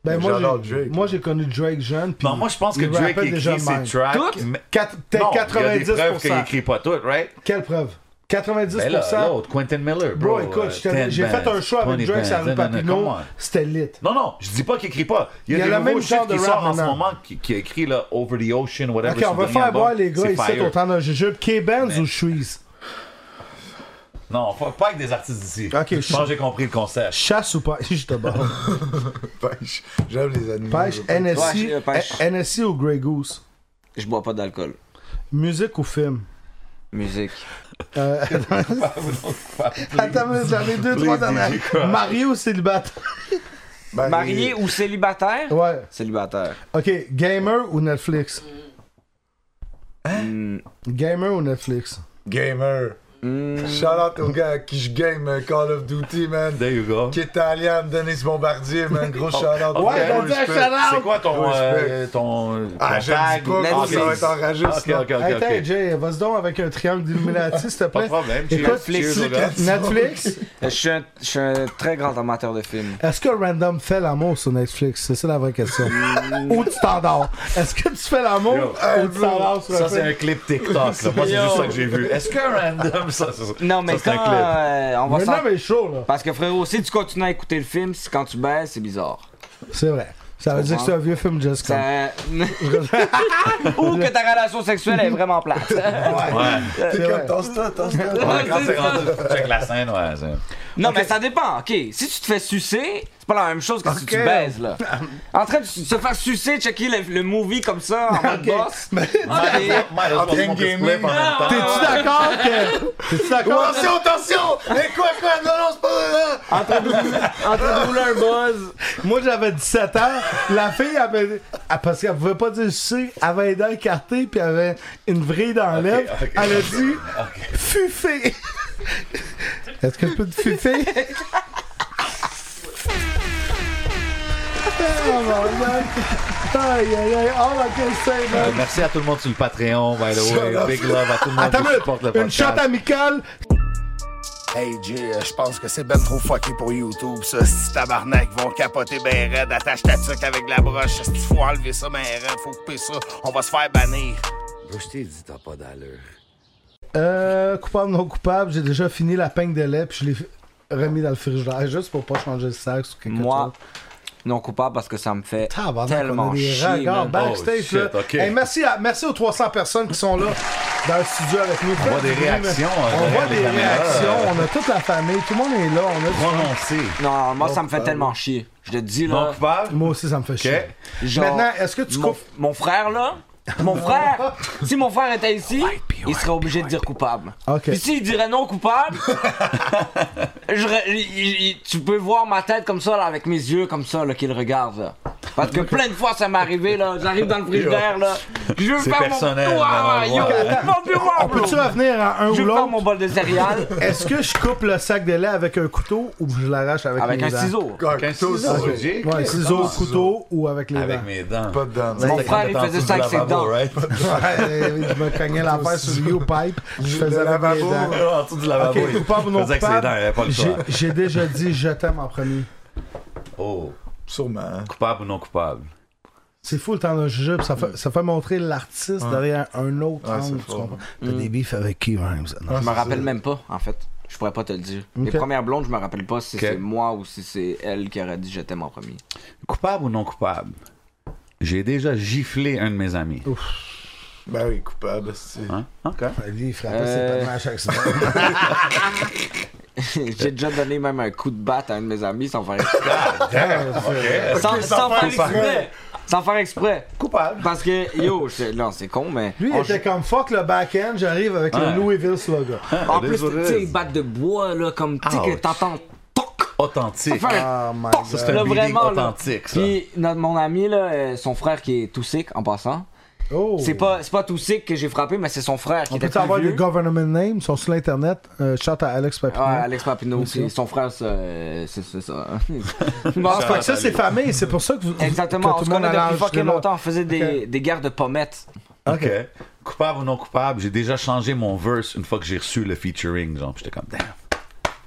S2: Ben, moi,
S3: J'adore
S2: j'ai-
S3: Drake.
S2: moi, j'ai connu Drake jeune. puis
S4: Non, moi, je pense que
S2: il
S4: Drake
S2: rappait
S4: écrit
S2: déjà
S4: ses
S2: de même.
S4: tracks.
S6: Toutes?
S4: mais-
S2: Quatre- t'es
S4: Non, Il y a des preuves
S2: 90%.
S4: qu'il écrit pas toutes, right?
S2: Quelle preuve 90%.
S4: Ben là, l'autre, Quentin Miller, bro.
S2: Bro, écoute,
S4: euh,
S2: je t'ai-
S4: 10
S2: j'ai fait
S4: bands,
S2: un show avec
S4: 20
S2: Drake
S4: bands,
S2: sur la rue
S4: non, non, non, come
S2: Papineau.
S4: on.
S2: C'était lit.
S4: Non, non, je dis pas qu'il écrit pas. Il y a,
S2: le
S4: des
S2: même
S4: nouveaux
S2: genre
S4: shit
S2: de
S4: qui
S2: rap
S4: sortent en ce
S2: maintenant.
S4: moment, qui, qui a écrit là, Over the Ocean, whatever.
S2: Ok, on
S4: son
S2: va
S4: dernier
S2: faire
S4: album,
S2: boire les gars
S4: c'est
S2: ici
S4: fire.
S2: au temps d'un jujube. K-Benz ou Shreeze
S4: Non, on fuck pas avec des artistes d'ici.
S2: Ok,
S4: je
S2: je-
S4: pense que j'ai compris le concept.
S2: Chasse ou pêche Je te barre.
S3: Pêche. J'aime les animaux.
S2: Pêche,
S3: là.
S2: NSC,
S6: Ouais, euh, pêche.
S2: eh, NSC ou Grey Goose
S6: Je bois pas d'alcool.
S2: Musique ou film
S6: Musique.
S2: Euh, Attends, mais j'en ai deux, trois dernières. Marié ou célibataire
S3: Ben,
S6: Marié ou célibataire?
S2: Ouais.
S6: Célibataire.
S2: Ok, gamer ou Netflix
S4: Hein?
S2: Hmm. Gamer ou Netflix
S3: Gamer. Shout out au gars à qui je game euh, Call of Duty, man.
S4: There you go.
S3: Qui est allé à me donner ce bombardier, man.
S4: Oh.
S3: Gros shout out.
S4: Ouais,
S2: t'as dit un shout-out.
S4: C'est quoi ton.
S3: Respect.
S4: euh, ton.
S3: Ah,
S4: ton
S3: je dis pas,
S4: Ah,
S3: parce que ça va
S4: ok.
S3: être enragé.
S4: Ah,
S3: sinon.
S4: Ok, ok,
S2: Hey,
S4: ok,
S2: Attends,
S4: ok.
S2: Jay, vas-y donc avec un triangle d'Illuminati, s'il te
S4: Pas
S2: plaît.
S4: de problème.
S2: Écoute,
S4: Cheers, cheers, les gars.
S2: Netflix,
S6: Je suis un, je suis un très grand amateur de films.
S2: est-ce que Random fait l'amour sur Netflix C'est ça la vraie question. ou tu t'endors Est-ce que tu fais l'amour
S4: Hmm. Yo.
S2: ou tu t'endors sur
S4: Ça,
S2: un
S4: c'est
S2: film?
S4: un clip TikTok. là. Moi, c'est juste ça que j'ai vu. Est-ce qu'un random, ça, ça, ça,
S6: Non, mais
S4: c'est un
S6: quand,
S4: clip?
S6: euh, on va
S2: Random
S6: s'en-
S2: est chaud, là.
S6: Parce que frérot, si tu continues à écouter le film, si quand tu baises, c'est bizarre.
S2: C'est vrai. Ça veut dire que c'est un vieux film Just Come.
S6: Ça- Ou que ta relation sexuelle est vraiment plate.
S4: Ouais.
S2: C'est vrai.
S4: Ouais, quand c'est rendu. Check la scène, ouais. c'est-
S6: non, mais ça dépend, ok. Si tu te fais sucer, c'est pas la même chose que si tu baises, là. En train de se faire sucer, checker le, le movie comme ça, en mode boss.
S4: Might as well- might as well
S3: Ok,
S4: smoke a
S3: gaming.
S4: spliff en même temps.
S2: T'es-tu d'accord que. T'es-tu d'accord que-
S3: Attention, attention! Mais quoi, quoi? Non, non, c'est pas vrai! hein.
S6: En train de rouler un buzz.
S2: Moi, j'avais 17 ans. La fille avait. ah, Parce qu'elle pouvait pas dire C. Elle avait les dents écartées, puis elle avait une vrille dans l'œuf.
S4: ok,
S2: Elle a
S4: ok,
S2: dit Fufé. Est-ce que je peux te fuffer? oh mon dieu! Aïe aïe aïe! Oh la question,
S4: Euh,
S2: man!
S4: Merci à tout le monde sur le Patreon, by the way. Big love à tout le monde
S2: Attends,
S4: qui supporte le
S2: une, une
S4: podcast.
S2: shot amicale!
S12: Hey Jay, euh, je pense que c'est ben trop fucké pour YouTube, ça. Si tabarnak ils vont capoter ben raide, attache ta tuque avec la broche. Si faut enlever ça ben raide, faut couper ça, on va se faire bannir.
S2: Euh, coupable, non coupable, j'ai déjà fini la peigne de lait, puis je l'ai remis dans le frigidaire, juste pour pas changer de sexe ou quelque chose.
S6: Moi, non coupable parce que ça me fait
S2: Tabarnak, on
S6: tellement
S2: a des
S6: chier.
S2: regards
S6: man.
S2: backstage.
S4: Oh, shit,
S2: là.
S4: ok.
S2: Hey, merci, à- merci aux 300 personnes qui sont là dans le studio avec nous.
S4: On voit des réactions, hein,
S2: on voit
S4: derrière les
S2: des
S4: caméras.
S2: réactions. On a toute la famille. Tout le monde est là. On a du-
S4: Prononcé.
S6: Non, moi, ça me fait
S2: euh,
S6: tellement chier. Je te dis, là.
S4: Donc, Val,
S2: Moi aussi, ça me fait chier.
S6: Genre,
S2: Maintenant, est-ce que tu
S6: mon,
S2: coupes
S6: mon frère, là, mon frère, si mon frère était ici, il serait obligé de dire coupable.
S2: Ok.
S6: Puis s'il dirait non coupable, je re- il- il- tu peux voir ma tête comme ça, là, avec mes yeux comme ça, là, qu'il regarde, là. Parce que plein de fois, ça m'est arrivé, là. J'arrive dans le frigidaire, là. Je veux
S4: C'est
S6: faire
S4: personnel,
S6: mon...
S4: maman,
S6: Ouah, yo,
S4: ouais.
S6: mon miroir,
S2: On peut-tu
S6: bro.
S2: revenir à un
S6: Je
S2: ou
S6: veux faire mon
S2: l'autre
S6: bol de céréales
S2: Est-ce que je coupe le sac de lait avec un couteau ou je l'arrache avec,
S6: avec
S2: mes
S6: un
S2: dents?
S6: ciseau.
S3: Avec
S4: qu'un ciseau chirurgical.
S2: Ouais, ciseau,
S4: Ah,
S2: couteau ou avec les
S4: Avec
S2: dents.
S4: mes dents.
S3: Pas dedans.
S6: Mon
S4: C'était
S6: frère, il
S4: quand
S6: faisait
S4: t'es
S6: ça avec
S4: en
S6: ses
S4: dessous du
S6: dents.
S4: lavabo, right?
S2: Ouais, Eh, je me cognais l'affaire sur le pipe Je faisais
S3: Le
S2: avec les
S3: lavabo.
S2: dents.
S4: En dessous du lavabo.
S2: Ok,
S4: il
S2: coupable ou non
S4: faisait avec ses
S2: coupable,
S4: dents, il avait pas le
S2: J'ai-
S4: choix.
S2: J'ai déjà dit je t'aime en premier.
S4: Oh,
S3: Sûrement.
S4: coupable ou non coupable?
S2: C'est fou le temps d'un jujube, ça fait, ça fait montrer l'artiste derrière un autre
S3: Ouais, c'est
S2: angle. tu
S3: fort.
S2: comprends?
S6: Mm.
S2: T'as des beefs avec qui, Rhymes? Non.
S6: Je me rappelle même pas, en fait. Je pourrais pas te le dire. Les
S2: Ok.
S6: premières blondes, je me rappelle pas si
S4: Ok.
S6: c'est moi ou si c'est elle qui aurait dit je t'aime en premier.
S4: Coupable ou non coupable? J'ai déjà giflé un de mes amis.
S3: Ben oui, coupable, c'est.
S2: Ah.
S4: Hein? OK.
S2: Lui, il frappait ses
S6: Euh.
S2: pas de match avec ça.
S6: J'ai déjà donné même un coup de batte à un de mes amis sans faire exprès.
S4: God damn! OK.
S6: sans, sans faire exprès. Sans faire exprès.
S11: Coupable.
S6: Parce que, yo, j'étais- non, c'est con, mais.
S2: Lui, il
S6: on-
S2: était comme fuck le back-end, j'arrive avec
S6: Ouais.
S2: le Louisville Slugger.
S6: En plus, tu sais, batte de bois, là, comme, tu sais, que
S4: Ouch.
S6: t'entends.
S4: Authentique.
S6: Ça fait
S2: un- Oh my
S4: Ça, c'est
S6: Là,
S4: un beating
S6: vraiment, là.
S4: authentique, ça.
S6: Puis, notre- mon ami, là, euh, son frère qui est tout sick, en passant.
S2: Oh.
S6: C'est pas, c'est pas tout sick que j'ai frappé, mais c'est son frère qui
S2: On
S6: était
S2: peut
S6: plus
S2: avoir
S6: vieux.
S2: les government names, ils sont sur l'internet. Euh, shout à Alex Papineau.
S6: Ouais, Alex Papineau
S2: Merci.
S6: aussi. Son frère, c'est euh, c'est- c'est ça.
S2: Bon,
S6: Bon,
S2: fait que ça, c'est famille, c'est pour ça que vous.
S6: Exactement,
S2: que
S6: on
S2: tout
S6: se
S2: le monde
S6: connaît
S2: a l'âge
S6: depuis
S2: de
S6: fucking
S2: là.
S6: longtemps. On faisait des, des guerres de pommettes.
S4: OK. Coupable ou non coupable, j'ai déjà changé mon verse une fois que j'ai reçu le featuring. Genre, j'étais comme, damn.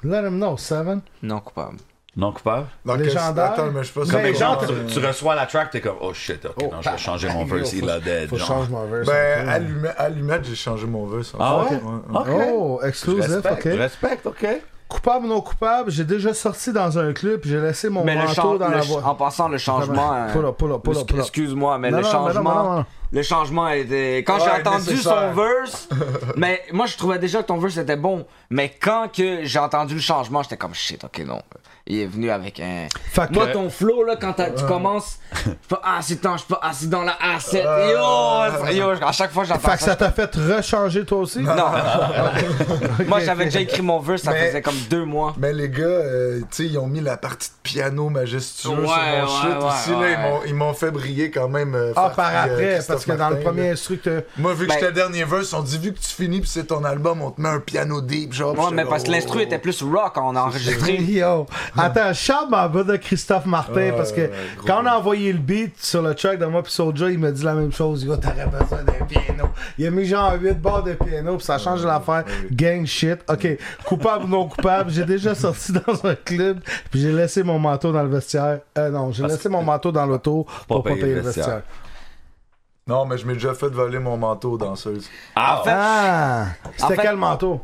S2: Let him know, Seven.
S6: Non coupable.
S4: Non coupable?
S3: Dans quel-
S2: Légendaire.
S3: Attends, mais je sais pas si-
S4: Comme
S2: Mais
S4: genre,
S2: Ben, genre, euh,
S4: tu, tu reçois la track, t'es comme, oh shit, ok, non, je vais changer mon verse, il a dead.
S2: Faut
S4: genre.
S2: changer mon verse.
S3: Ben, allumette, allumette, j'ai changé mon vœu. ça.
S4: Ah ouais?
S3: ouais.
S4: Ok.
S2: Oh, exclusif,
S4: Respect,
S2: ok.
S4: respect, ok.
S2: Coupable ou non coupable, j'ai déjà sorti dans un club, j'ai laissé mon
S6: Mais le
S2: manteau
S6: chan-
S2: dans
S6: le
S2: la
S6: ch-
S2: voie.
S6: en passant, le changement. euh,
S2: Pull up, pull up, pull up, pull up.
S6: Excuse-moi, mais
S2: Non,
S6: le
S2: non, mais non,
S6: changement.
S2: mais non, mais non.
S6: Le changement était. Quand j'ai
S3: Ouais,
S6: entendu
S3: nécessaire.
S6: son verse, mais moi je trouvais déjà que ton verse était bon. Mais quand que j'ai entendu le changement, j'étais comme shit, ok non. Il est venu avec un.
S2: Fait que-
S6: Moi ton flow là quand t'as- tu commences, je fais, ah c'est temps, je fais, ah c'est dans la A7. Yo, yo, à chaque fois j'entends
S2: Fait
S6: ça.
S2: que ça t'a fait rechanger toi aussi?
S6: je- Non. moi j'avais déjà écrit mon verse, ça
S3: Mais-
S6: faisait comme deux mois.
S3: Mais les gars, euh, tu sais, ils ont mis la partie de piano majestueux
S6: Ouais,
S3: sur mon
S6: ouais,
S3: shit
S6: ouais,
S3: aussi. là,
S6: ouais.
S3: ils m'ont- ils m'ont fait briller quand même. euh,
S2: Ah,
S3: faire
S2: par
S3: briller, euh,
S2: après, parce
S3: Christophe
S2: que dans le
S3: Martin,
S2: premier
S3: là.
S2: instru que t'as-
S3: Moi, vu que
S6: Ben-
S3: j'étais dernier verse, on dit vu que tu finis puis c'est ton album, on te met un piano deep, genre. puis
S6: Ouais,
S3: j'étais
S6: mais
S3: là,
S6: parce que
S3: oh,
S6: l'instru
S3: oh,
S6: était plus rock quand on a enregistré.
S2: Yo. Attends, Charles m'a bas de Christophe Martin parce que quand on a envoyé le beat sur le track de moi puis Soulja, il m'a dit la même chose. Yo, t'aurais besoin d'un piano. Il a mis genre 8 barres de piano puis ça change l'affaire. Gang shit. Ok, coupable ou non coupable, j'ai déjà sorti dans un club puis j'ai laissé mon manteau dans le vestiaire. Euh, non, j'ai laissé mon manteau dans l'auto pour pas payer le vestiaire.
S3: oh. Non, mais je m'ai déjà fait voler mon manteau aux danseuses.
S4: Ah,
S2: Ah, c'était
S6: en fait-
S2: quel manteau?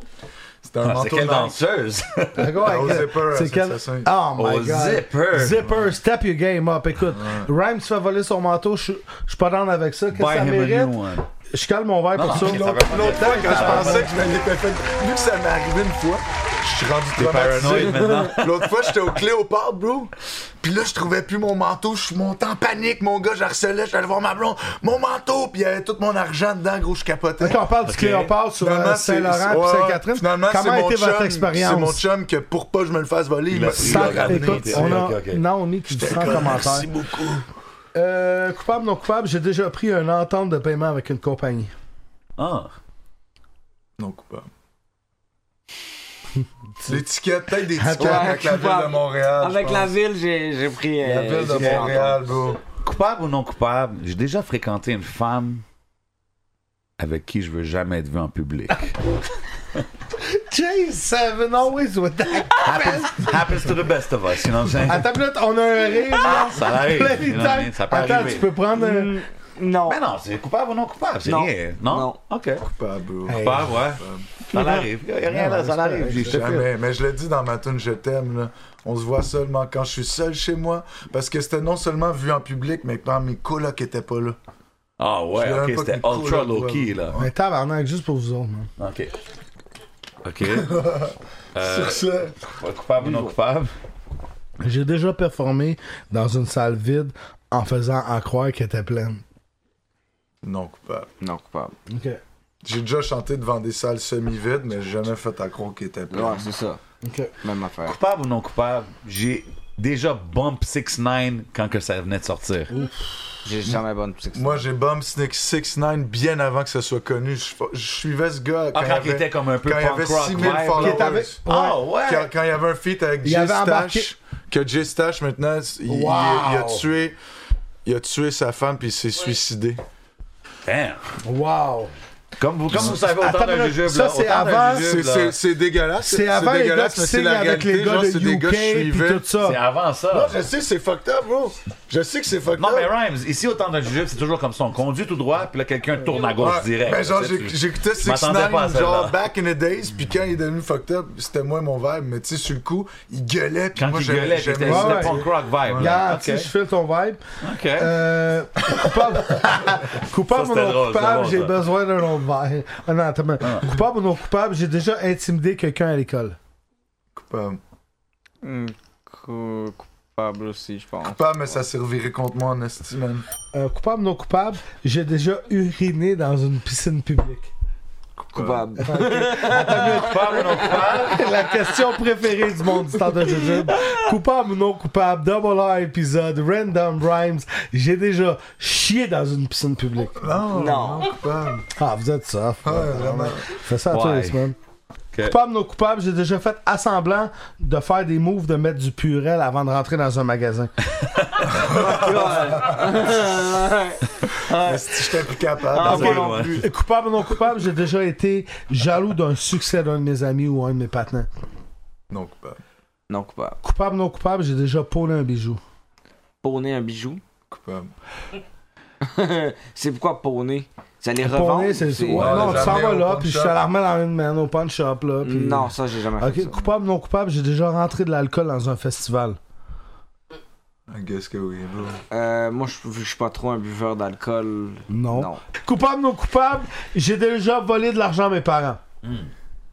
S3: C'était un
S4: c'est
S3: manteau
S4: quelle
S3: de danse.
S4: danseuse?
S3: Au zipper, à
S2: Ah, C'est quel-
S3: Saint-Saëns.
S2: Oh my
S4: Au
S2: god.
S4: zipper.
S2: Zipper, step your game up. Écoute, Rhyme se fait voler son manteau, je je suis pas down avec ça. Qu'est-ce que
S4: Buy
S2: ça
S4: him hein. a new
S2: mérite?
S4: one.
S2: Je calme mon verre pour ça.
S4: ok, ça va.
S3: L'autre fois, quand
S2: Ah,
S3: je pensais que je me l'étais fait. Vu que ça m'est arrivé une fois, je suis rendu traumatisé.
S4: paranoïde maintenant.
S3: L'autre fois, j'étais au Cléopâtre, bro. Puis là, je trouvais plus mon manteau. Je suis monté en panique, mon gars. J'harcelais, j'allais voir ma blonde. Mon manteau, puis il y avait tout mon argent dedans, gros. Je capotais.
S2: Quand on parle du Cléopâtre sur euh,
S3: Finalement, c'est-
S2: Saint-Laurent
S3: ouais,
S2: et Sainte-Catherine,
S3: finalement, c'est
S2: comment a
S3: mon
S2: été votre
S3: chum- C'est mon
S2: expérience?
S3: chum que pour pas que je me le fasse voler, il
S4: l'a
S3: m'a
S4: pris,
S3: il l'a
S2: Sans-
S4: il l'a
S3: ramené.
S4: ramené,
S2: Écoute,
S4: t'sais.
S2: on a
S4: Ok, ok.
S2: Naomi qui dit sans commentaire.
S3: Merci beaucoup.
S2: Euh, coupable, non coupable, j'ai déjà pris une entente de paiement avec une compagnie.
S4: Ah,
S3: Non coupable. L'étiquette, peut-être des tickets
S2: Ouais,
S3: avec la ville
S6: coupable.
S3: de Montréal. je
S6: Avec la
S3: pense.
S6: ville, j'ai j'ai pris.
S3: La
S6: euh,
S3: ville de
S6: j'ai pris
S3: Montréal, bro.
S4: coupable ou non coupable, j'ai déjà fréquenté une femme avec qui je veux jamais être vu en public.
S2: Ah, J7 always with that.
S4: happens,
S2: ben.
S4: happens to the best of us, you know what I'm saying?
S2: Attends, une minute, on a un rire. là.
S4: Ça arrive,
S2: Plein de
S4: you know what I mean?
S2: times.
S4: Ça peut
S2: Attends,
S4: arriver. Mm.
S2: tu peux prendre un.
S6: Mm, Non.
S4: Mais non, c'est coupable ou non coupable, c'est
S6: Non.
S4: rien. Non?
S6: Non.
S4: OK.
S3: Coupable, bro.
S4: Coupable, ouais. Ça l'arrive. Y a rien là, ça l'arrive. J'ai- j'ai fait-
S3: Jamais, Ah, mais je l'ai dit dans ma tune Je t'aime, là. On se voit seulement quand je suis seul chez moi. Parce que c'était non seulement vu en public, mais quand mes colocs étaient pas là.
S4: Ah
S3: Je
S4: ouais,
S3: l'ai
S4: ok,
S3: même pas cru
S4: c'était
S3: cool,
S4: ultra
S3: là,
S4: low key là.
S2: Mais tabarnak, juste pour vous autres, man.
S4: Ok. Ok. Euh, coupable ou non coupable?
S2: J'ai déjà performé dans une salle vide en faisant en croire qu'elle était pleine.
S3: Non coupable.
S6: Non coupable.
S2: Ok.
S3: J'ai déjà chanté devant des salles semi-vides, mais j'ai jamais fait à croire qu'ils étaient
S6: Ouais,
S3: pleins.
S6: c'est ça.
S2: Ok.
S6: Même affaire.
S4: Coupable ou non coupable? J'ai déjà bump 6-9 quand que ça venait de sortir.
S6: J'ai jamais bonne succès.
S3: Moi, j'ai bomb Snick 69 bien avant que ça soit connu. Je, je suivais ce gars quand,
S4: Ah, quand
S3: il
S4: il
S3: avait-
S4: était comme un peu
S3: quand il
S4: punk
S3: avait
S4: rock
S3: 6000
S4: vibe, là.
S3: followers.
S2: Qui était avec-
S4: Ah
S3: Quand,
S4: ouais!
S3: quand il y avait un feat avec
S2: Il
S3: Jay
S2: avait embarqué-
S3: Stash, que Jay Stash maintenant, il, il- il a tué, il a tué sa femme puis il s'est suicidé.
S4: Damn.
S2: Wow!
S4: Comme vous, comme vous savez, autant
S2: Attends,
S4: d'un
S2: mais
S4: jujube,
S2: ça,
S4: là,
S2: c'est
S4: autant d'un
S2: avant,
S4: jujube,
S3: C'est-
S4: là.
S3: C'est c'est dégueulasse.
S2: C'est avant les gars qui
S3: mais c'est
S2: signent
S3: la
S2: avec les
S3: réalité,
S2: gars
S3: genre,
S2: de
S3: c'est des
S2: UK
S3: gars que je
S2: puis
S3: suivais.
S2: tout ça.
S4: C'est avant
S3: Non,
S4: ça.
S3: je sais, c'est fucked up, bro. Je sais que c'est fucked
S4: Non,
S3: up.
S4: mais Rhymes, ici, autant d'un jujube, c'est toujours comme ça. On conduit tout droit, puis là, quelqu'un tourne à gauche
S3: Ouais,
S4: direct.
S3: Mais genre,
S4: Tu sais, tu-
S3: j'ai- j'écoutais
S4: Je m'attendais
S3: 69
S4: pas à
S3: genre
S4: celle-là.
S3: back in the days, puis quand il est devenu fucked up, c'était moins mon vibe, mais tu sais, sur le coup, il gueulait, puis
S4: Quand
S3: moi,
S4: il
S3: j'aimais-
S4: gueulait,
S3: j'aimais
S4: c'était
S2: ouais,
S3: ça.
S4: c'était
S2: ouais.
S4: punk rock vibe. là.
S2: Regarde,
S4: Ok.
S2: si je file ton vibe.
S4: Ok.
S2: Euh, coupable coupable
S4: Ça,
S2: ou
S4: c'était
S2: non
S4: drôle,
S2: coupable,
S4: c'est bon,
S2: j'ai
S4: ça.
S2: besoin d'un autre verre. Ah non, attends, mais- Coupable ou non coupable, j'ai déjà intimidé quelqu'un à l'école.
S3: Euh,
S6: Hmm, Cou- coupable aussi, je pense.
S3: Coupable, mais ça servirait contre moi en esti, man.
S2: Euh, coupable, non coupable, j'ai déjà uriné dans une piscine publique.
S6: Coupable.
S2: euh,
S4: Coupable ou non coupable?
S2: La question préférée du monde du temps de jujube. Coupable ou non coupable, double R épisode, random rhymes. J'ai déjà chié dans une piscine publique.
S3: Non,
S6: Non.
S3: coupable.
S2: Ah, vous êtes ça.
S3: Ouais, vraiment.
S2: Fais ça à tous
S4: Ouais.
S2: les semaines.
S4: Ok.
S2: Coupable, non coupable, j'ai déjà fait assemblant de faire des moves de mettre du purel avant de rentrer dans un magasin.
S3: Esti, j'étais plus capable.
S6: Ah,
S4: Désolé,
S6: pas non
S4: moi.
S6: plus.
S2: Et Coupable ou non coupable, j'ai déjà été jaloux d'un succès d'un de mes amis ou un de mes partenaires.
S3: Non, coupable.
S6: Non, coupable.
S2: Coupable ou non coupable, j'ai déjà pôlé un bijou.
S6: Pawner un bijou.
S3: Coupable.
S6: c'est pourquoi pawner Ça les revendre
S2: Pôlé, c'est
S6: c'est-
S2: Ouais,
S3: Ouais,
S2: non, tu s'en
S3: jamais
S2: vas
S3: au
S2: là,
S3: pawn
S2: puis je
S3: shop.
S2: te la remets dans une main au pawn shop, là. puis-
S6: Non, ça, j'ai jamais fait
S2: Ok,
S6: ça.
S2: coupable ou non coupable, j'ai déjà rentré de l'alcool dans un festival.
S3: I guess que oui, bro.
S6: Euh, moi, je je suis pas trop un buveur d'alcool.
S2: Non.
S6: Non.
S2: Coupable ou non coupable, j'ai déjà volé de l'argent à mes parents.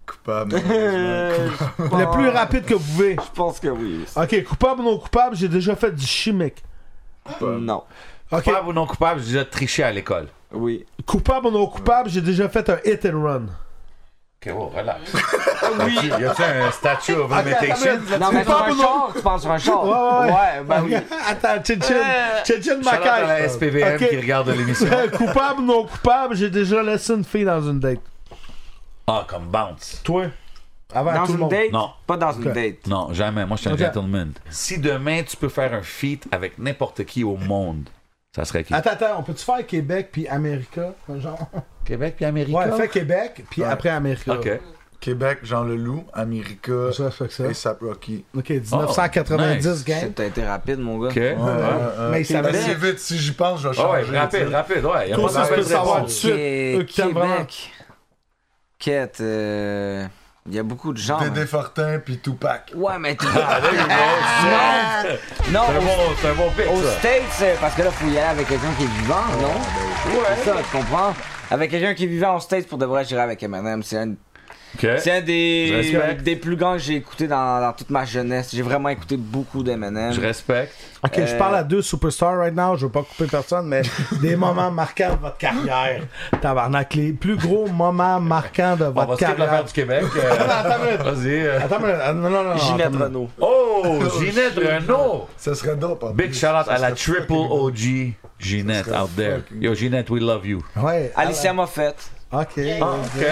S3: Coupable, malheureusement.
S6: Ah.
S2: Le plus rapide Ah, que vous pouvez.
S6: Je pense que oui.
S2: Ok, coupable ou non coupable, j'ai déjà fait du chimique.
S6: Non.
S2: Ok,
S4: Coupable ou non coupable, j'ai déjà triché à l'école.
S6: Oui.
S2: coupable ou non coupable, j'ai déjà fait un hit and run.
S4: Ok, wow, relax.
S2: Ah
S4: oui. Y a-tu un statut of limitation?
S6: Non, mais sur
S2: Coupable
S6: un
S2: ou non-
S6: char, tu parles sur un char.
S2: Ouais, ouais, ouais.
S6: ben oui.
S2: Ah Attends, Tchin-Tchin. Tchin-Tchin
S4: Shout out à la
S2: Macaire.
S4: SPVM
S2: Ok.
S4: qui regarde l'émission.
S2: Coupable ou non coupable, j'ai déjà laissé une fille dans une date.
S4: Ah, comme bounce.
S2: Toi? Avant
S6: Dans
S2: tout le
S6: une
S2: monde.
S6: date
S4: Non.
S6: Pas dans une
S2: Ok.
S6: date.
S4: Non, jamais. Moi, je suis un
S2: Ok.
S4: gentleman. Si demain, tu peux faire un feat avec n'importe qui au monde, ça serait qui?
S2: Attends, attends, on peut-tu faire Québec puis America? Genre...
S4: Québec puis Amérique.
S2: Ouais, fais Québec puis
S3: Ouais.
S2: après America.
S4: OK.
S3: Québec, Jean Leloup, America,
S2: Ça, ça fait que ça.
S3: et Sap Rocky.
S2: Ok, 1990,
S4: Oh, nice. Euh,
S2: gang.
S6: T'as été rapide, mon gars.
S4: OK. Ouais,
S3: Ouais,
S4: ouais.
S3: ouais.
S2: Mais il savait-
S3: Euh, Assez vite, si j'y pense, je vais
S4: Ah ouais,
S3: changer.
S4: rapide,
S3: tu sais.
S4: rapide, ouais. Y a
S2: Toi,
S4: pas
S2: ça,
S4: de
S2: je peux
S4: mauvaise
S2: le savoir tout de
S4: réponse.
S2: suite. Eux qui t'aiment vraiment.
S6: Québec. Quête, euh, il y a beaucoup de gens.
S3: Dédé
S6: hein.
S3: Fortin puis Tupac.
S6: Ouais, mais t'es-
S4: Ah, there you go.
S6: Ah, Non,
S4: C'est un
S6: non
S4: bon- c'est un bon
S6: aux,
S4: pic,
S6: aux
S4: ça. Ah, ben
S6: States, euh, parce que là, faut y aller avec quelqu'un qui est vivant, non? C'est ça, tu comprends? Avec quelqu'un qui est vivant aux States, pour de vrai, j'irai avec Eminem. C'est un, c'est
S4: OK.
S6: un
S4: Je
S6: des,
S4: respecte.
S6: des plus grands que j'ai écouté dans, dans toute ma jeunesse. J'ai vraiment écouté beaucoup M&M. d'Eminem.
S4: Je respecte.
S2: Ok, je parle à deux superstars right now, je veux pas couper personne, mais des moments marquants de votre carrière. Tabarnak, les plus gros moments marquants de
S4: On
S2: votre
S4: va skip
S2: carrière.
S4: l'affaire du Québec. euh,
S2: Attends une minute.
S4: Vas-y. euh.
S2: Attends, mais, euh, non, non, non.
S6: Ginette
S2: attends, mais-
S6: Renaud.
S4: Oh, Ginette Renault.
S3: Ça serait dope. hein. en
S4: Big
S3: plus.
S4: shout out
S3: Ça
S4: à la
S3: serait
S4: triple
S3: fucking dope.
S4: OG Ginette out there.
S3: fucking-
S4: Yo, Ginette, we love you.
S2: Ouais.
S6: Alicia Moffett.
S2: alors- Ah, Ok.
S4: Ah, OK.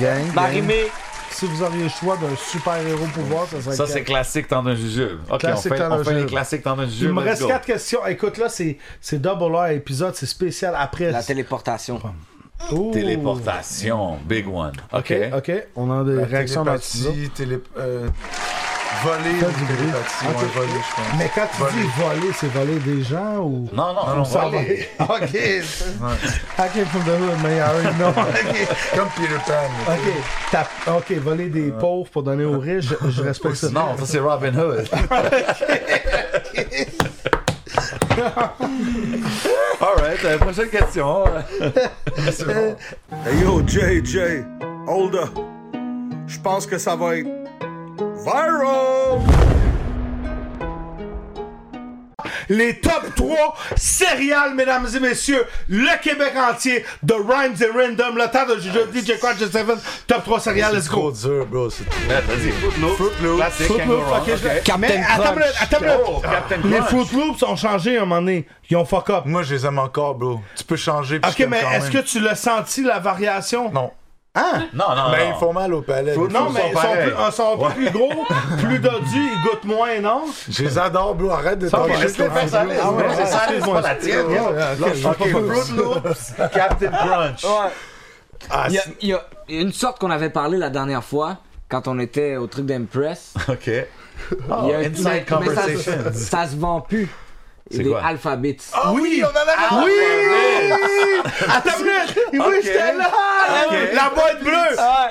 S2: Gang, gang.
S6: Marimé.
S2: Si vous auriez le choix d'un super-héros pouvoir, ça serait
S4: Ça,
S2: quel?
S4: c'est classique, t'en as un jujube. OK, on
S2: Classique,
S4: fait,
S2: t'en as
S4: on
S2: un
S4: fait les
S2: jujube.
S4: classiques, t'en as un
S2: Il
S4: jujube.
S2: me
S4: let's
S2: reste
S4: go.
S2: quatre questions. Écoute, là, c'est c'est double R épisode, c'est spécial après.
S6: La téléportation.
S2: Ouh.
S4: Téléportation, big one. OK.
S2: Ok, ok. On a des
S3: La
S2: réactions dans le studio.
S3: télépathie, télé... euh, voler
S2: Fais
S3: ou
S2: du bruit.
S3: télépathie.
S2: Ok.
S3: Ouais, voler, je pense.
S2: Mais quand tu
S3: Voler.
S2: dis voler, c'est voler des gens ou.
S4: Non, non,
S3: Non,
S4: on
S3: non,
S4: s'en va.
S3: voler.
S2: Ok. Ok, from the hood, mais I already know. Ok.
S3: Comme Peter Pan.
S2: Ok, t'as- ok, voler des pauvres pour donner aux riches, je, je respecte ça.
S4: Non, ça, c'est Robin Hood. All right, euh, prochaine question.
S3: C'est bon.
S14: Hey yo, JJ, hold up. Je pense que ça va être viral.
S2: Les top 3 céréales, mesdames et messieurs, le Québec entier, de Rhymes and Random, le temps de Juju, DJ Quad, DJ Seven, top 3 céréales, let's
S3: Trop
S2: go.
S3: dur, bro. C'est
S4: Ouais, Vas-y, Footloose.
S3: Footloose.
S4: Classique, can't go
S2: Fruit Loops,
S4: wrong.
S2: ok, je-
S4: OK.
S2: Mais attends une minute, attends une minute.
S4: Oh, Captain
S2: Les
S4: Crunch.
S2: Fruit Loops ont changé à un moment donné. Ils ont fuck up.
S3: Moi, je les aime encore, bro. Tu peux changer. puis je
S2: Ok,
S3: t'aime
S2: mais
S3: quand
S2: est-ce que
S3: même.
S2: tu l'as senti, la variation?
S3: Non.
S4: Non, non,
S3: Mais
S4: non.
S3: ils font mal au palais.
S4: Faut-
S3: bro.
S2: Non,
S4: Ils
S2: mais
S4: sont
S2: ils sont,
S4: pareils.
S2: plus, ils sont plus gros, plus dodus, ils goûtent moins, non?
S3: Je les adore, bro. Arrête de
S4: Ok,
S3: tomber.
S4: laisse les faire sa liste.
S2: Ah ouais,
S4: Mais C'est
S2: ouais,
S4: sa liste,
S2: excuse-moi.
S4: pas la tienne.
S2: Ouais, ouais, ok, je suis
S4: OK,
S2: pas
S4: Fruit Loops, Captain Crunch.
S6: Ouais.
S3: Ah,
S6: Il y, a,
S3: c'est-
S6: il y a une sorte qu'on avait parlé la dernière fois quand on était au truc d'Impress.
S4: OK.
S6: Il y a-
S4: Ah, inside
S6: mais- mais ça se-
S4: conversations.
S6: ça, se vend plus. et
S4: C'est
S6: des
S4: quoi?
S6: alphabets.
S15: Ah oui, on en avait
S2: Oui! Attends une minute! Oui, j'étais là! La boîte bleue!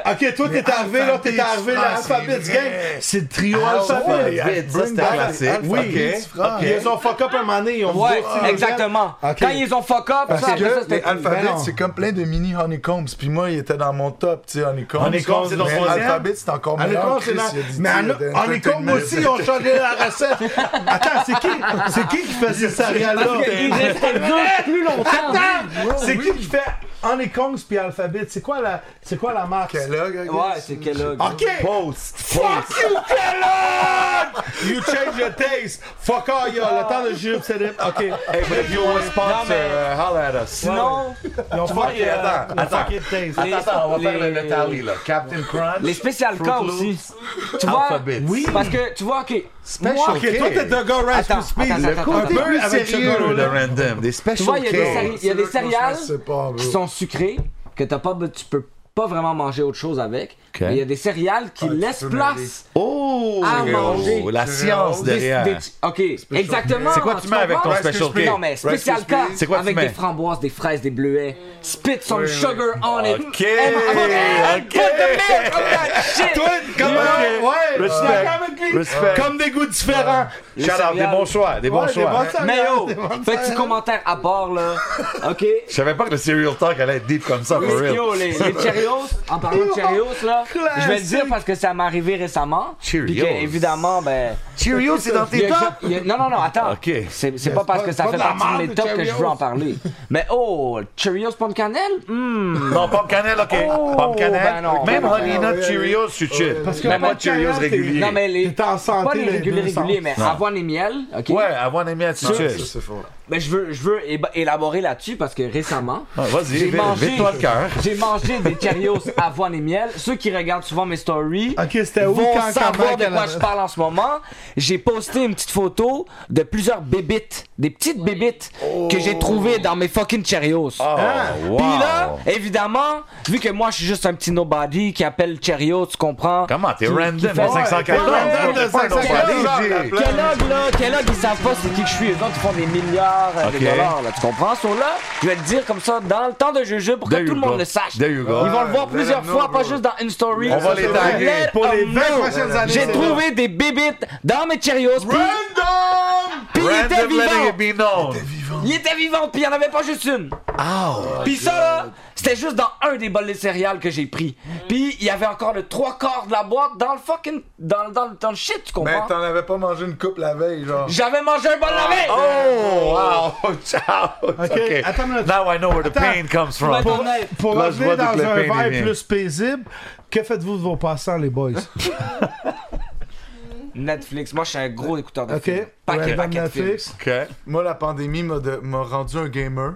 S2: Ok, toi, t'es arrivé, là, t'es arrivé,
S15: ah, c'est
S2: l'alphabet du game.
S15: vrai.
S2: C'est le trio
S15: Ah,
S2: alphabet.
S15: ouais,
S2: Alphabet,
S15: Bring
S2: c'était
S15: back
S2: classique.
S15: Alphabet,
S2: Oui,
S15: frère.
S2: ils ont fuck up un moment donné, ils ont
S6: Ouais,
S2: dit, oh,
S6: exactement.
S2: Ok.
S6: Quand ils ont fuck up,
S3: Parce
S6: ça, après ça,
S3: que
S6: c'était
S3: les alphabets,
S6: Ben non.
S3: c'est comme plein de mini honeycombs. Puis moi, il était dans mon top, tu sais, honeycombs.
S2: Honeycombs, c'est dans
S3: Mais
S2: son
S3: Alphabet, c'est encore
S2: En
S3: meilleur.
S2: c'est
S3: Chris,
S2: dans-
S3: il a dit,
S2: Mais
S3: tu sais,
S2: en- en Ecombe
S3: d'entertainment.
S2: aussi, ils ont changé la recette. Attends, c'est qui, c'est qui qui faisait ça là
S6: Parce qu'ils restaient deux plus longtemps.
S2: Attends, c'est qui qui fait en Ecombe puis Alphabet C'est quoi la, c'est quoi la marque
S3: Kellogg, I guess.
S6: Ouais, c'est Kellogg.
S4: Ah,
S2: Ok.
S4: Post.
S2: Fuck you, Kellogg! You change your taste. Fuck all y'all. Le temps de jupe, c'est des- Ok.
S4: Hey, but if you want a
S6: Non,
S4: sponsor,
S6: mais-
S4: uh, holla at us.
S6: Sinon,
S2: Ils ont fuck,
S4: Ok, attends,
S2: ils ont
S4: attends.
S2: fucké le taste.
S4: Attends, attends, on va
S6: les-
S4: faire le, le tally, là. Captain Crunch.
S6: les spécial
S4: Fruit
S6: cas
S4: Loops,
S6: aussi. Tu vois,
S4: Alphabets.
S6: oui. parce que tu vois, ok,
S4: Special
S6: moi,
S4: K.
S2: Ok, toi, t'es de gars Rice
S6: Attends,
S2: Krispies.
S6: attends,
S2: Le
S6: attends,
S2: côté
S6: attends.
S2: plus
S4: Avec ce
S2: sérieux,
S4: gars-là,
S2: là.
S4: le random. Des
S6: tu
S4: special
S6: vois, il y a des,
S4: K.
S6: céri- il y a des céréales
S3: Je sais pas, bro.
S6: qui sont sucrées que t'as pas, tu peux pas vraiment manger autre chose avec.
S4: Ok.
S6: Mais il y a des céréales qui laissent place.
S4: Oh!
S6: à manger.
S4: La science
S6: des-
S4: derrière.
S6: des- ok, exactement.
S4: C'est quoi tu mets avec ton
S6: comprends?
S4: Special K?
S6: Non mais spécial
S3: Rice
S6: cas
S3: Krispies.
S4: C'est quoi tu
S6: avec
S4: mets?
S6: des framboises, des fraises, des bleuets. Spit some sugar on it. Oh
S4: Ok,
S6: And put- and
S4: ok.
S6: put the milk on that shit.
S2: Toi, comme ouais, je suis
S4: Respect.
S2: d'accord avec lui.
S4: Respect.
S2: Comme des goûts différents.
S4: Shout out, des bons choix, des bons
S2: Ouais, des
S4: choix.
S2: bons choix.
S6: Mais yo,
S2: Des bonnes
S6: fait que petit
S2: salades.
S6: commentaire à part là. OK.
S4: Je savais pas que le Serial Talk allait être deep comme ça, for real.
S6: Yo, les, les Cheerios, en parlant de Cheerios là, je vais le dire
S2: Classique.
S6: parce que ça m'est arrivé récemment. puis que,
S4: Cheerios.
S6: évidemment, ben.
S4: Cheerios, c'est dans
S6: il y
S4: tes
S6: a-
S4: tops?
S6: il y a- non, non, non, attends.
S4: Ok.
S6: C'est, c'est pas parce que ça fait partie de mes tops que je veux en parler. Mais oh, Cheerios pomme cannelle? Hmm.
S4: Non, pomme cannelle, ok.
S6: Oh,
S4: pomme cannelle.
S6: ben non.
S4: Même
S6: Ben non.
S4: Honey Nut Cheerios, je suis chill.
S2: Parce que
S4: Même
S2: pomme
S4: pas Cheerios
S2: cannelle, t'es-
S4: régulier.
S6: Non, mais les.
S2: T'es en santé,
S6: Pas les
S2: les
S6: réguliers,
S2: deux
S6: réguliers,
S2: sens.
S6: mais avoine et miel. ok?
S4: Ouais, avant les miens, tu
S3: Ça,
S4: chill.
S3: c'est fort.
S6: Mais je veux, je veux éba- élaborer là-dessus parce que récemment,
S4: Ah, Vas-y,
S6: J'ai mangé.
S4: vite-toi le cœur.
S6: j'ai mangé des Cheerios avoine et miel. Ceux qui regardent souvent mes stories
S2: Ok, c'était où
S6: vont
S2: quand
S6: savoir
S2: comment
S6: de
S2: qu'elle
S6: quoi je parle en ce moment. J'ai posté une petite photo de plusieurs bébites, des petites bébites que j'ai trouvées dans mes fucking Cheerios. Hein?
S4: Oh, wow.
S6: Puis là, évidemment, vu que moi je suis juste un petit nobody qui appelle Cheerios, tu comprends?
S4: Comment? T'es
S6: Qui- qui
S4: random,
S6: fait-
S4: à 514.
S6: Ouais,
S4: T'es
S6: ouais,
S4: pas un
S3: ouais,
S4: nobody, Jay.
S3: ouais.
S6: Kellogg, là, Kellogg, ils savent pas c'est qui que je suis. Eux autres, ils font des milliards euh,
S4: Ok.
S6: de dollars, là. Tu comprends? So là, je vais te dire comme ça dans le temps de jeu pour que
S4: There
S6: tout
S4: you
S6: le
S4: go.
S6: monde le sache.
S4: There you go.
S6: Ils vont le voir
S3: Ouais,
S6: plusieurs
S3: let 'em
S6: fois,
S3: know,
S6: pas
S3: bro.
S6: juste dans une story.
S4: Ah, On va les taguer.
S6: Let
S2: Pour les
S6: 'em
S2: 20
S6: know.
S2: prochaines années.
S6: J'ai
S2: c'est
S6: trouvé des bébites dans mes Cheerios. puis-
S4: Random!
S6: Puis il était
S4: Random letting it
S6: vivant.
S4: be known.
S6: Il était vivant, Ah, oh puis il n'y en avait pas juste une. Puis ça, là, c'était juste dans un des bols de céréales que j'ai pris. Puis il y avait encore le trois quarts de la boîte dans le fucking. dans, dans, dans le shit, tu
S3: Mais
S6: comprends?
S3: Ben, t'en avais pas mangé une coupe la veille, genre.
S6: J'avais mangé un bol de la veille!
S4: Ah, Oh, wow. Ciao.
S2: Okay,
S4: Ok.
S2: attends une minute.
S4: Now I know where the
S2: Attends.
S4: pain comes from.
S6: Pour-
S2: Pour
S4: Là, je vois
S2: revenir dans
S4: toute la
S2: un
S4: peine, il
S2: verre
S4: vient.
S2: plus paisible, que faites-vous de vos passants, les boys?
S6: Netflix. Moi, je suis un gros écouteur de
S2: OK?
S6: films. Paquet,
S2: Random
S6: paquet de films.
S2: Netflix.
S4: OK.
S3: Moi, la pandémie m'a de- m'a rendu un gamer.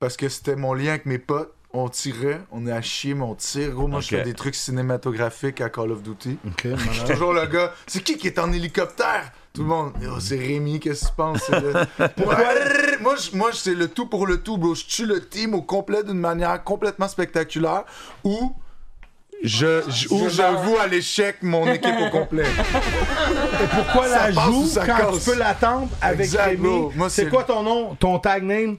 S3: Parce que c'était mon lien avec mes potes. On tirait, on est à chier, mais on tire. Gros, moi, je
S4: Ok.
S3: fais des trucs cinématographique à Call of Duty.
S2: OK,
S3: Je suis toujours le gars. C'est qui qui est en hélicoptère? Tout le monde. Oh, c'est Rémi, qu'est-ce que tu penses? C'est le- Ouais. moi, je- moi, c'est le tout pour le tout, bro. Je tue le team au complet d'une manière complètement spectaculaire où je, je- où j'avoue à l'échec mon équipe au complet.
S2: Pourquoi la
S3: passe ou
S2: joue
S3: ça
S2: quand
S3: casse?
S2: tu peux l'attendre avec
S3: Exact, bro.
S2: Rémi?
S3: Moi,
S2: C'est
S3: c'est-
S2: quoi ton nom, ton tag name?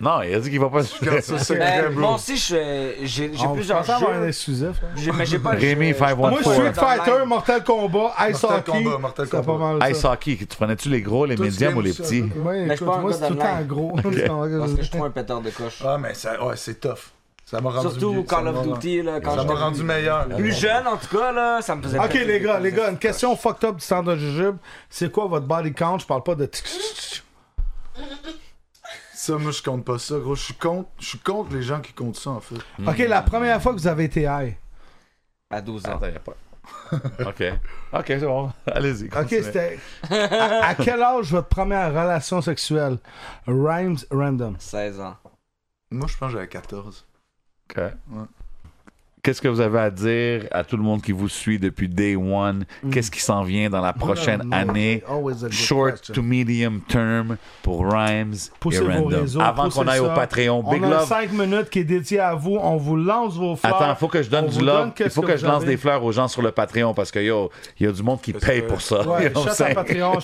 S4: Non, il a dit qu'il va pas se
S3: Quand ça, c'est
S6: Ben,
S3: vrai, bro.
S6: moi aussi, je- j'ai j'ai
S2: On
S6: plusieurs
S2: pense avoir un
S6: jeux.
S2: exclusif. là.
S6: J'ai- Mais j'ai pas
S4: Rémi
S6: j'ai-
S2: Moi, Street
S4: 514.
S6: Dans le
S2: Fighter,
S6: line.
S2: Mortal Kombat, Ice
S3: Mortal
S2: Hockey.
S3: Kombat, Mortal
S2: C'était pas
S3: Kombat.
S2: mal ça.
S4: Ice hockey, tu prenais-tu les gros, les
S3: Toi, tu
S4: médiums ou
S3: aimes
S4: les
S3: ça,
S4: petits?
S2: Ouais,
S6: Mais je
S2: écoute,
S6: pense
S2: moi,
S6: que
S2: c'est tout le
S6: dans
S2: temps
S6: le-
S2: gros.
S6: Parce que je trouve un pétard de coche.
S3: Ah, mais ça, ouais, c'est tough. Ça m'a rendu
S6: Surtout
S3: mieux, ça
S6: Call
S3: m'a
S6: of
S3: rendu-
S6: Duty, là, quand
S3: Ça m'a
S6: j'étais
S3: rendu meilleur.
S6: plus jeune, en tout cas, là, ça me faisait
S2: Ok,
S6: péter
S2: les gars, les
S6: coches.
S2: gars, une question fucked up du centre de jujube. C'est quoi votre body count? Je parle pas de. tic- tic- tic-
S3: Ça, moi, je compte pas ça, gros. Je suis contre, je suis contre les gens qui comptent ça, en fait.
S2: Ok, la première fois que vous avez été high.
S6: À 12 ans.
S4: Attends, y a pas. OK. OK, c'est bon. Allez-y.
S2: Ok,
S4: continuez.
S2: c'était. à, à quel âge votre première relation sexuelle? Rhymes random.
S6: 16 ans.
S3: Moi, je pense que j'avais 14.
S4: OK. Qu'est-ce que vous avez à dire à tout le monde qui vous suit depuis day one?
S2: Hmm.
S4: Qu'est-ce qui s'en vient dans la prochaine
S2: Non, non,
S4: année?
S2: always a good
S4: Short
S2: question.
S4: to medium term pour Rhymes
S2: Poussez
S4: et
S2: vos
S4: Random.
S2: réseaux,
S4: Avant
S2: poussez
S4: qu'on aille au
S2: ça.
S4: Patreon,
S2: On
S4: Big
S2: a
S4: Love.
S2: 5 minutes qui est dédiée à vous. On vous lance vos fleurs.
S4: Attends, faut que je donne
S2: On
S4: du
S2: vous
S4: love.
S2: donne
S4: Il
S2: qu'est-ce
S4: faut que,
S2: que
S4: je
S2: vous
S4: lance
S2: avez.
S4: des fleurs aux gens sur le Patreon parce que yo, il y a du monde qui paye
S3: que-
S4: pour ça.
S2: Ouais,
S4: You know what
S2: shout à
S4: I'm saying?
S2: Patreon.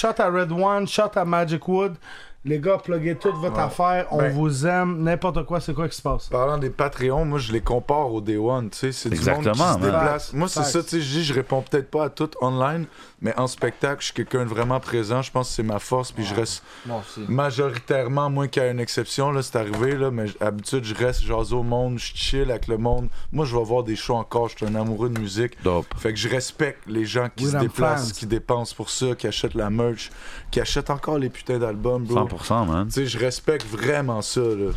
S2: Shot à Red One, shot à Magic Wood. Les gars, pluguez toute votre
S3: Ouais.
S2: affaire. On
S3: Ben.
S2: vous aime. N'importe quoi, c'est quoi qui se passe?
S3: Parlant des Patreons, moi je les compare au Day One, tu sais, c'est du monde qui
S4: Exactement,
S3: se
S4: ouais.
S3: déplace. Moi c'est
S2: Facts.
S3: ça, tu sais, je dis, je réponds peut-être pas à tout online, mais en spectacle, je suis quelqu'un de vraiment présent, je pense que c'est ma force, puis je reste
S6: Moi aussi.
S3: majoritairement, moins qu'à une exception, là, c'est arrivé, là, mais j- d'habitude, je reste jasé au monde, je chill avec le monde. Moi je vais voir des shows encore, je suis un amoureux de musique. Fait que je respecte les gens qui
S2: We
S3: se
S2: them
S3: déplacent,
S2: fans.
S3: qui dépensent pour ça, qui achètent la merch, qui achètent encore les putains d'albums, bro.
S4: 100%, man.
S3: Tu sais, je respecte vraiment ça, là.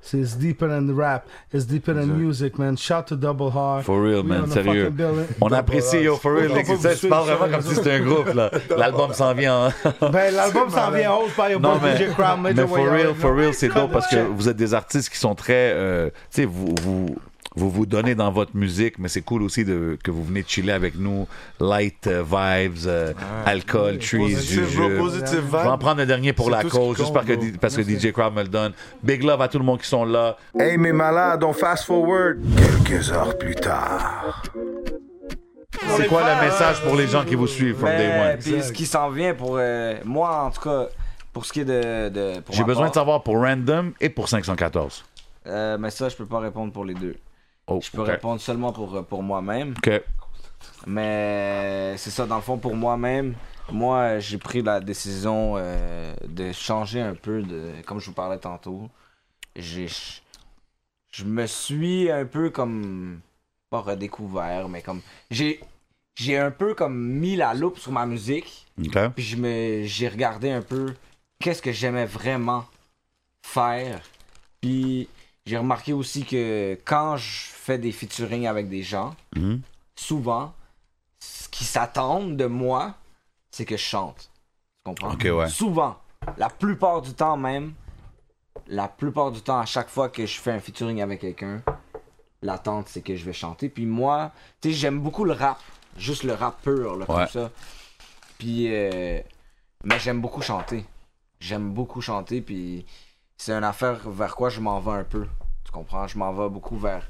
S2: C'est It's deeper than rap. It's deeper than music, man. Shout to Double Heart.
S4: For real,
S2: We
S4: man,
S2: on a
S4: sérieux.
S2: fucking building.
S4: On apprécie, yo, for real.
S2: On va pas
S4: Tu sais,
S2: vous
S4: Tu parles
S2: suivre,
S4: vraiment comme si c'était un groupe, là. L'album s'en vient. en-
S2: Ben, l'album s'en vient haut par your boy DJ Crown.
S4: mais
S2: Major
S4: for
S2: Way
S4: real,
S2: Out.
S4: for real, c'est dope parce que vous êtes des artistes qui sont très, euh, tu sais, vous, vous vous vous donnez dans votre musique, mais c'est cool aussi de, que vous venez de chiller avec nous. Light euh, vibes, euh, alcool, trees,
S3: Positive,
S4: jujube.
S3: bro, positive
S4: Je vais en
S3: vibe.
S4: prendre le dernier pour
S3: C'est
S4: la
S3: tout ce
S4: cause,
S3: qui compte,
S4: juste parce que,
S3: bro.
S4: parce que DJ Crowd me le donne. Big love à tout le monde qui sont là.
S14: Hey, mes malades, on fast forward. Quelques heures plus tard.
S4: C'est quoi le message pour les gens qui vous suivent from day
S6: Mais,
S4: one?
S6: puis ce qui s'en vient pour euh, moi, en tout cas, pour ce qui est de. de- pour
S4: J'ai
S6: ma
S4: besoin
S6: part,
S4: de savoir pour Random et pour 514.
S6: euh, mais ça, je peux pas répondre pour les deux. je peux
S4: ok.
S6: répondre seulement pour, euh, pour moi-même.
S4: Oh, OK.
S6: Mais c'est ça, dans le fond, pour moi-même, moi, euh, j'ai pris la décision euh, de changer un peu, de, comme je vous parlais tantôt. J'ai, ch- je me suis un peu comme, pas redécouvert, mais comme, j'ai, j'ai un peu comme mis la loupe sur ma musique.
S4: OK.
S6: Puis je me, j'ai regardé un peu qu'est-ce que j'aimais vraiment faire. Puis j'ai remarqué aussi que quand je fais des featuring avec des gens,
S4: Mhm.
S6: souvent, ce qu'ils s'attendent de moi, c'est que je chante. Tu comprends?
S4: Ok, ouais.
S6: Souvent, la plupart du temps même, la plupart du temps, à chaque fois que je fais un featuring avec quelqu'un, l'attente c'est que je vais chanter. Puis moi, tu sais, j'aime beaucoup le rap, juste le rap pur, là,
S4: Ouais.
S6: comme ça. Puis, euh, mais j'aime beaucoup chanter. J'aime beaucoup chanter, puis c'est une affaire vers quoi je m'en vais un peu. Tu comprends? Je m'en vais beaucoup vers.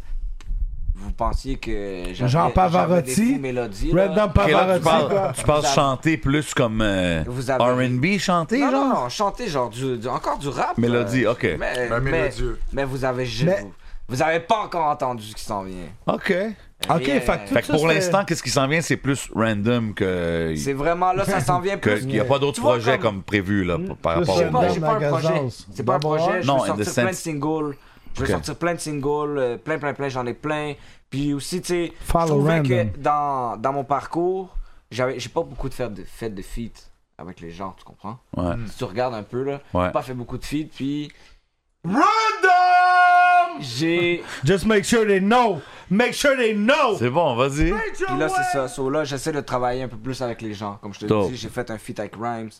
S6: Vous pensiez que j'avais-
S2: Jean
S6: j'avais des
S2: Pavarotti.
S6: fous mélodies, là.
S2: Red Dumb
S4: Ok, là,
S2: Pavarotti.
S4: tu parles,
S2: quoi.
S4: tu parles
S6: Vous avez-
S4: chanter plus comme euh,
S6: Vous avez-
S4: R&B chanter,
S6: non,
S4: genre?
S6: Non, non, chanter genre du, du- encore du rap.
S4: Mélodie,
S6: euh,
S4: ok.
S6: Mais,
S3: Ben,
S6: mais-
S3: mélodieux.
S6: mais vous avez
S2: Mais-
S6: vous, vous avez pas encore entendu ce qui s'en vient.
S4: OK.
S2: Ok,
S6: Rien.
S2: fait que tout
S4: Fait que
S2: ça,
S4: pour
S2: c'était-
S4: l'instant, qu'est-ce qui s'en vient, c'est plus random que...
S6: C'est vraiment là, ça s'en vient
S4: que-
S6: plus.
S4: qu'il n'y a pas d'autres
S6: Tu vois,
S4: projets
S6: comme-
S4: comme, prévu là, p- par
S2: Plus
S4: rapport
S6: J'ai pas,
S4: au...
S6: j'ai pas un
S2: Magasin.
S6: projet. C'est pas un projet. Je
S4: Non,
S6: veux
S4: in the
S6: sortir plein de
S4: sense-
S6: singles. Je veux
S4: Ok.
S6: sortir plein de singles, euh, plein, plein, plein. J'en ai plein. Puis aussi, tu sais, je
S2: Follow
S6: trouvais
S2: random.
S6: que dans, dans mon parcours, j'avais, j'ai pas beaucoup de fêtes de, fêtes de feat avec les gens, tu comprends?
S4: Ouais.
S6: Si tu regardes un peu, là,
S4: Ouais.
S6: j'ai pas fait beaucoup de feat, puis. J'ai.
S2: Just make sure they know. Make sure they know.
S4: C'est bon, vas-y.
S6: Puis là, c'est ça. So là, j'essaie de travailler un peu plus avec les gens. Comme je te
S4: Dope.
S6: dis, j'ai fait un feat avec Rhymes.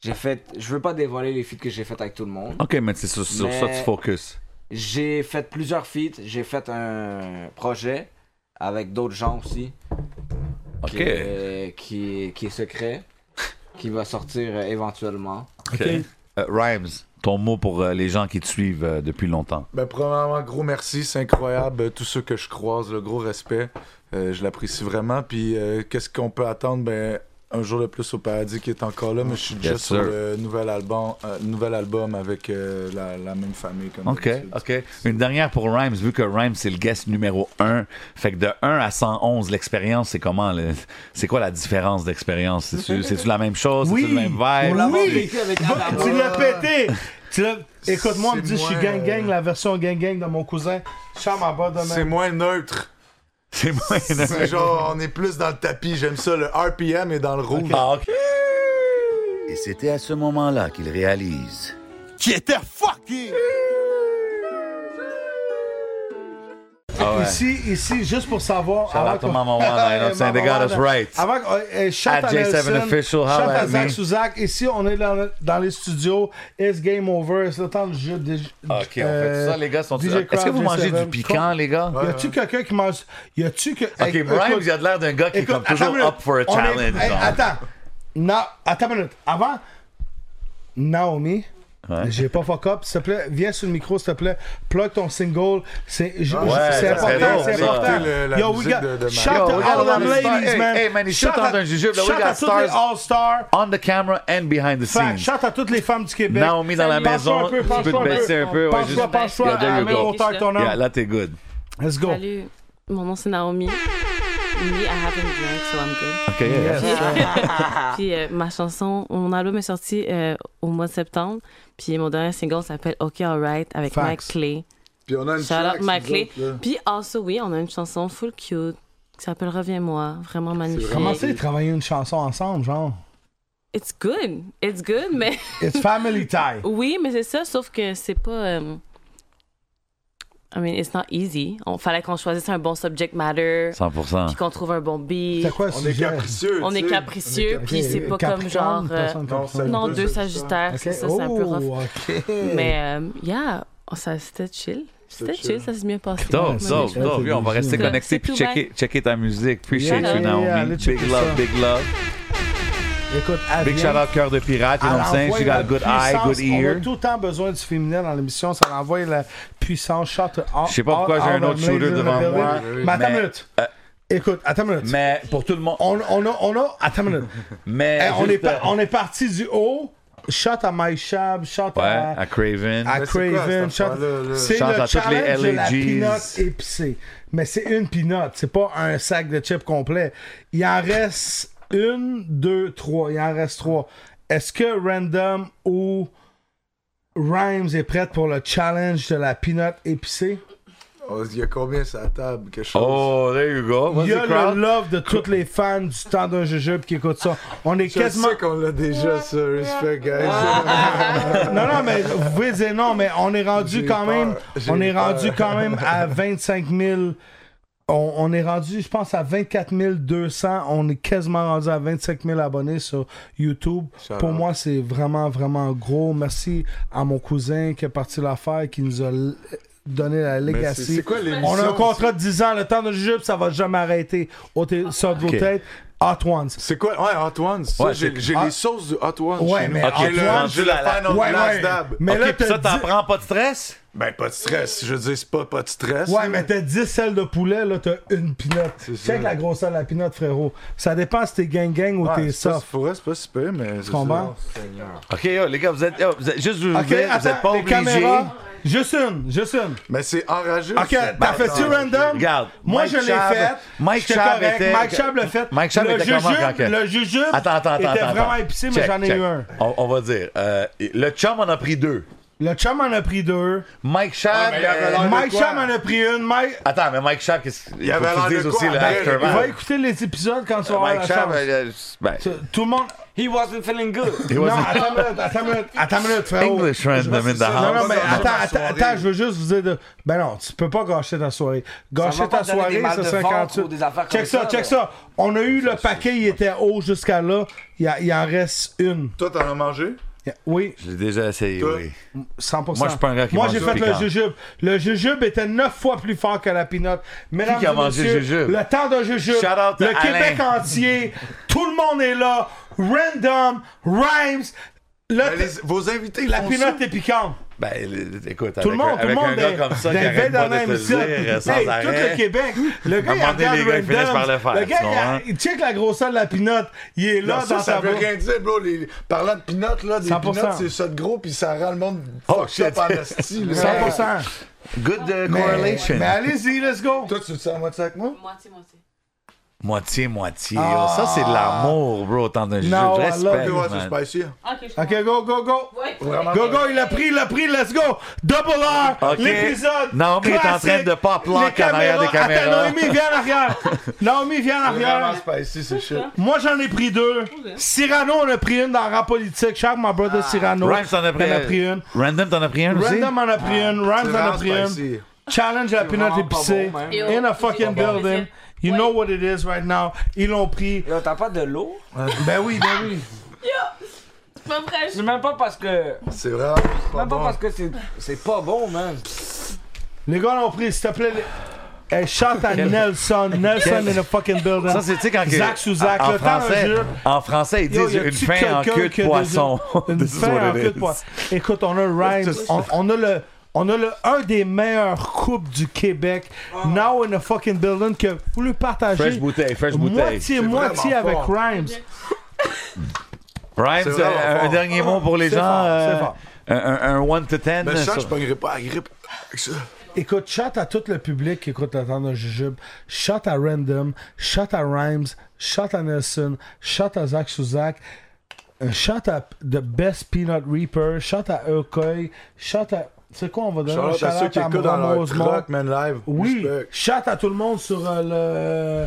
S6: J'ai fait. Je veux pas dévoiler les feats que j'ai fait avec tout le monde.
S4: OK, mais c'est sur, sur
S6: Mais-
S4: ça que tu focuses.
S6: J'ai fait plusieurs feats. J'ai fait un projet avec d'autres gens aussi.
S4: OK.
S6: Qui, est, qui est- qui est secret. Qui va sortir euh, éventuellement.
S4: OK. Euh, Rhymes, ton mot pour euh, les gens qui te suivent euh, depuis longtemps.
S3: Ben, premièrement, gros merci, c'est incroyable. Euh, Tous ceux que je croise, le gros respect. Euh, je l'apprécie vraiment. Puis, euh, qu'est-ce qu'on peut attendre? Ben, un jour de plus au paradis qui est encore là, mais je suis déjà
S4: Yes,
S3: sur
S4: sir.
S3: le nouvel album, euh, nouvel album avec euh, la, la même famille. Comme
S4: OK,
S3: d'habitude.
S4: OK. Une dernière pour Rhymes, vu que Rhymes, c'est le guest numéro 1. Fait que de 1 à 111, l'expérience, c'est comment? le- C'est quoi la différence d'expérience? C'est-tu c'est-tu la même chose?
S2: Oui.
S4: C'est-tu le même vibe?
S2: Oui.
S6: avec
S2: Va- Tu l'as pété. Tu l'as- Écoute-moi, on me
S3: C'est
S2: dit je suis
S3: moins,
S2: gang gang,
S3: euh,
S2: la version gang gang de mon cousin. Charme en bas
S3: C'est
S2: demain.
S3: moins neutre.
S4: C'est moins...
S3: C'est genre, on est plus dans le tapis. J'aime ça. Le RPM est dans le rouge.
S4: Ah, ok. Et c'était à ce moment-là qu'il réalise.
S10: Qui était fucké!
S4: Ah
S2: Ici, ici, juste pour savoir.
S4: Shout out
S2: avant
S4: to
S2: qu'on-
S4: Mama Wanda, you know what I'm saying? They got us right.
S2: Avant qu'on- euh, shout
S4: At
S2: à
S4: J7
S2: Nelson,
S4: official,
S2: shout
S4: holla
S2: à
S4: at
S2: Zach
S4: me.
S2: Suzak. Ici, on est dans, dans les studios. It's game over. C'est le temps de jeu. de-
S4: Ok, on fait
S2: euh,
S4: ça, les gars. Sont
S2: DJ
S4: Est-ce que vous
S2: Crowd,
S4: mangez
S2: J7?
S4: du piquant, les gars?
S2: Y a-tu quelqu'un qui mange. Y a-tu que.
S4: Ok, Rhymes, il y a de l'air d'un gars qui est comme toujours up for a challenge.
S2: Hey,
S4: genre.
S2: attends. Non, attends une minute. Avant, Naomi, J'ai pas fuck up. S'il te plaît, viens sur le micro, s'il te plaît. Plug ton single. C'est j-
S3: Ouais,
S2: j- c'est
S3: ça serait
S2: important,
S3: drôle,
S2: c'est
S3: ça.
S2: important.
S3: Écoutez le- la
S2: Yo, we
S3: musique
S2: got...
S3: de- de
S2: shout
S4: Yo,
S2: out
S4: we got
S2: all
S4: all
S2: them
S4: them
S2: ladies,
S4: stars.
S2: man.
S4: Hey, hey, man, it's
S2: Shout
S4: shout out
S2: out-
S4: to Jujube. Là, we
S2: shout
S4: got
S2: à toutes les
S4: stars.
S2: All-Stars.
S4: On the camera and behind the
S2: Fait,
S4: scenes.
S2: chante à toutes les femmes du Québec.
S4: Naomi dans la
S2: Penche-toi
S4: maison,
S2: un peu,
S4: tu peux
S2: penche-toi
S4: te
S2: un
S4: baisser un peu. ouais,
S2: Penche-toi,
S4: juste-
S2: penche-toi
S4: Yeah,
S2: à
S4: there
S2: la
S4: you
S2: même
S4: go.
S2: hauteur que ton homme.
S4: Yeah, là, t'es good.
S2: Let's go.
S16: Salut, mon nom c'est Naomi. Me, I haven't drank, so I'm good.
S4: OK, yeah.
S16: Puis,
S6: Ah.
S16: puis, euh, ma chanson, mon album est sorti euh, au mois de septembre. Puis mon dernier single s'appelle OK Alright avec
S3: Facts.
S16: Mike Clay.
S3: Puis on a une
S16: Shout out
S3: track,
S16: Mike
S3: nous
S16: Clay.
S3: autres, là.
S16: Puis also, oui, on a une chanson full cute qui s'appelle Reviens-moi. Vraiment magnifique.
S2: Comment c'est de travailler une chanson ensemble, genre?
S16: It's good. It's good, mais.
S2: It's family tie.
S16: Oui, mais c'est ça, sauf que c'est pas. euh, I mean, it's not easy. On fallait qu'on choisisse un bon subject matter.
S4: 100%.
S16: Puis qu'on trouve un bon beat.
S2: C'est quoi le On est sujet? capricieux,
S16: On
S2: tu
S16: est
S2: sais.
S16: capricieux,
S2: On est
S16: puis c'est
S2: capricieux.
S16: pas comme genre.
S2: Capricorne,
S16: euh,
S2: personne capricorne.
S16: non,
S2: Deux
S16: deux sagittaires,
S2: Ok.
S16: c'est ça, c'est un peu
S2: Oh,
S16: rough.
S2: ok.
S16: Mais, euh, yeah, oh, ça, c'était chill. C'était
S2: C'était
S16: chill, ça s'est bien passé.
S4: Dope,
S16: Ouais,
S4: dope,
S16: je-
S4: dope. Yo, On va rester
S16: C'est- c'est
S4: connectés puis
S16: tout
S4: checker, checker ta musique. Appreciate
S16: Yeah,
S4: you,
S16: yeah, yeah,
S4: Naomi.
S16: allez
S4: Big
S16: checker
S4: love,
S16: ça.
S4: big love.
S2: Écoute, elle
S4: Big
S2: vient-
S4: shout out, cœur de pirate. You know
S2: Elle
S4: what I'm saying?
S2: envoie
S4: She got
S2: la
S4: a good eye,
S2: puissance.
S4: good
S2: On a
S4: ear.
S2: tout le temps besoin du féminin dans l'émission. Ça envoie la puissance. Shot all-
S4: Je sais pas pourquoi
S2: all-
S4: j'ai un
S2: all
S4: autre
S2: the
S4: shooter
S2: ladies in the
S4: devant
S2: building.
S4: moi.
S2: Mais attends
S4: Mais-
S2: une minute. Écoute, attends une minute.
S4: Mais pour tout le monde.
S2: On, on a, on a. Attends une minute.
S4: Mais
S2: Eh, on,
S4: juste,
S2: est par-
S4: euh,
S2: on est parti du haut. Shot à Mike Shab, shot
S4: Ouais,
S2: à.
S4: à Craven.
S2: à Craven. shot- C'est
S4: Shout
S2: le
S4: à toutes les
S2: challenge de la
S4: LAGs.
S2: peanut épicée. Mais c'est une peanut, c'est pas un sac de chips complet. Il en reste une, deux, trois. Il en reste trois. Est-ce que Random ou Rhymes est prête pour le challenge de la peanut épicée?
S3: Oh, Il y a combien sur la table? Quelque chose?
S4: Oh, there you go.
S2: Il
S3: What's
S2: y a
S3: the crowd?
S2: le love de toutes les fans du temps d'un jujube qui écoutent ça. On est
S3: Je
S2: quasiment.
S3: sais qu'on l'a déjà, ça. Respect, guys.
S2: non, non, mais vous pouvez dire non, mais on est rendu
S3: J'ai
S2: quand même.
S3: peur. J'ai
S2: On est
S3: peur.
S2: rendu quand même à 25 000. On, on est rendu, je pense, à 24 200. On est quasiment rendu à 25 000 abonnés sur YouTube.
S3: Shout
S2: Pour
S3: out.
S2: moi, c'est vraiment, vraiment gros. Merci à mon cousin qui est parti l'affaire, qui nous a l- donné la legacy.
S3: c'est- c'est quoi l'émission,
S2: On a un
S3: ça?
S2: contrat de 10 ans. Le temps de jupe, ça va jamais arrêter. Ôtez ça de vos
S3: Ok.
S2: têtes. Hot Ones.
S3: C'est quoi? Ouais, Hot Ones. Ça,
S2: Ouais,
S3: j'ai
S2: c'est-
S3: j'ai
S2: Ah.
S3: les sauces du Hot Ones.
S2: Ouais,
S3: chez nous.
S2: mais Hot
S3: J'ai le-
S2: Ones,
S3: j'ai le
S2: la- la-
S3: final
S2: ouais,
S3: last
S2: ouais.
S3: dab.
S2: Mais là, Ok, puis ça, t'as t'en dit-
S4: prends pas de stress?
S3: Ben, pas de stress. Je veux dire, c'est pas pas de stress.
S2: Ouais, mais t'as 10 selles de poulet, là, t'as une pinotte.
S3: ça.
S2: Check la grosseur de la pinotte, frérot. Ça dépend si t'es gang-gang ou
S3: Ouais,
S2: t'es
S3: c'est pas-
S2: soft.
S3: c'est Pour vrai, c'est pas super, mais. c'est
S2: comprends?
S3: ça.
S4: Ok, yo, les gars, vous êtes, yo, vous êtes juste, je vous dis, vous êtes pas
S2: les
S4: obligés.
S2: caméras. Juste une, juste une.
S3: Mais c'est enragé.
S2: Ok,
S3: ça.
S2: t'as fait-tu
S3: attends.
S2: random?
S4: ben, Regarde,
S2: Moi,
S4: Mike
S2: je l'ai
S4: Schaab-
S2: fait.
S4: Mike
S2: J'étais
S4: Schaab
S2: correct.
S4: était-
S2: Mike Schaab l'a fait.
S4: Mike Schaab
S2: le
S4: était comment,
S2: jujube-
S4: quand-
S2: Le jujube
S4: Attends, attends, attends.
S2: était
S4: attends.
S2: vraiment épicé, mais
S4: Check,
S2: j'en ai
S4: check.
S2: eu un.
S4: On, on va dire, euh, le chum en a pris deux.
S2: Le chum en a pris deux.
S4: Mike Schaab. euh,
S2: Mike Cham en a pris une. Mike...
S4: Attends, mais Mike Schaab, qu'est-ce qu'il
S3: Il avait
S4: faut que
S3: l'air
S4: tu
S3: de quoi
S4: dises aussi le
S3: après,
S2: On va
S4: aftermath.
S2: écouter les épisodes quand tu vas avoir la
S4: Mike Schaab,
S2: chance.
S4: euh, ben,
S2: Tout le monde...
S6: He wasn't feeling good.
S4: He
S2: Non,
S4: wasn't-
S2: attends une minute, attends une minute, attends une minute, frérot.
S4: English random in the
S2: Non, non,
S4: house.
S2: mais attends,
S3: Ma
S2: attends,
S3: soirée.
S2: attends, je veux juste vous dire. De... Ben non, tu peux pas gâcher ta soirée.
S6: Ça
S2: Gâcher
S6: va pas
S2: ta
S6: te donner des
S2: soirée,
S6: mal
S2: c'est
S6: de ventre
S2: 58.
S6: ou des affaires comme
S2: Check ça,
S6: ça,
S2: check
S6: là.
S2: ça. On a eu le paquet, il était haut jusqu'à là. Il, y a- il en reste une.
S3: Toi, t'en as mangé?
S2: Il y a- Oui,
S4: Je l'ai déjà essayé,
S3: Toi?
S4: oui.
S2: 100%.
S4: Moi, je suis pas un gars qui
S2: Moi,
S4: mange
S2: j'ai
S4: du
S2: fait le
S4: piquant.
S2: jujube. Le jujube était 9 fois plus fort que la pinotte. Mesdames
S4: qui a
S2: et
S4: mangé le
S2: messieurs,
S4: jujube?
S2: le temps d'un jujube.
S4: Shout out
S2: le
S4: à
S2: Québec
S4: Alain.
S2: entier. Tout le monde est là. Random, Rhymes. Le
S3: Mais les- Vos invités, ils
S2: La
S3: font
S2: pinotte
S3: ça?
S2: est piquante.
S4: Ben, le- écoute,
S2: Tout
S4: avec,
S2: le monde,
S4: un-
S2: tout le
S4: avec
S2: monde Ben,
S4: un gars comme ça qui arrête pas de te le dire euh, sans
S2: Hey,
S4: arrêt.
S2: tout le Québec. Le gars,
S4: À un
S2: il
S4: moment donné,
S2: regarde
S4: les gars, ils finissent
S2: Random.
S4: par le faire,
S2: Le gars,
S4: tu
S2: il,
S4: comprends?
S2: a- il check la grosseur de la pinotte. Il est là
S3: Non, ça,
S2: dans
S3: ça
S2: sa
S3: veut
S2: bouche.
S3: rien dire, bro. Les... Parlant de peanuts, là, des
S2: 100%.
S3: peanuts, c'est ça de gros, puis ça rend le monde
S4: Oh,
S3: fucked up
S4: shit.
S3: en esti, là.
S2: 100%.
S4: Good euh,
S2: Mais-
S4: correlation.
S2: Mais allez-y, let's go.
S3: Toi, tu te sens à moitié avec moi?
S16: Moitié-moitié.
S4: Moitié, moitié.
S2: Ah.
S4: Ça, c'est de l'amour, bro. Tant d'un jeu.
S2: No, I love
S4: Respect,
S2: you.
S3: Ouais, c'est
S4: man.
S3: spicy. hein.
S16: Ok, je
S2: OK, go, go, go.
S3: Vraiment.
S2: Go, go, il a pris, il a pris, let's go! Double R!
S4: Ok.
S2: L'épisode!
S4: Naomi est en
S2: classique.
S4: train de pop lock
S2: Les
S4: en arrière des
S2: caméras. Attends,
S4: caméras.
S2: Naomi, viens en arrière! Naomi, viens en
S3: Vraiment
S2: arrière!
S3: spicy, ce shit.
S2: Moi, j'en ai pris deux. Cyrano, on a pris une dans Rap Politique. Charles, my brother Cyrano.
S4: Ah. Rhymes, t'en as pris,
S2: en a pris une.
S4: Random, t'en as pris un aussi?
S2: Random en a pris
S6: Ah,
S2: une. Rhymes en a
S3: vraiment
S2: pris une.
S3: spicy.
S2: Challenge à la peanut
S6: vraiment pas
S2: épicée.
S6: bon,
S2: In
S6: même.
S2: a fucking
S16: Yo,
S2: building. You know what it is right now. Ils l'ont pris.
S6: Yo, t'as pas de l'eau?
S2: Ben oui, ben oui.
S16: C'est pas vrai, je-
S6: C'est même pas parce que.
S3: C'est vraiment pas
S6: Même pas
S3: bon.
S6: parce que c'est. C'est pas bon, man.
S2: Les gars l'ont pris, s'il te plaît. les- Elle chante à
S4: Quel-
S2: Nelson. Nelson
S4: Quel-
S2: in a fucking building.
S4: Ça, c'est, tu sais, quand que-
S2: Zach sous Zach.
S4: en- en
S2: le temps
S4: français-
S2: jeu.
S4: en français, ils
S2: Yo,
S4: disent
S2: y a-tu
S4: une fin en
S2: quelqu'un
S4: queue de
S2: qui a des-
S4: poisson.
S2: Une
S4: This is
S2: fin
S4: what
S2: en
S4: it
S2: queue de
S4: is.
S2: poisson. Écoute, on a Rhymes. On, on a le. On a le, un des meilleurs couples du Québec, Now in a fucking building, que vous le partagez.
S4: Ah. Fresh bouteille, fresh bouteille.
S2: Moitié,
S4: C'est
S2: moitié
S4: vraiment
S2: avec
S4: fort.
S2: Rhymes.
S4: Rhymes,
S3: C'est vraiment
S4: euh, un
S3: fort.
S4: dernier mot pour les
S2: C'est
S4: gens.
S2: fort,
S4: euh,
S2: c'est fort.
S4: un- Un 1 to 10.
S3: Mais je sens que je pognerai pas la grippe avec ça.
S2: Écoute, chante à tout le public qui écoute le temps d'un jujube. Chante à Random, chante à Rhymes, chante à Nelson, chante à Zach Suzak, chante à The Best Peanut Reaper, chante à Urkoy, chante à. C'est quoi, on va donner un
S3: Shout-out à ceux qui écoutent dans
S2: Maman
S3: leur
S2: Rosemont.
S3: truck, man, live.
S2: Oui,
S3: Respect.
S2: chante à tout le monde sur euh, le.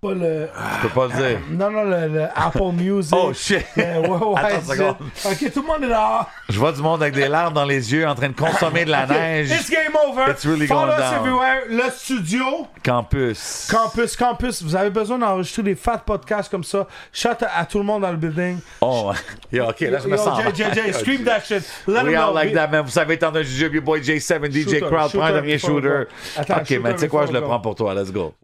S2: Pas le.
S4: Je peux pas le dire.
S2: Non, non, le, le Apple Music.
S4: Oh, shit.
S2: Euh, ouais, ouais,
S4: Attends une
S2: c'est-
S4: seconde.
S2: Ok, tout le monde est dehors.
S4: Je vois du monde avec des larmes dans les yeux en train de consommer de la
S2: Ok,
S4: neige.
S2: It's game over.
S4: It's really
S2: Follow
S4: going
S2: us
S4: down.
S2: everywhere. Le studio.
S4: Campus.
S2: Campus, campus, vous avez besoin d'enregistrer des fat podcasts comme ça. Shout à, à tout le monde dans le building.
S4: Oh, yeah, ok, là je me
S2: Yo,
S4: sens.
S2: JJ,
S4: mal.
S2: scream that shit. Let
S4: We
S2: them
S4: are
S2: know.
S4: like
S2: We-
S4: that, man. Vous savez, t'en as jujube, your boy J7, DJ
S2: Shooter,
S4: Crowd,
S2: shooter,
S4: premier
S2: before we
S4: shooter.
S2: go. Attends,
S4: ok,
S2: shooter
S4: man, tu sais quoi, je
S2: before
S4: le
S2: we go.
S4: prends pour toi, let's go.